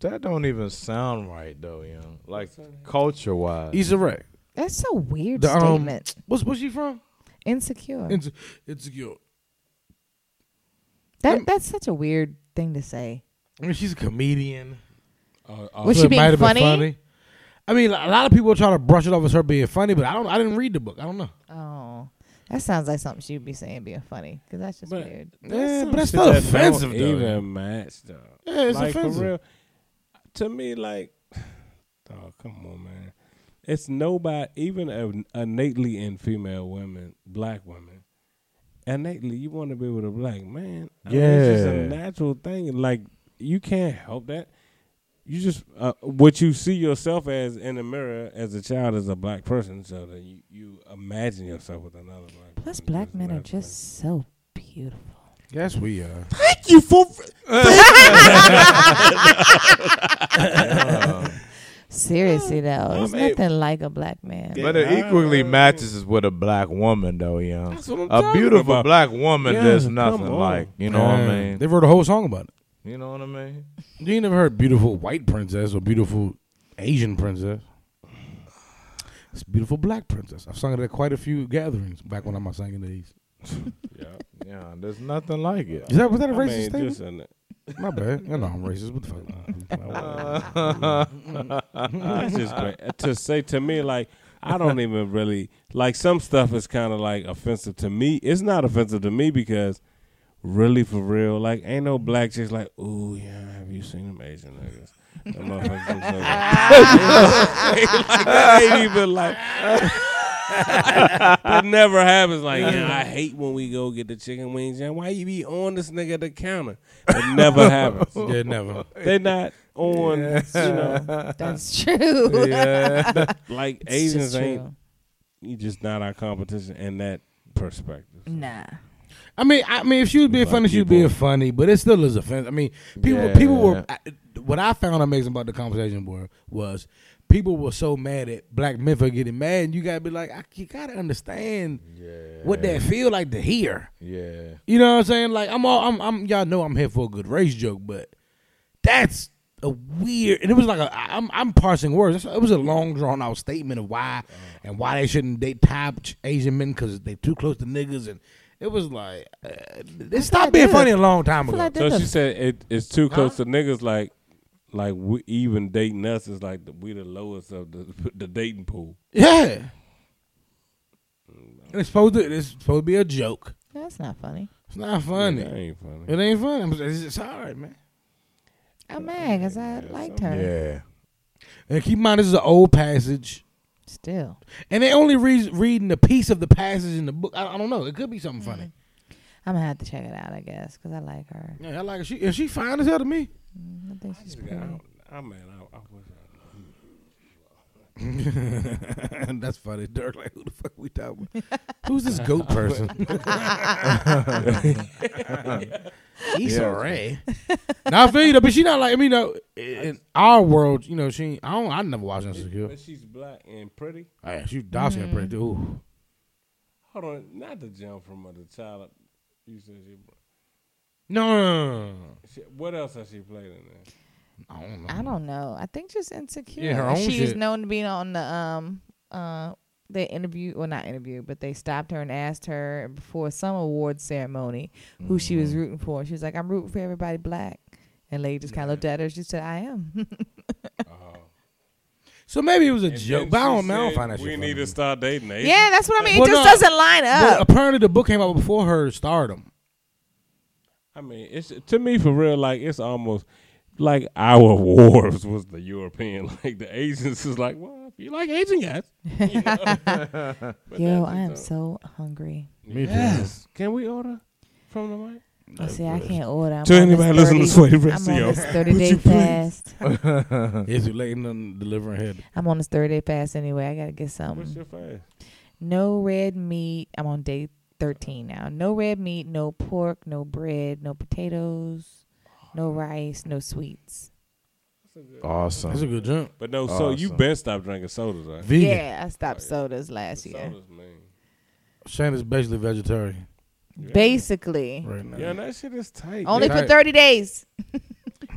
Speaker 3: that don't even sound right though, young. Like culture wise,
Speaker 1: Issa Rae,
Speaker 2: That's so weird
Speaker 1: the um,
Speaker 2: statement.
Speaker 1: what's what's she from?
Speaker 2: Insecure.
Speaker 1: It's insecure.
Speaker 2: that that's such a weird thing to say.
Speaker 1: I mean, she's a comedian.
Speaker 3: Uh,
Speaker 2: Was she
Speaker 1: it might have
Speaker 2: being
Speaker 1: been
Speaker 2: funny?
Speaker 1: I mean, a lot of people try to brush it off as her being funny, but I don't. I didn't read the book. I don't know.
Speaker 2: Oh, that sounds like something she'd be saying being funny because that's just
Speaker 4: But-
Speaker 2: weird.
Speaker 1: Yeah,
Speaker 4: some
Speaker 1: but that's
Speaker 4: shit
Speaker 1: still
Speaker 4: that don't
Speaker 1: offensive, though.
Speaker 4: Even match though.
Speaker 1: Yeah, it's
Speaker 4: like, for
Speaker 1: offensive.
Speaker 4: real, to me, like, oh come on, man. It's nobody, even a, innately in female women, black women. Innately, you want to be with a black man. I mean, it's just a
Speaker 3: Yeah.
Speaker 4: natural thing. Like you can't help that. You just uh, what you see yourself as in the mirror as a child is a black person, so that you, you imagine yourself with another black.
Speaker 2: Plus,
Speaker 4: person.
Speaker 2: black
Speaker 4: It's
Speaker 2: men are
Speaker 4: natural.
Speaker 2: just so beautiful.
Speaker 1: Yes, we uh, are.
Speaker 2: Seriously though, there's
Speaker 3: mean-
Speaker 2: nothing like a black man.
Speaker 3: But it equally matches is with a black woman, though, young.
Speaker 4: That's what I'm
Speaker 3: a
Speaker 4: talking
Speaker 3: beautiful
Speaker 4: about.
Speaker 3: black woman,
Speaker 4: Yeah,
Speaker 3: there's
Speaker 4: come
Speaker 3: nothing
Speaker 4: on.
Speaker 3: like. You know what I mean?
Speaker 1: They wrote a whole song about it.
Speaker 3: You know what I mean?
Speaker 1: You ain't never heard beautiful white princess or beautiful Asian princess. It's beautiful black princess. I've sung it at quite a few gatherings back when I'm singing these.
Speaker 4: Yeah.
Speaker 3: Yeah, there's nothing like it.
Speaker 1: Is that was that a
Speaker 4: I
Speaker 1: racist
Speaker 4: mean,
Speaker 1: statement?
Speaker 4: just in it.
Speaker 1: My bad. You know I'm racist. What the
Speaker 3: Uh,
Speaker 1: fuck?
Speaker 4: That's just great. to say to me, like I don't even really like some stuff is kind of like offensive to me. It's not offensive to me because really, for real, like ain't no black chicks like, ooh yeah, have you seen them Asian niggas? Them motherfuckers look so good." like, that ain't even like. that never happens. Like, yeah, I hate when we go get the chicken wings. And why you be on this nigga at the counter? It never happens.
Speaker 1: yeah, never.
Speaker 4: They're not on. You know,
Speaker 2: That's true.
Speaker 3: Yeah.
Speaker 4: like
Speaker 2: It's just
Speaker 4: Asians ain't
Speaker 2: true.
Speaker 4: you just not our competition in that perspective.
Speaker 2: Nah.
Speaker 1: I mean, I mean, if she was being
Speaker 4: Black
Speaker 1: funny, she was
Speaker 4: people.
Speaker 1: being funny, but it still is offensive. I mean, people, people were.
Speaker 3: Yeah.
Speaker 1: I- What I found amazing about the conversation were was people were so mad at black men for getting mad, and you gotta be like, I, you gotta understand what that feel like to hear.
Speaker 3: yeah.
Speaker 1: You know what I'm saying? Like I'm all I'm, I'm y'all know I'm here for a good race joke, but that's a weird and it was like a I- I'm I'm parsing words. It was a long drawn out statement of why and why they shouldn't date top ch- Asian men because they too close to niggas and it was like uh, it stopped being
Speaker 2: did.
Speaker 1: funny a long time
Speaker 2: I feel
Speaker 1: ago.
Speaker 2: like that
Speaker 4: So she
Speaker 2: does-
Speaker 4: said it, it's too close to niggas. Like, like we, even dating us is like the, we the lowest of the the dating pool.
Speaker 1: Yeah. And it's supposed to it's supposed to be a joke.
Speaker 2: that's not funny.
Speaker 1: It's not funny.
Speaker 4: That ain't funny.
Speaker 1: It ain't funny. I'm just- It's just hard, man.
Speaker 2: I'm mad because I liked her.
Speaker 3: Yeah.
Speaker 1: And keep in mind this is an old passage.
Speaker 2: Still.
Speaker 1: And they only re- reading a piece of the passage in the book. I, I don't know. It could be something funny.
Speaker 2: I'm going to have to check it out, I guess, because I like her.
Speaker 1: Yeah, I like her. She, and she fine as hell to me.
Speaker 2: I think she's pretty.
Speaker 4: I mean, I, I wish I
Speaker 1: That's funny. Dirk, like, who the fuck we talking about? Who's this goat person? Issa
Speaker 3: Yeah.
Speaker 1: Rae. now, I feel you, though, but she not like, I mean, though, in in our world, you know, she, I don't, I never watched Insecure.
Speaker 4: But she's black and pretty.
Speaker 1: Hey, she dodging mm pretty, too. Ooh.
Speaker 4: Hold on, not to jump from the child. You said she,
Speaker 1: No, no, no, no, no.
Speaker 4: she. What else has she played in there?
Speaker 1: I don't know.
Speaker 2: I don't know. I think just insecure.
Speaker 1: Yeah, her
Speaker 2: And
Speaker 1: own
Speaker 2: she was
Speaker 1: shit.
Speaker 2: known to be on the um uh they interviewed well not interviewed, but they stopped her and asked her before some award ceremony who she was rooting for. She was like, I'm rooting for everybody black. And lady just kinda looked at her, she said, I am.
Speaker 1: So maybe it was a
Speaker 4: And
Speaker 1: joke,
Speaker 4: then
Speaker 1: but I
Speaker 4: she
Speaker 1: don't, man, I don't
Speaker 4: said,
Speaker 1: find that shit
Speaker 4: We
Speaker 1: funny.
Speaker 4: need to start dating. Asian
Speaker 2: yeah, that's what I mean. It
Speaker 1: Well,
Speaker 2: just
Speaker 1: no.
Speaker 2: doesn't line
Speaker 1: But
Speaker 2: up.
Speaker 1: apparently the book came out before her stardom.
Speaker 4: I mean, it's to me for real. Like it's almost like our wars was the European. Like the Asians is like, well, if you like Asian guys, you know? But
Speaker 2: Yo,
Speaker 4: that's
Speaker 2: I am
Speaker 4: just
Speaker 2: so hungry.
Speaker 4: a- Yes. Can we order from the mic?
Speaker 2: Oh, see, I can't order. I'm
Speaker 4: To
Speaker 2: on
Speaker 4: anybody
Speaker 2: this
Speaker 4: listening to
Speaker 2: 30
Speaker 4: Sweaty
Speaker 2: I'm on
Speaker 4: Ratio,
Speaker 2: this 30 day fast.
Speaker 1: Is it late in delivering head?
Speaker 2: I'm on this 30 day fast anyway. I got to get something.
Speaker 4: What's your fast?
Speaker 2: no red meat. I'm on day 13 now. No red meat, no pork, no bread, no potatoes, no rice, no sweets.
Speaker 1: That's a
Speaker 3: Awesome.
Speaker 1: good jump.
Speaker 4: But no, so you
Speaker 3: Awesome.
Speaker 4: been stopped drinking sodas, right?
Speaker 1: Vegan.
Speaker 2: Yeah, I stopped sodas last year.
Speaker 4: Sodas, man.
Speaker 1: Shana's basically vegetarian
Speaker 2: Basically,
Speaker 1: right now.
Speaker 4: Yeah, that shit is tight.
Speaker 2: only
Speaker 1: Right.
Speaker 2: for 30 days.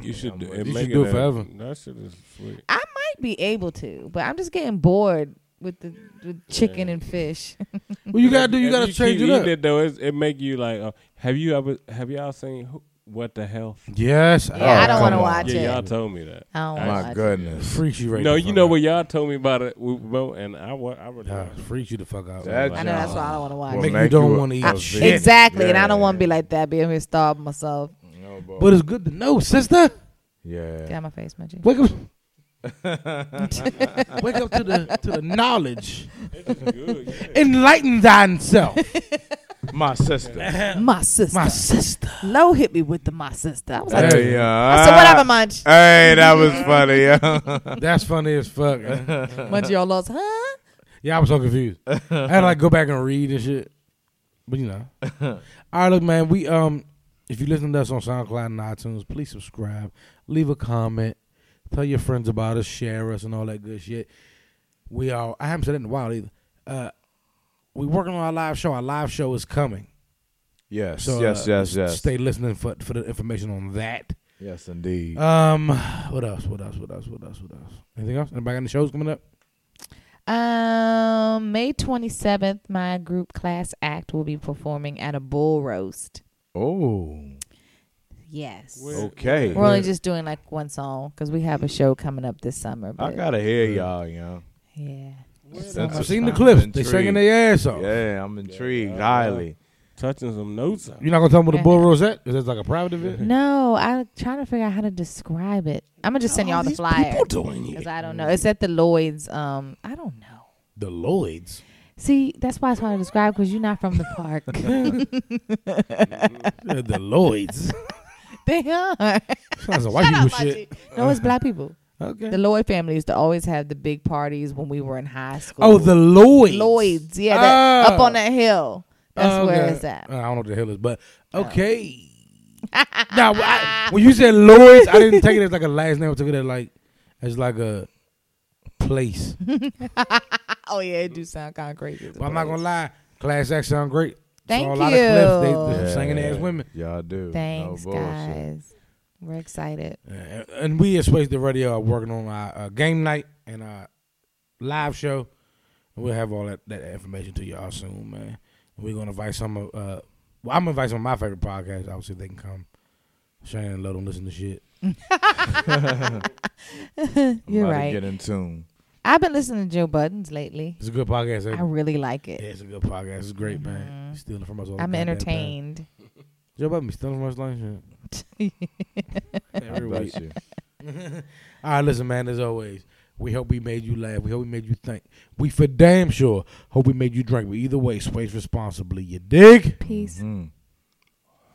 Speaker 4: you should do,
Speaker 1: you
Speaker 4: make
Speaker 1: should do it
Speaker 4: a-
Speaker 1: forever.
Speaker 4: That shit is sweet.
Speaker 2: I might be able to, but I'm just getting bored with the with chicken and fish.
Speaker 1: Well, you gotta do. You
Speaker 4: If
Speaker 1: gotta change
Speaker 4: keep
Speaker 1: it
Speaker 4: eating
Speaker 1: up.
Speaker 4: It though, it's, it make you like. Uh, have you ever? Have y'all seen who, what the hell?
Speaker 1: Yes.
Speaker 2: Yeah, I don't
Speaker 3: Oh, come
Speaker 2: want to
Speaker 3: on.
Speaker 2: watch
Speaker 4: Yeah, y'all
Speaker 2: it.
Speaker 4: told me that.
Speaker 2: I don't want to watch
Speaker 3: My
Speaker 2: it.
Speaker 3: goodness.
Speaker 1: Freaks you right.
Speaker 4: No,
Speaker 1: the
Speaker 4: you
Speaker 1: fuck
Speaker 4: know
Speaker 1: out.
Speaker 4: what y'all told me about it, with Mo, and I wa- I really
Speaker 1: Yeah, freaks you the fuck out.
Speaker 3: That
Speaker 2: I know that's why I don't want to watch
Speaker 1: Make
Speaker 2: it.
Speaker 1: you don't wanna eat shit.
Speaker 3: vegan.
Speaker 2: Exactly, and
Speaker 3: Yeah.
Speaker 2: I don't want to be like that. Be over here starving myself.
Speaker 3: No, boy.
Speaker 1: but it's good to know, sister.
Speaker 2: Get
Speaker 3: Yeah.
Speaker 2: out my face, Munchie.
Speaker 1: Wake up. Wake up to the to the knowledge. Enlighten thyself,
Speaker 3: My sister.
Speaker 2: My sister.
Speaker 1: my sister.
Speaker 2: Low hit me with the my sister. I was like,
Speaker 3: hey, uh,
Speaker 2: so whatever, Munch.
Speaker 3: Hey, that was funny. yeah.
Speaker 1: That's funny as fuck.
Speaker 2: Munch, y'all lost, huh?
Speaker 1: Yeah, I was so confused. I had to like go back and read and shit. But you know. All right, look, man, we um if you listen to us on SoundCloud and iTunes, please subscribe, leave a comment, Tell your friends about us, share us, and all that good shit. We are. I haven't said it in a while either. Uh, we working on our live show. Our live show is coming.
Speaker 3: Yes,
Speaker 1: So
Speaker 3: yes,
Speaker 1: uh,
Speaker 3: yes, yes.
Speaker 1: Stay listening for for the information on that.
Speaker 3: Yes, indeed.
Speaker 1: Um, what else? What else? What else? What else? What else? Anything else? Anybody got any shows coming up?
Speaker 2: Um, May 27th, my group Class Act will be performing at a bull roast.
Speaker 3: oh,
Speaker 2: Yes.
Speaker 3: okay.
Speaker 2: We're only just doing like one song because we have a show coming up this summer. But
Speaker 3: I gotta hear y'all, you know.
Speaker 2: Yeah.
Speaker 3: Since
Speaker 1: I've
Speaker 3: it's-
Speaker 1: seen the
Speaker 3: I'm
Speaker 1: clips. They
Speaker 3: intrigued.
Speaker 1: shaking their ass off.
Speaker 3: Yeah, I'm intrigued
Speaker 4: Yeah.
Speaker 3: highly.
Speaker 4: Touching some notes out.
Speaker 1: You're not gonna tell me what the bull rosette is? That like a private event?
Speaker 2: No, I'm trying to figure out how to describe it. I'm gonna just send y'all the flyer because I don't know. It's at the Lloyd's. Um, I don't know.
Speaker 1: The Lloyd's.
Speaker 2: See, that's why it's hard to describe because you're not from the park.
Speaker 1: Yeah, the Lloyd's.
Speaker 2: they are.
Speaker 1: Sounds like white
Speaker 2: Shut
Speaker 1: people
Speaker 2: up,
Speaker 1: shit.
Speaker 2: Auntie. No, it's black people.
Speaker 1: Okay.
Speaker 2: The Lloyd family used to always have the big parties when we were in high school.
Speaker 1: oh, the Lloyd's.
Speaker 2: Lloyd's. Yeah, that, up
Speaker 1: Oh.
Speaker 2: on that hill. That's
Speaker 1: Oh,
Speaker 2: where
Speaker 1: okay.
Speaker 2: it's at. Oh.
Speaker 1: I don't know what the hell is, but okay. now, I, when you said Lloyd's, I didn't take it as like a last name. I took it as like as like a place.
Speaker 2: Oh yeah, it do sound kind of crazy.
Speaker 1: But I'm not gonna lie, class act sound great.
Speaker 2: Thank
Speaker 1: Saw a lot of clips. They,
Speaker 2: you.
Speaker 1: they some singing ass women,
Speaker 3: Y'all do.
Speaker 2: Thanks,
Speaker 3: no bullshit.
Speaker 2: guys. We're excited.
Speaker 1: Uh, and we at Space the Radio are working on our uh, game night and our live show. And we'll have all that, that information to y'all soon, man. And we're gonna invite some of. Uh, well, I'm gonna invite some of my favorite podcasts. I'll see if they can come. Shane and let them listen to shit.
Speaker 3: I'm
Speaker 2: You're
Speaker 3: about to
Speaker 2: right.
Speaker 3: Get in tune.
Speaker 2: I've been listening to Joe Buttons lately.
Speaker 1: It's a good podcast.
Speaker 2: I
Speaker 1: eh?
Speaker 2: really like it.
Speaker 1: Yeah, it's a good podcast. It's great, man. Stealing from us all. the
Speaker 2: I'm
Speaker 1: goddamn time.
Speaker 2: entertained.
Speaker 1: Joe Budden be stealing from us like shit.
Speaker 3: I
Speaker 1: Every week.
Speaker 3: bless you.
Speaker 1: All right, listen, man. As always, we hope we made you laugh. We hope we made you think. We for damn sure hope we made you drink. But either way, space responsibly. You dig?
Speaker 2: Peace.
Speaker 3: Mm.